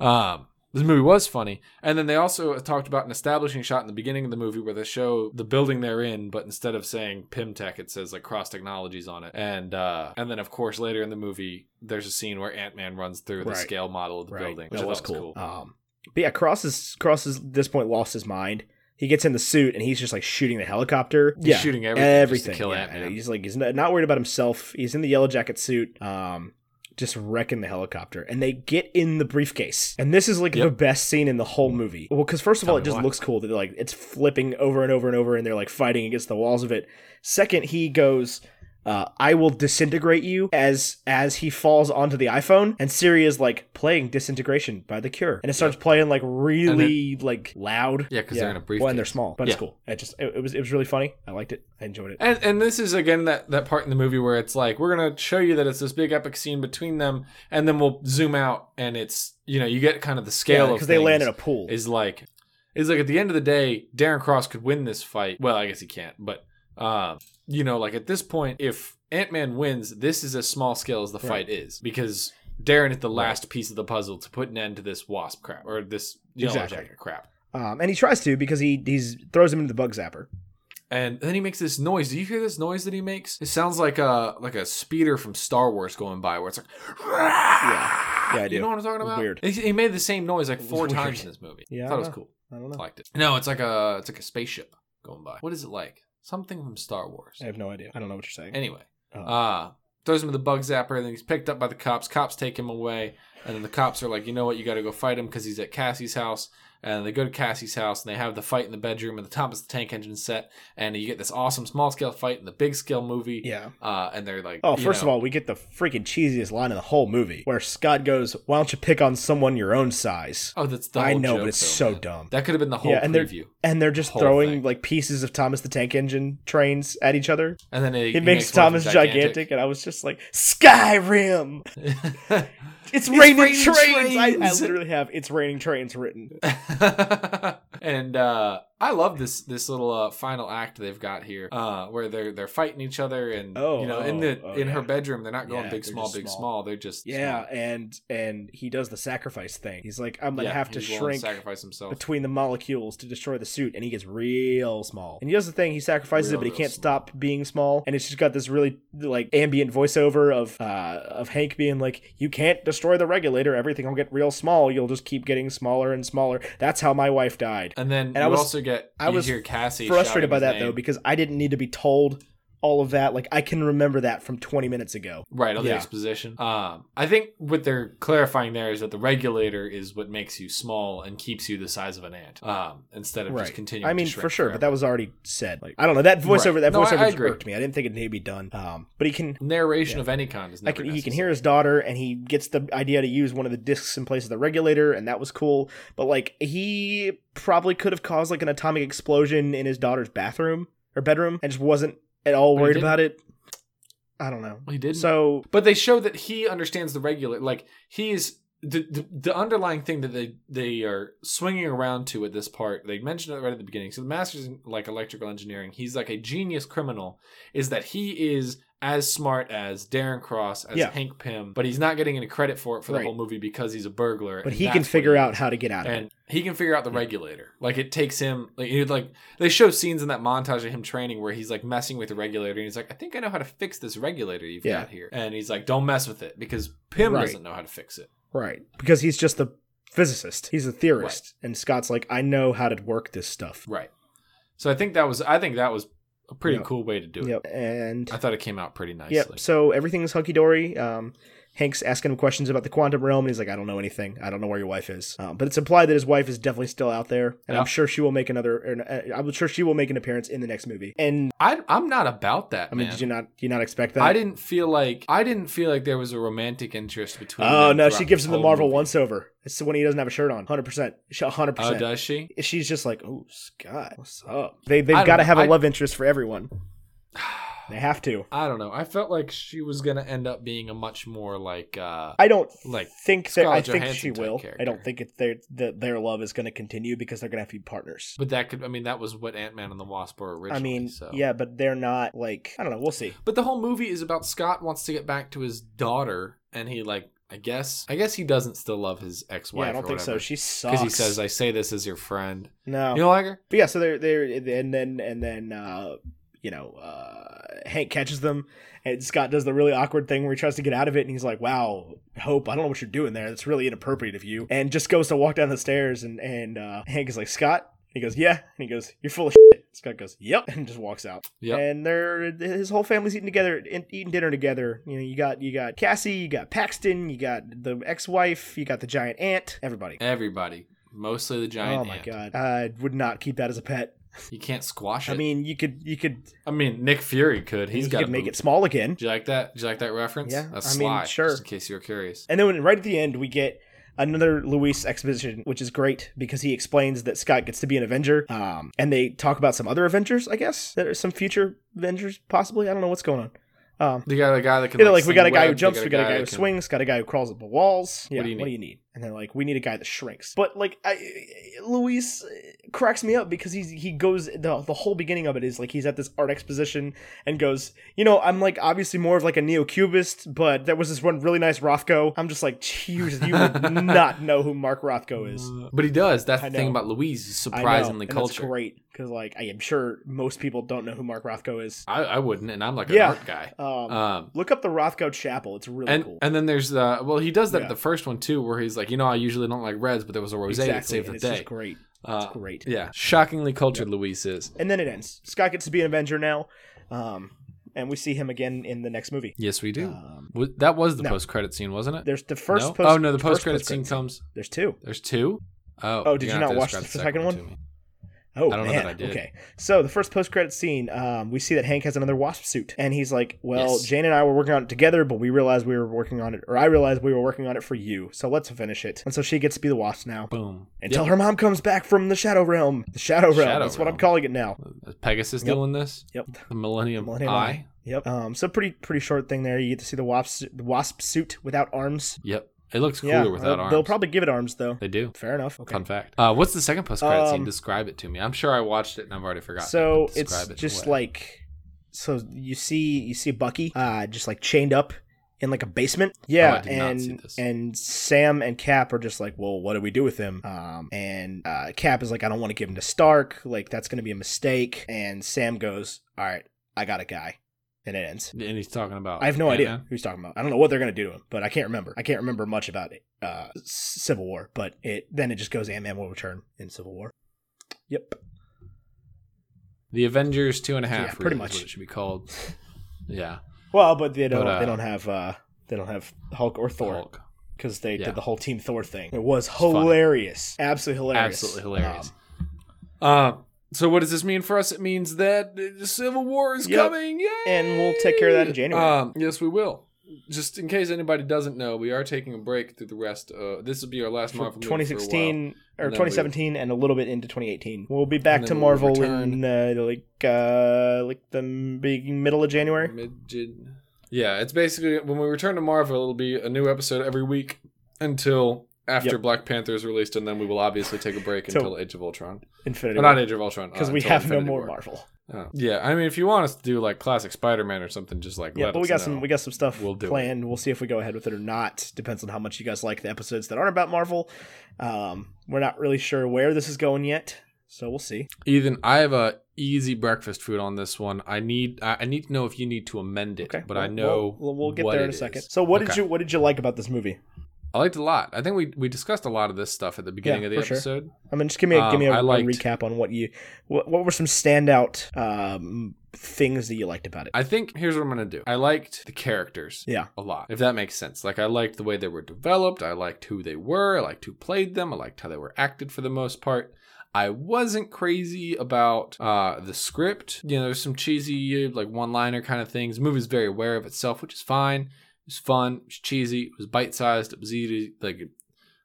[SPEAKER 1] um, this movie was funny. And then they also talked about an establishing shot in the beginning of the movie where they show the building they're in, but instead of saying Pimtech, it says like Cross Technologies on it. And uh, and then of course later in the movie, there's a scene where Ant Man runs through the
[SPEAKER 2] Right.
[SPEAKER 1] scale model of the building, which
[SPEAKER 2] That
[SPEAKER 1] I
[SPEAKER 2] was
[SPEAKER 1] thought was
[SPEAKER 2] cool. Um, but yeah, Cross is Cross is at this point lost his mind. He gets in the suit and he's just like shooting the helicopter.
[SPEAKER 1] He's
[SPEAKER 2] yeah,
[SPEAKER 1] shooting everything,
[SPEAKER 2] everything.
[SPEAKER 1] just to kill
[SPEAKER 2] yeah.
[SPEAKER 1] Ant Man.
[SPEAKER 2] And He's like he's not, not worried about himself. He's in the yellow jacket suit. Um, just wrecking the helicopter, and they get in the briefcase. And this is like
[SPEAKER 1] Yep.
[SPEAKER 2] the best scene in the whole movie. Well, because first of
[SPEAKER 1] Tell
[SPEAKER 2] all, it
[SPEAKER 1] me
[SPEAKER 2] just
[SPEAKER 1] why.
[SPEAKER 2] looks cool that like it's flipping over and over and over, and they're like fighting against the walls of it. Second, he goes. Uh, I will disintegrate you as as he falls onto the iPhone, and Siri is like playing "Disintegration" by The Cure, and it starts playing like really like loud.
[SPEAKER 1] Yeah, 'cause they're in a
[SPEAKER 2] Well, and they're
[SPEAKER 1] briefcase.
[SPEAKER 2] small, but
[SPEAKER 1] Yeah.
[SPEAKER 2] it's cool. It just it, it was it was really funny. I liked it. I enjoyed it.
[SPEAKER 1] And and this is again that that part in the movie where it's like we're gonna show you that it's this big epic scene between them, and then we'll zoom out and it's you know you get kind of the scale of
[SPEAKER 2] because they land
[SPEAKER 1] things
[SPEAKER 2] in a pool.
[SPEAKER 1] is like is like at the end of the day, Darren Cross could win this fight. Well, I guess he can't, but um, you know, like at this point, if Ant Man wins, this is as small scale as the
[SPEAKER 2] Right.
[SPEAKER 1] fight is because Darren is the last piece of the puzzle to put an end to this wasp crap or this yellow
[SPEAKER 2] Exactly.
[SPEAKER 1] jacket crap.
[SPEAKER 2] Um, and he tries to because he he's throws him into the bug zapper.
[SPEAKER 1] And then he makes this noise. Do you hear this noise that he makes? It sounds like a like a speeder from Star Wars going by, where it's like, yeah,
[SPEAKER 2] Yeah, I do.
[SPEAKER 1] You know what I'm talking about?
[SPEAKER 2] Weird.
[SPEAKER 1] He, he made the same noise like
[SPEAKER 2] It was
[SPEAKER 1] four
[SPEAKER 2] weird.
[SPEAKER 1] times in this movie.
[SPEAKER 2] Yeah, I
[SPEAKER 1] thought it was
[SPEAKER 2] know.
[SPEAKER 1] cool.
[SPEAKER 2] I don't know.
[SPEAKER 1] liked it. No, it's like a it's like a spaceship going by. What is it like? Something from Star Wars.
[SPEAKER 2] I have no idea. I don't know what you're saying.
[SPEAKER 1] Anyway,
[SPEAKER 2] Oh.
[SPEAKER 1] uh throws him to the bug zapper, and then he's picked up by the cops. Cops take him away, and then the cops are like, you know what, you got to go fight him because he's at Cassie's house. And they go to Cassie's house, and they have the fight in the bedroom, and the top is the tank engine set, and you get this awesome small scale fight in the big scale movie.
[SPEAKER 2] yeah.
[SPEAKER 1] Uh, and they're like,
[SPEAKER 2] Oh,
[SPEAKER 1] you
[SPEAKER 2] first
[SPEAKER 1] know,
[SPEAKER 2] of all, we get the freaking cheesiest line in the whole movie where Scott goes, "Why don't you pick on someone your own size?"
[SPEAKER 1] oh, that's the
[SPEAKER 2] I
[SPEAKER 1] whole
[SPEAKER 2] know,
[SPEAKER 1] joke,
[SPEAKER 2] but it's
[SPEAKER 1] though,
[SPEAKER 2] so
[SPEAKER 1] man.
[SPEAKER 2] dumb.
[SPEAKER 1] That could have been the whole
[SPEAKER 2] Yeah, and they're-
[SPEAKER 1] preview.
[SPEAKER 2] and they're just
[SPEAKER 1] whole
[SPEAKER 2] throwing
[SPEAKER 1] thing.
[SPEAKER 2] like pieces of Thomas the Tank Engine trains at each other.
[SPEAKER 1] And then he,
[SPEAKER 2] It makes, Thomas gigantic. and I was just like, "Skyrim,
[SPEAKER 1] gigantic.
[SPEAKER 2] it's, raining,
[SPEAKER 1] raining
[SPEAKER 2] trains." I- I,
[SPEAKER 1] trains.
[SPEAKER 2] literally have "It's raining trains" written.
[SPEAKER 1] and uh, I love this this little uh, final act they've got here, uh, where they're they're fighting each other, and
[SPEAKER 2] Oh,
[SPEAKER 1] you know,
[SPEAKER 2] oh,
[SPEAKER 1] in the
[SPEAKER 2] oh,
[SPEAKER 1] in her
[SPEAKER 2] yeah.
[SPEAKER 1] bedroom, they're not going
[SPEAKER 2] Yeah,
[SPEAKER 1] big
[SPEAKER 2] they're
[SPEAKER 1] small,
[SPEAKER 2] just
[SPEAKER 1] big
[SPEAKER 2] small.
[SPEAKER 1] small. They're just
[SPEAKER 2] Yeah,
[SPEAKER 1] small.
[SPEAKER 2] and and he does the sacrifice thing. He's like, "I'm gonna
[SPEAKER 1] Yeah,
[SPEAKER 2] have to
[SPEAKER 1] he's willing
[SPEAKER 2] shrink."
[SPEAKER 1] sacrifice himself.
[SPEAKER 2] between the molecules to destroy the suit, and he gets real small. And he does the thing; he sacrifices
[SPEAKER 1] Real,
[SPEAKER 2] it, but he
[SPEAKER 1] real
[SPEAKER 2] can't
[SPEAKER 1] small.
[SPEAKER 2] stop being small. And it's just got this really like ambient voiceover of uh, of Hank being like, "You can't destroy the regulator; everything will get real small. You'll just keep getting smaller and smaller. That's how my wife died."
[SPEAKER 1] And then
[SPEAKER 2] I
[SPEAKER 1] you
[SPEAKER 2] was-
[SPEAKER 1] also get
[SPEAKER 2] I
[SPEAKER 1] you
[SPEAKER 2] was
[SPEAKER 1] hear Cassie
[SPEAKER 2] Frustrated
[SPEAKER 1] shouting
[SPEAKER 2] by
[SPEAKER 1] his
[SPEAKER 2] that
[SPEAKER 1] name.
[SPEAKER 2] though, because I didn't need to be told all of that. Like I can remember that from 20 minutes ago.
[SPEAKER 1] Right, on
[SPEAKER 2] Yeah.
[SPEAKER 1] the exposition. Um, I think what they're clarifying there is that the regulator is what makes you small and keeps you the size of an ant, um, instead of just continuing.
[SPEAKER 2] I mean,
[SPEAKER 1] to shrink
[SPEAKER 2] for sure,
[SPEAKER 1] forever.
[SPEAKER 2] but that was already said. Like I don't know that voiceover.
[SPEAKER 1] Right.
[SPEAKER 2] That
[SPEAKER 1] No, I-
[SPEAKER 2] voiceover
[SPEAKER 1] I
[SPEAKER 2] just
[SPEAKER 1] agree.
[SPEAKER 2] irked me. I didn't think it needed to be done. Um, but he can.
[SPEAKER 1] narration of any kind is
[SPEAKER 2] I
[SPEAKER 1] never
[SPEAKER 2] can, he can
[SPEAKER 1] necessary.
[SPEAKER 2] hear his daughter, and he gets the idea to use one of the discs in place of the regulator, and that was cool. But like, he probably could have caused like an atomic explosion in his daughter's bathroom or bedroom, and just wasn't at all
[SPEAKER 1] But he
[SPEAKER 2] worried
[SPEAKER 1] didn't.
[SPEAKER 2] about it. I don't know.
[SPEAKER 1] He didn't.
[SPEAKER 2] So
[SPEAKER 1] but they show that he understands the regular like he's the, the the underlying thing that they they are swinging around to at this part they mentioned it right at the beginning so the master's in like electrical engineering he's like a genius criminal is that he is as smart as Darren Cross as
[SPEAKER 2] Yeah.
[SPEAKER 1] Hank Pym but he's not getting any credit for it for
[SPEAKER 2] Right.
[SPEAKER 1] the whole movie because he's a burglar
[SPEAKER 2] but
[SPEAKER 1] and
[SPEAKER 2] he
[SPEAKER 1] that's
[SPEAKER 2] can
[SPEAKER 1] what
[SPEAKER 2] figure
[SPEAKER 1] he
[SPEAKER 2] out
[SPEAKER 1] is.
[SPEAKER 2] how to get out of it.
[SPEAKER 1] and he can figure out the
[SPEAKER 2] Yeah.
[SPEAKER 1] regulator. Like it takes him like he like they show scenes in that montage of him training where he's like messing with the regulator and he's like, I think I know how to fix this regulator you've
[SPEAKER 2] Yeah.
[SPEAKER 1] got here. And he's like, Don't mess with it because Pym
[SPEAKER 2] Right.
[SPEAKER 1] doesn't know how to fix it.
[SPEAKER 2] Right. Because he's just the physicist. He's a theorist. And Scott's like, I know how to work this stuff.
[SPEAKER 1] Right. So I think that was I think that was a pretty
[SPEAKER 2] Yep.
[SPEAKER 1] cool way to do it.
[SPEAKER 2] Yep. And
[SPEAKER 1] I thought it came out pretty nicely.
[SPEAKER 2] yep. So everything's hunky dory. Um, Hank's asking him questions about the quantum realm, and he's like, I don't know anything. I don't know where your wife is. Um, but it's implied that his wife is definitely still out there, and I'm
[SPEAKER 1] Yeah.
[SPEAKER 2] sure she will make another. Or, uh, I'm sure she will make an appearance in the next movie. And
[SPEAKER 1] I I'm not about that.
[SPEAKER 2] I mean,
[SPEAKER 1] man.
[SPEAKER 2] did you not? You not expect that?
[SPEAKER 1] I didn't feel like I didn't feel like there was a romantic interest between
[SPEAKER 2] Oh
[SPEAKER 1] them
[SPEAKER 2] no,
[SPEAKER 1] throughout
[SPEAKER 2] she gives him the
[SPEAKER 1] whole
[SPEAKER 2] Marvel
[SPEAKER 1] movie.
[SPEAKER 2] once over. It's when he doesn't have a shirt on. Hundred percent. Hundred
[SPEAKER 1] Oh,
[SPEAKER 2] percent.
[SPEAKER 1] does she?
[SPEAKER 2] She's just like, oh Scott, what's up? They they've
[SPEAKER 1] don't
[SPEAKER 2] got to
[SPEAKER 1] know.
[SPEAKER 2] have a
[SPEAKER 1] I-
[SPEAKER 2] love interest for everyone. They have to.
[SPEAKER 1] I don't know. I felt like she was gonna end up being a much more like uh
[SPEAKER 2] I don't
[SPEAKER 1] like
[SPEAKER 2] think that. I
[SPEAKER 1] Scarlett
[SPEAKER 2] think
[SPEAKER 1] Johansson
[SPEAKER 2] she
[SPEAKER 1] type
[SPEAKER 2] will. I
[SPEAKER 1] character.
[SPEAKER 2] don't think it, their that their love is going to continue because they're going to have to be partners.
[SPEAKER 1] But that could, I mean, that was what Ant Man and the Wasp were originally.
[SPEAKER 2] I mean,
[SPEAKER 1] so.
[SPEAKER 2] yeah, but they're not like I don't know. We'll see.
[SPEAKER 1] But the whole movie is about Scott wants to get back to his daughter, and he like, I guess, I guess he doesn't still love his ex wife.
[SPEAKER 2] yeah, I don't
[SPEAKER 1] or
[SPEAKER 2] think so.
[SPEAKER 1] whatever,
[SPEAKER 2] She sucks. Oh.
[SPEAKER 1] he says, "I say this as your friend."
[SPEAKER 2] no.
[SPEAKER 1] You don't like her?
[SPEAKER 2] but yeah, so they're they're and then and then uh, you know uh, Hank catches them, and Scott does the really awkward thing where he tries to get out of it, and he's like, "Wow, Hope, I don't know what you're doing there. That's really inappropriate of you," and just goes to walk down the stairs, and and uh, Hank is like, "Scott," he goes, "Yeah," and he goes, "You're full of shit." Scott goes, "Yep," and just walks out.
[SPEAKER 1] Yep.
[SPEAKER 2] And they're his whole family's eating together, in- eating dinner together. You know, you got you got Cassie, you got Paxton, you got the ex-wife, you got the giant aunt, everybody.
[SPEAKER 1] Everybody, mostly the giant.
[SPEAKER 2] oh my
[SPEAKER 1] ant.
[SPEAKER 2] god, I would not keep that as a pet.
[SPEAKER 1] You can't squash it.
[SPEAKER 2] I mean, you could you could
[SPEAKER 1] I mean, Nick Fury could. He's
[SPEAKER 2] you
[SPEAKER 1] got to
[SPEAKER 2] could make it small again.
[SPEAKER 1] Do you like that? Do you like that reference?
[SPEAKER 2] Yeah,
[SPEAKER 1] That's
[SPEAKER 2] I mean,
[SPEAKER 1] sly.
[SPEAKER 2] sure.
[SPEAKER 1] Just in case you were curious.
[SPEAKER 2] And then when, right at the end, we get another Luis exposition, which is great because he explains that Scott gets to be an Avenger. Um, and they talk about some other Avengers, I guess, that are some future Avengers possibly. I don't know what's going on. Um,
[SPEAKER 1] You got a guy that can.
[SPEAKER 2] yeah, they're like,
[SPEAKER 1] like
[SPEAKER 2] we got a
[SPEAKER 1] sling
[SPEAKER 2] guy who
[SPEAKER 1] webs, they
[SPEAKER 2] jumps, we got a guy who
[SPEAKER 1] that can-
[SPEAKER 2] swings, got a guy who crawls up the walls. Yeah, what do you,
[SPEAKER 1] you
[SPEAKER 2] need? And they're like, we need a guy that shrinks. But like, I, Luis cracks me up because he's he goes the the whole beginning of it is like he's at this art exposition and goes, you know, I'm like obviously more of like a neo cubist, but there was this one really nice Rothko. I'm just like, geez, you would not know who Mark Rothko is.
[SPEAKER 1] But he does. That's
[SPEAKER 2] I
[SPEAKER 1] the thing
[SPEAKER 2] know.
[SPEAKER 1] about Louise. He's
[SPEAKER 2] I know,
[SPEAKER 1] surprisingly
[SPEAKER 2] and that's
[SPEAKER 1] cultured.
[SPEAKER 2] great because like I am sure most people don't know who Mark Rothko is.
[SPEAKER 1] I, I wouldn't, and I'm like an
[SPEAKER 2] Yeah.
[SPEAKER 1] art guy.
[SPEAKER 2] Um,
[SPEAKER 1] Um,
[SPEAKER 2] look up the Rothko Chapel; it's really
[SPEAKER 1] and
[SPEAKER 2] cool.
[SPEAKER 1] and then there's uh, well, he does that
[SPEAKER 2] Yeah.
[SPEAKER 1] at the first one too, where he's like, you know, I usually don't like reds, but there was a rosé that saved
[SPEAKER 2] and
[SPEAKER 1] the
[SPEAKER 2] it's just
[SPEAKER 1] day.
[SPEAKER 2] great.
[SPEAKER 1] Uh,
[SPEAKER 2] It's great.
[SPEAKER 1] yeah, shockingly cultured Luis is.
[SPEAKER 2] and then it ends. Scott gets to be an Avenger now, um, and we see him again in the next movie.
[SPEAKER 1] Yes, we do.
[SPEAKER 2] Um,
[SPEAKER 1] Wa- that was the
[SPEAKER 2] no.
[SPEAKER 1] post credit scene, wasn't it?
[SPEAKER 2] there's the first.
[SPEAKER 1] no?
[SPEAKER 2] Post,
[SPEAKER 1] oh no, the
[SPEAKER 2] first
[SPEAKER 1] post credit
[SPEAKER 2] post-credit
[SPEAKER 1] scene comes.
[SPEAKER 2] There's two.
[SPEAKER 1] There's two. Oh,
[SPEAKER 2] Oh, did
[SPEAKER 1] you're gonna
[SPEAKER 2] you not
[SPEAKER 1] have to
[SPEAKER 2] watch
[SPEAKER 1] describe
[SPEAKER 2] the second one?
[SPEAKER 1] to me.
[SPEAKER 2] Oh
[SPEAKER 1] I don't know
[SPEAKER 2] man.
[SPEAKER 1] that I did.
[SPEAKER 2] Okay. So the first post-credit scene, um, we see that Hank has another Wasp suit, and he's like, "Well,
[SPEAKER 1] Yes.
[SPEAKER 2] Jane and I were working on it together, but we realized we were working on it, or I realized we were working on it for you. So let's finish it." And so she gets to be the Wasp now.
[SPEAKER 1] Boom.
[SPEAKER 2] Until
[SPEAKER 1] Yep.
[SPEAKER 2] her mom comes back from the Shadow Realm. The Shadow Realm.
[SPEAKER 1] Shadow
[SPEAKER 2] that's what I'm
[SPEAKER 1] Realm.
[SPEAKER 2] calling it now.
[SPEAKER 1] Is Pegasus
[SPEAKER 2] Yep.
[SPEAKER 1] doing this.
[SPEAKER 2] Yep.
[SPEAKER 1] The Millennium,
[SPEAKER 2] Millennium
[SPEAKER 1] Eye.
[SPEAKER 2] Eye. Yep. Um, so pretty pretty short thing there. You get to see the wasp the wasp suit without arms.
[SPEAKER 1] Yep. It looks cooler
[SPEAKER 2] yeah,
[SPEAKER 1] without
[SPEAKER 2] they'll,
[SPEAKER 1] arms.
[SPEAKER 2] they'll probably give it arms though.
[SPEAKER 1] they do.
[SPEAKER 2] Fair enough. Okay.
[SPEAKER 1] Fun fact. Uh, what's the second post credit
[SPEAKER 2] Um,
[SPEAKER 1] scene? Describe it to me. I'm sure I watched it and I've already forgotten.
[SPEAKER 2] So
[SPEAKER 1] it, but describe
[SPEAKER 2] it's
[SPEAKER 1] it in a
[SPEAKER 2] just
[SPEAKER 1] way.
[SPEAKER 2] like so you see you see Bucky uh just like chained up in like a basement. Yeah,
[SPEAKER 1] Oh, did not see
[SPEAKER 2] and
[SPEAKER 1] this.
[SPEAKER 2] and Sam and Cap are just like, "Well, what do we do with him?" Um and uh Cap is like, "I don't want to give him to Stark. Like that's going to be a mistake." And Sam goes, "All right, I got a guy." And it ends.
[SPEAKER 1] and he's talking about.
[SPEAKER 2] I have no idea
[SPEAKER 1] Ant-Man?
[SPEAKER 2] who he's talking about. I don't know what they're gonna do to him, but I can't remember. I can't remember much about it. Uh, S- Civil War, but it then it just goes Ant Man will return in Civil War. Yep.
[SPEAKER 1] The Avengers two and a half.
[SPEAKER 2] Yeah, pretty
[SPEAKER 1] really, is
[SPEAKER 2] much.
[SPEAKER 1] what it should be called. Yeah,
[SPEAKER 2] Well, but they don't
[SPEAKER 1] But, uh,
[SPEAKER 2] they don't have uh they don't have Hulk or Thor
[SPEAKER 1] Hulk.
[SPEAKER 2] because they
[SPEAKER 1] Yeah.
[SPEAKER 2] did the whole Team Thor thing. It was
[SPEAKER 1] funny.
[SPEAKER 2] hilarious, absolutely hilarious, Um,
[SPEAKER 1] absolutely hilarious. Uh, so what does this mean for us? It means that uh, Civil War is
[SPEAKER 2] Yep.
[SPEAKER 1] coming, yay!
[SPEAKER 2] And we'll take care of that in January.
[SPEAKER 1] Um, yes, we will. Just in case anybody doesn't know, we are taking a break through the rest. Uh, this will be our last
[SPEAKER 2] Um,
[SPEAKER 1] Marvel
[SPEAKER 2] for
[SPEAKER 1] movie for a while.
[SPEAKER 2] 2016 or
[SPEAKER 1] And then we-
[SPEAKER 2] 2017 and a little bit into 2018. We'll be back
[SPEAKER 1] And
[SPEAKER 2] to
[SPEAKER 1] then we'll
[SPEAKER 2] Marvel in
[SPEAKER 1] return.
[SPEAKER 2] uh, like uh like the m- big middle of January.
[SPEAKER 1] Mid-Jan- Yeah, it's basically when we return to Marvel, it'll be a new episode every week until after
[SPEAKER 2] Yep.
[SPEAKER 1] Black Panther is released, and then we will obviously take a break
[SPEAKER 2] Till-
[SPEAKER 1] until Age of Ultron.
[SPEAKER 2] Infinity.
[SPEAKER 1] Well, not Age of Ultron
[SPEAKER 2] because
[SPEAKER 1] uh,
[SPEAKER 2] we
[SPEAKER 1] until
[SPEAKER 2] have no
[SPEAKER 1] Infinity
[SPEAKER 2] more
[SPEAKER 1] War.
[SPEAKER 2] Marvel.
[SPEAKER 1] Oh. Yeah, I mean, if you want us to do like classic Spider-Man or something, just like
[SPEAKER 2] Yeah,
[SPEAKER 1] let
[SPEAKER 2] but we
[SPEAKER 1] us
[SPEAKER 2] got
[SPEAKER 1] know.
[SPEAKER 2] some we got some stuff
[SPEAKER 1] We'll do it.
[SPEAKER 2] planned. We'll see if we go ahead with it or not. Depends on how much you guys like the episodes that aren't about Marvel. Um, we're not really sure where this is going yet, so we'll see.
[SPEAKER 1] Ethan, I have a easy breakfast food on this one. I need I I need to know if you need to amend it, but I
[SPEAKER 2] we'll-
[SPEAKER 1] know
[SPEAKER 2] we'll, we'll get
[SPEAKER 1] what
[SPEAKER 2] there in
[SPEAKER 1] it
[SPEAKER 2] a second.
[SPEAKER 1] is.
[SPEAKER 2] So, what did
[SPEAKER 1] Okay.
[SPEAKER 2] you what did you like about this movie?
[SPEAKER 1] I liked it a lot. I think we we discussed a lot of this stuff at the beginning
[SPEAKER 2] Yeah,
[SPEAKER 1] of the
[SPEAKER 2] for sure.
[SPEAKER 1] episode.
[SPEAKER 2] I mean, just give me a, give me a,
[SPEAKER 1] Um, I
[SPEAKER 2] a
[SPEAKER 1] liked-
[SPEAKER 2] recap on what you what, what were some standout um, things that you liked about it.
[SPEAKER 1] I think here's what I'm gonna do. I liked the characters.
[SPEAKER 2] Yeah.
[SPEAKER 1] A lot, if that makes sense. Like I liked the way they were developed. I liked who they were. I liked who played them. I liked how they were acted for the most part. I wasn't crazy about uh, the script. You know, there's some cheesy like one-liner kind of things. The movie's very aware of itself, which is fine. It was fun. It was cheesy. It was bite-sized. It was easy. Like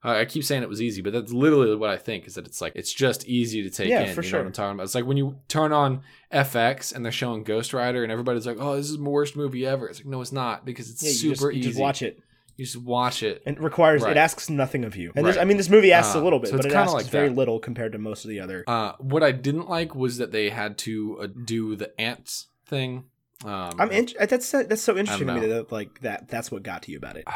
[SPEAKER 1] I I keep saying it was easy, but that's literally what I think is that it's like it's just easy to take
[SPEAKER 2] Yeah,
[SPEAKER 1] in.
[SPEAKER 2] for
[SPEAKER 1] you know
[SPEAKER 2] sure.
[SPEAKER 1] what I'm talking about? It's like when you turn on FX and they're showing Ghost Rider, and everybody's like, "Oh, this is the worst movie ever." It's like, no, it's not because it's
[SPEAKER 2] Yeah, you just,
[SPEAKER 1] super
[SPEAKER 2] you
[SPEAKER 1] easy.
[SPEAKER 2] just watch it.
[SPEAKER 1] You just watch it.
[SPEAKER 2] It requires
[SPEAKER 1] Right.
[SPEAKER 2] it asks nothing of you. And this
[SPEAKER 1] Right.
[SPEAKER 2] I mean, this movie asks a
[SPEAKER 1] Ah,
[SPEAKER 2] little bit,
[SPEAKER 1] so it's
[SPEAKER 2] but it
[SPEAKER 1] kinda
[SPEAKER 2] asks
[SPEAKER 1] like
[SPEAKER 2] very
[SPEAKER 1] that.
[SPEAKER 2] little compared to most of the other.
[SPEAKER 1] Uh, what I didn't like was that they had to uh, do the ants thing. Um,
[SPEAKER 2] I'm in, that's that's so interesting to me
[SPEAKER 1] know.
[SPEAKER 2] that like that that's what got to you about it.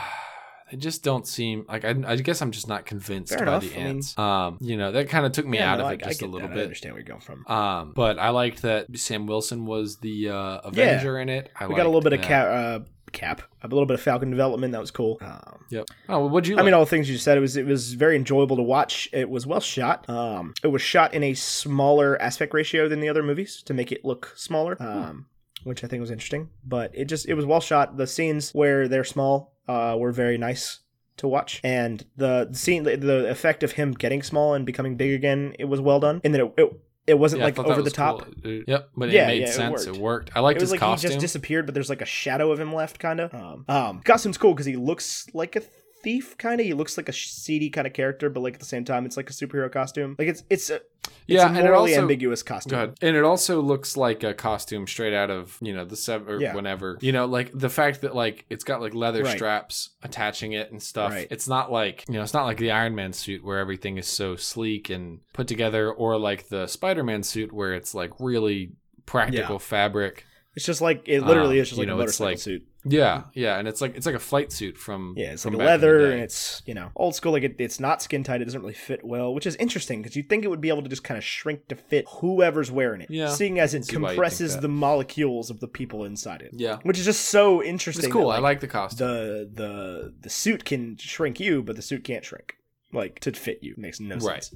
[SPEAKER 1] they just don't seem like I, I guess I'm just not convinced
[SPEAKER 2] Fair
[SPEAKER 1] by
[SPEAKER 2] enough,
[SPEAKER 1] the
[SPEAKER 2] I mean-
[SPEAKER 1] ants. um, you know, that kind of took me
[SPEAKER 2] Yeah,
[SPEAKER 1] out
[SPEAKER 2] no,
[SPEAKER 1] of
[SPEAKER 2] I-
[SPEAKER 1] it
[SPEAKER 2] I
[SPEAKER 1] just a
[SPEAKER 2] get
[SPEAKER 1] little
[SPEAKER 2] that. I
[SPEAKER 1] bit.
[SPEAKER 2] understand where you're going from.
[SPEAKER 1] Um, but I liked that Sam Wilson was the uh,
[SPEAKER 2] Yeah.
[SPEAKER 1] Avenger in it. I
[SPEAKER 2] we got a little
[SPEAKER 1] liked
[SPEAKER 2] bit of
[SPEAKER 1] that.
[SPEAKER 2] cap, uh, cap, a little bit of Falcon development. That was cool. Um,
[SPEAKER 1] Yep. Oh, well, what'd you?
[SPEAKER 2] I mean,
[SPEAKER 1] like?
[SPEAKER 2] all the things you said. It was it was very enjoyable to watch. It was well shot. Um, it was shot in a smaller aspect ratio than the other movies to make it look smaller,
[SPEAKER 1] Hmm.
[SPEAKER 2] um, which I think was interesting. But it just it was well shot. The scenes where they're small uh, were very nice to watch, and the scene the, the effect of him getting small and becoming big again. It was well done, and then it. it it wasn't
[SPEAKER 1] Yeah, I
[SPEAKER 2] like
[SPEAKER 1] thought that
[SPEAKER 2] over the
[SPEAKER 1] was
[SPEAKER 2] top.
[SPEAKER 1] cool. Uh, Yep, but it
[SPEAKER 2] Yeah,
[SPEAKER 1] made
[SPEAKER 2] yeah, it
[SPEAKER 1] sense. It worked.
[SPEAKER 2] worked.
[SPEAKER 1] I liked
[SPEAKER 2] It was
[SPEAKER 1] his
[SPEAKER 2] like
[SPEAKER 1] costume.
[SPEAKER 2] he just disappeared, but there's like a shadow of him left, kind of. Um, um, costume's cool because he looks like a thief, kind of. He looks like a seedy kind of character, but like at the same time, it's like a superhero costume. Like it's it's a it's
[SPEAKER 1] yeah,
[SPEAKER 2] a
[SPEAKER 1] and it
[SPEAKER 2] morally
[SPEAKER 1] also
[SPEAKER 2] ambiguous costume.
[SPEAKER 1] Go ahead. And it also looks like a costume straight out of you know the seven or
[SPEAKER 2] Yeah.
[SPEAKER 1] whenever you know like the fact that like it's got like leather
[SPEAKER 2] Right.
[SPEAKER 1] straps attaching it and stuff.
[SPEAKER 2] Right.
[SPEAKER 1] It's not like you know it's not like the Iron Man suit where everything is so sleek and put together, or like the Spider Man suit where it's like really practical fabric.
[SPEAKER 2] It's just like it literally is just
[SPEAKER 1] Um,
[SPEAKER 2] like
[SPEAKER 1] you
[SPEAKER 2] a
[SPEAKER 1] know, it's
[SPEAKER 2] motorcycle
[SPEAKER 1] like-
[SPEAKER 2] suit.
[SPEAKER 1] Yeah, yeah, and it's like it's like a flight suit from
[SPEAKER 2] Yeah, it's
[SPEAKER 1] from
[SPEAKER 2] like
[SPEAKER 1] back in the
[SPEAKER 2] leather
[SPEAKER 1] day.
[SPEAKER 2] and it's you know old school. Like it, it's not skin tight. It doesn't really fit well, which is interesting because you think it would be able to just kind of shrink to fit whoever's wearing it.
[SPEAKER 1] Yeah,
[SPEAKER 2] seeing as it
[SPEAKER 1] see why you'd think
[SPEAKER 2] compresses
[SPEAKER 1] that.
[SPEAKER 2] the molecules of the people inside it,
[SPEAKER 1] yeah.
[SPEAKER 2] which is just so
[SPEAKER 1] It's
[SPEAKER 2] interesting.
[SPEAKER 1] cool.
[SPEAKER 2] that,
[SPEAKER 1] I like the costume.
[SPEAKER 2] the the the suit can shrink you, but the suit can't shrink like to fit you. Makes no
[SPEAKER 1] Right.
[SPEAKER 2] sense.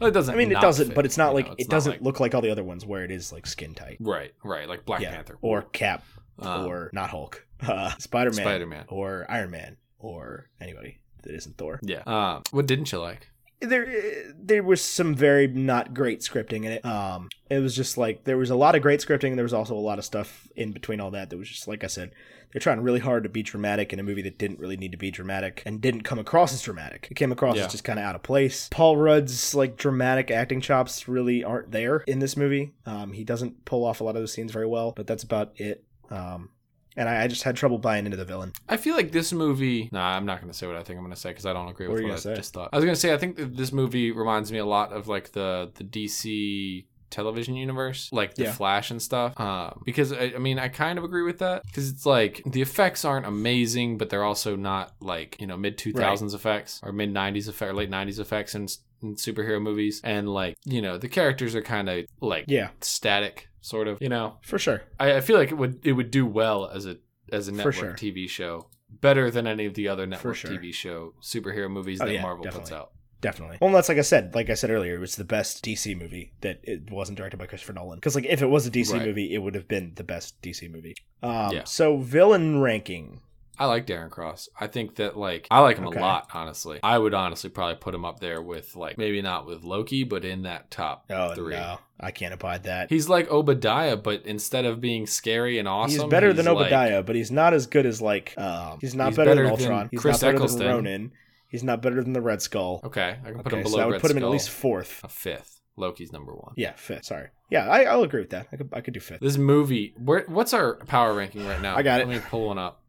[SPEAKER 1] Well, it doesn't.
[SPEAKER 2] I mean, it
[SPEAKER 1] not
[SPEAKER 2] doesn't,
[SPEAKER 1] fit,
[SPEAKER 2] but it's not
[SPEAKER 1] you
[SPEAKER 2] like
[SPEAKER 1] know, it's
[SPEAKER 2] it doesn't
[SPEAKER 1] like-
[SPEAKER 2] look like all the other ones where it is like skin tight.
[SPEAKER 1] right, right, like Black
[SPEAKER 2] Yeah.
[SPEAKER 1] Panther
[SPEAKER 2] or Cap
[SPEAKER 1] Uh,
[SPEAKER 2] or not Hulk, uh, Spider Man,
[SPEAKER 1] Spider-Man.
[SPEAKER 2] or Iron Man, or anybody that isn't Thor.
[SPEAKER 1] Yeah. Um, what didn't you like?
[SPEAKER 2] There uh, there was some very not great scripting in it. Um, it was just like there was a lot of great scripting, and there was also a lot of stuff in between all that that was just like I said, they're trying really hard to be dramatic in a movie that didn't really need to be dramatic and didn't come across as dramatic. It came across
[SPEAKER 1] Yeah.
[SPEAKER 2] as just kind of out of place. Paul Rudd's like dramatic acting chops really aren't there in this movie. Um, he doesn't pull off a lot of those scenes very well, but that's about it. Um, and I, I just had trouble buying into the villain.
[SPEAKER 1] I feel like this movie. Nah, I'm not going to say what I think I'm going to say because I don't agree
[SPEAKER 2] What
[SPEAKER 1] with
[SPEAKER 2] were you
[SPEAKER 1] what I
[SPEAKER 2] gonna say?
[SPEAKER 1] just thought. I was going to say I think that this movie reminds me a lot of like the the DC television universe, like the
[SPEAKER 2] Yeah.
[SPEAKER 1] Flash and stuff. Um, because I, I mean, I kind of agree with that because it's like the effects aren't amazing, but they're also not like you know mid 2000s effects or mid 90s effect, late 90s effects in, in superhero movies, and like you know the characters are kind of like
[SPEAKER 2] Yeah,
[SPEAKER 1] static, sort of. You know,
[SPEAKER 2] for sure.
[SPEAKER 1] I, I feel like it would it would do well as a as a
[SPEAKER 2] For
[SPEAKER 1] network
[SPEAKER 2] sure.
[SPEAKER 1] TV show, better than any of the other network
[SPEAKER 2] sure.
[SPEAKER 1] TV show superhero movies
[SPEAKER 2] Oh,
[SPEAKER 1] that
[SPEAKER 2] yeah,
[SPEAKER 1] Marvel puts
[SPEAKER 2] definitely.
[SPEAKER 1] out.
[SPEAKER 2] Definitely. Well, that's like I said, like I said earlier, it was the best DC movie that it wasn't directed by Christopher Nolan. Because like if it was a DC
[SPEAKER 1] Right.
[SPEAKER 2] movie, it would have been the best DC movie. Um,
[SPEAKER 1] Yeah.
[SPEAKER 2] So villain ranking.
[SPEAKER 1] I like Darren Cross. I think that like I like him
[SPEAKER 2] Okay.
[SPEAKER 1] a lot, honestly. I would honestly probably put him up there with like maybe not with Loki, but in that top
[SPEAKER 2] Oh
[SPEAKER 1] three.
[SPEAKER 2] no, I can't abide that.
[SPEAKER 1] He's like Obadiah, but instead of being scary and awesome,
[SPEAKER 2] he's better than
[SPEAKER 1] like-
[SPEAKER 2] Obadiah, but he's not as good as like. Um, he's not
[SPEAKER 1] He's
[SPEAKER 2] better,
[SPEAKER 1] better
[SPEAKER 2] than
[SPEAKER 1] than
[SPEAKER 2] Ultron. he's
[SPEAKER 1] Chris
[SPEAKER 2] not better
[SPEAKER 1] Eccleston.
[SPEAKER 2] than Ronan. He's not better than the Red Skull.
[SPEAKER 1] okay, I can put
[SPEAKER 2] Okay,
[SPEAKER 1] him below.
[SPEAKER 2] so I would
[SPEAKER 1] Red
[SPEAKER 2] put him in at
[SPEAKER 1] Skull.
[SPEAKER 2] least fourth.
[SPEAKER 1] a fifth. Loki's number one.
[SPEAKER 2] Yeah, fifth. Sorry. Yeah, I, I'll agree with that. I could, I could do fifth.
[SPEAKER 1] This movie. Where, what's our power ranking right now?
[SPEAKER 2] I got it.
[SPEAKER 1] Let me pull one up.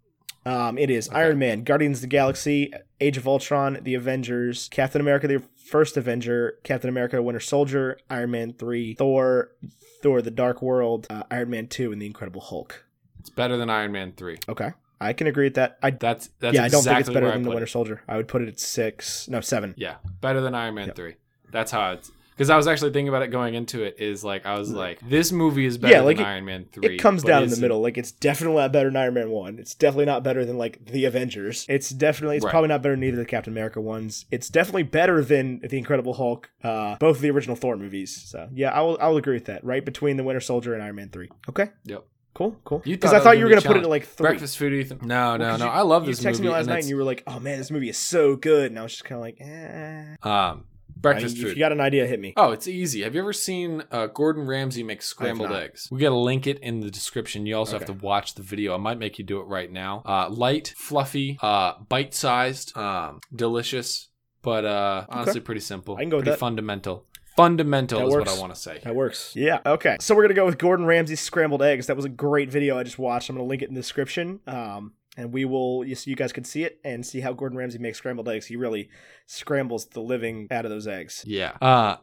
[SPEAKER 2] Um, it is
[SPEAKER 1] Okay.
[SPEAKER 2] Iron Man, Guardians of the Galaxy, Age of Ultron, The Avengers, Captain America: The First Avenger, Captain America: Winter Soldier, Iron Man three, Thor, Thor: The Dark World, uh, Iron Man two, and The Incredible Hulk.
[SPEAKER 1] It's better than Iron Man three.
[SPEAKER 2] Okay, I can agree with that. I
[SPEAKER 1] That's that's
[SPEAKER 2] yeah, I don't
[SPEAKER 1] exactly
[SPEAKER 2] think it's better
[SPEAKER 1] where I
[SPEAKER 2] than The
[SPEAKER 1] put it.
[SPEAKER 2] Winter Soldier. I would put it at six, no seven.
[SPEAKER 1] Yeah, better than Iron Man
[SPEAKER 2] Yep.
[SPEAKER 1] three. That's how it's because I was actually thinking about it going into it. Is like I was like, this movie is better
[SPEAKER 2] Yeah, like
[SPEAKER 1] than
[SPEAKER 2] it-
[SPEAKER 1] Iron Man three.
[SPEAKER 2] it comes
[SPEAKER 1] but
[SPEAKER 2] down in the
[SPEAKER 1] is-
[SPEAKER 2] middle. Like it's definitely not better than Iron Man one. It's definitely not better than like the Avengers. It's definitely it's
[SPEAKER 1] Right.
[SPEAKER 2] probably not better than either of the Captain America ones. It's definitely better than the Incredible Hulk, uh, both of the original Thor movies. So yeah, I will I will agree with that. Right between the Winter Soldier and Iron Man three. Okay.
[SPEAKER 1] Yep.
[SPEAKER 2] Cool. Cool.
[SPEAKER 1] You
[SPEAKER 2] Because
[SPEAKER 1] thought
[SPEAKER 2] I
[SPEAKER 1] that
[SPEAKER 2] thought
[SPEAKER 1] was
[SPEAKER 2] you were
[SPEAKER 1] gonna
[SPEAKER 2] gonna
[SPEAKER 1] be
[SPEAKER 2] put it
[SPEAKER 1] challenge.
[SPEAKER 2] at like three.
[SPEAKER 1] Breakfast food. Ethan. No, no,
[SPEAKER 2] 'cause
[SPEAKER 1] no. I love
[SPEAKER 2] You
[SPEAKER 1] this
[SPEAKER 2] texted
[SPEAKER 1] movie.
[SPEAKER 2] me last
[SPEAKER 1] and
[SPEAKER 2] night
[SPEAKER 1] it's-
[SPEAKER 2] and you were like, "Oh man, this movie is so good," and I was just kind of like, "Eh."
[SPEAKER 1] um,
[SPEAKER 2] I
[SPEAKER 1] breakfast
[SPEAKER 2] mean, if
[SPEAKER 1] food.
[SPEAKER 2] you got an idea, hit me.
[SPEAKER 1] Oh, it's easy. Have you ever seen uh, Gordon Ramsay make scrambled
[SPEAKER 2] not.
[SPEAKER 1] eggs? We gotta link it in the description. You also
[SPEAKER 2] Okay.
[SPEAKER 1] have to watch the video. I might make you do it right now. Uh, light, fluffy, uh, bite-sized, um, delicious, but uh, honestly pretty simple.
[SPEAKER 2] I can go with
[SPEAKER 1] pretty
[SPEAKER 2] that.
[SPEAKER 1] Fundamental. Fundamental
[SPEAKER 2] That
[SPEAKER 1] is
[SPEAKER 2] works.
[SPEAKER 1] what I want to say.
[SPEAKER 2] That works. Yeah. Okay. So we're gonna go with Gordon Ramsay's scrambled eggs. That was a great video I just watched. I'm gonna link it in the description. Um, and we will you, so you guys can see it and see how Gordon Ramsay makes scrambled eggs. He really scrambles the living out of those eggs.
[SPEAKER 1] Yeah. Uh,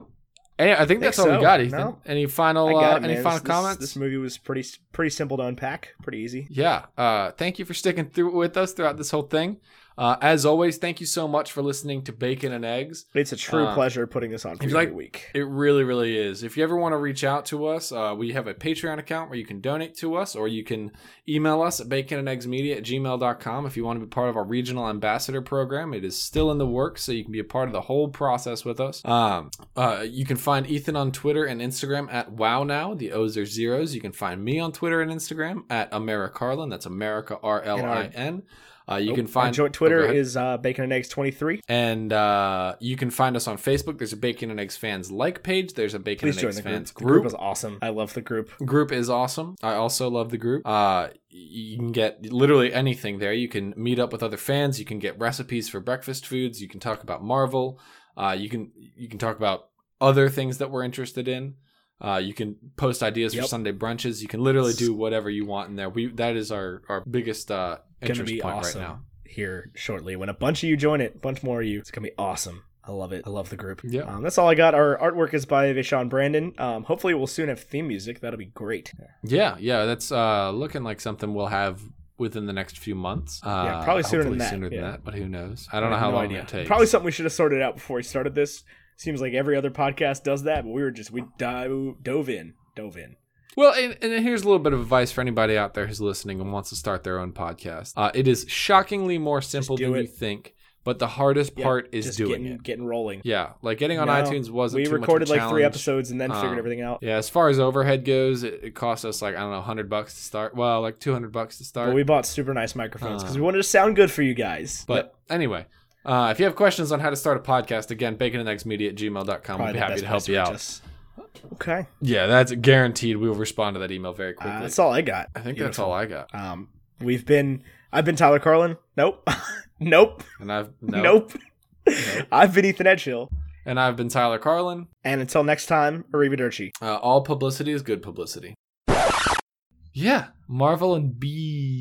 [SPEAKER 1] and I think that's all
[SPEAKER 2] so.
[SPEAKER 1] we got, Ethan.
[SPEAKER 2] No?
[SPEAKER 1] Any final
[SPEAKER 2] I got
[SPEAKER 1] uh,
[SPEAKER 2] it,
[SPEAKER 1] any
[SPEAKER 2] man.
[SPEAKER 1] final
[SPEAKER 2] This- this-
[SPEAKER 1] comments?
[SPEAKER 2] This movie was pretty s- pretty simple to unpack. Pretty easy.
[SPEAKER 1] yeah uh thank you for sticking through with us throughout this whole thing uh as always thank you so much for listening to bacon and eggs
[SPEAKER 2] It's a true
[SPEAKER 1] Uh,
[SPEAKER 2] pleasure putting this on for
[SPEAKER 1] if
[SPEAKER 2] you
[SPEAKER 1] you like-
[SPEAKER 2] every week.
[SPEAKER 1] It really, really is. If you ever want to reach out to us, uh, we have a Patreon account where you can donate to us or you can email us at baconandeggsmedia at gmail.com if you want to be part of our regional ambassador program. It is still in the works, so you can be a part of the whole process with us. Um, uh, you can find Ethan on Twitter and Instagram at WowNow. The O's are zeros. You can find me on Twitter and Instagram at AmeriCarlin. That's America R L I N. Uh, you
[SPEAKER 2] Oh,
[SPEAKER 1] can
[SPEAKER 2] our
[SPEAKER 1] find Oh,
[SPEAKER 2] joint
[SPEAKER 1] go
[SPEAKER 2] Twitter
[SPEAKER 1] ahead.
[SPEAKER 2] is uh, bacon and eggs twenty three.
[SPEAKER 1] And uh, you can find us on Facebook. There's a Bacon and Eggs fans like page. There's a Bacon and
[SPEAKER 2] Please join
[SPEAKER 1] Eggs
[SPEAKER 2] the group.
[SPEAKER 1] fans
[SPEAKER 2] The group
[SPEAKER 1] group.
[SPEAKER 2] is awesome. I love the group.
[SPEAKER 1] Group is awesome. I also love the group. Uh, you can get literally anything there. You can meet up with other fans. You can get recipes for breakfast foods. You can talk about Marvel. Uh, you can you can talk about other things that we're interested in. Uh, you can post ideas
[SPEAKER 2] Yep.
[SPEAKER 1] for Sunday brunches. You can literally do whatever you want in there. We that is our our biggest uh,
[SPEAKER 2] gonna
[SPEAKER 1] interest
[SPEAKER 2] be
[SPEAKER 1] point
[SPEAKER 2] awesome
[SPEAKER 1] right now.
[SPEAKER 2] here shortly when a bunch of you join it a bunch more of you it's gonna be awesome i love it i love the group
[SPEAKER 1] Yeah.
[SPEAKER 2] um, that's all i got our artwork is by vishawn brandon um, hopefully we'll soon have theme music that'll be great
[SPEAKER 1] Yeah, yeah, that's uh, looking like something we'll have within the next few months. Uh,
[SPEAKER 2] Yeah, probably sooner
[SPEAKER 1] hopefully
[SPEAKER 2] than that,
[SPEAKER 1] Sooner than
[SPEAKER 2] yeah.
[SPEAKER 1] that, but who knows? I don't know
[SPEAKER 2] have
[SPEAKER 1] how
[SPEAKER 2] no
[SPEAKER 1] long
[SPEAKER 2] idea.
[SPEAKER 1] it takes.
[SPEAKER 2] probably something we should have sorted out before we started this seems like every other podcast does that but we were just we dive, dove in dove in
[SPEAKER 1] Well, and, and here's a little bit of advice for anybody out there who's listening and wants to start their own podcast. Uh, it is shockingly more simple
[SPEAKER 2] do
[SPEAKER 1] than you
[SPEAKER 2] it.
[SPEAKER 1] think, but the hardest
[SPEAKER 2] Yeah,
[SPEAKER 1] part is
[SPEAKER 2] just
[SPEAKER 1] doing
[SPEAKER 2] getting
[SPEAKER 1] it.
[SPEAKER 2] getting rolling
[SPEAKER 1] Yeah, like getting on
[SPEAKER 2] No,
[SPEAKER 1] iTunes wasn't.
[SPEAKER 2] we
[SPEAKER 1] too much of a
[SPEAKER 2] recorded like three
[SPEAKER 1] challenge.
[SPEAKER 2] episodes and then
[SPEAKER 1] Um,
[SPEAKER 2] figured everything out
[SPEAKER 1] Yeah, as far as overhead goes, it, it cost us like I don't know, hundred bucks to start. Well, like two hundred bucks to start.
[SPEAKER 2] but we bought super nice microphones because
[SPEAKER 1] Uh,
[SPEAKER 2] we wanted to sound good for you guys
[SPEAKER 1] But anyway, uh, if you have questions on how to start a podcast, again, baconandeggsmedia at gmail.com. We'll
[SPEAKER 2] Probably
[SPEAKER 1] be
[SPEAKER 2] the
[SPEAKER 1] happy
[SPEAKER 2] best
[SPEAKER 1] to help
[SPEAKER 2] place
[SPEAKER 1] you
[SPEAKER 2] reach
[SPEAKER 1] out.
[SPEAKER 2] us. okay
[SPEAKER 1] Yeah, that's guaranteed. We will respond to that email very quickly.
[SPEAKER 2] Uh, that's all I got.
[SPEAKER 1] I think that's
[SPEAKER 2] Beautiful.
[SPEAKER 1] all I got.
[SPEAKER 2] Um, we've been. I've been Tyler Carlin. Nope. nope.
[SPEAKER 1] And I've no,
[SPEAKER 2] Nope. I've been Ethan Edgehill.
[SPEAKER 1] And I've been Tyler Carlin.
[SPEAKER 2] And until next time, arrivederci.
[SPEAKER 1] Uh, all publicity is good publicity. Yeah, Marvel and B.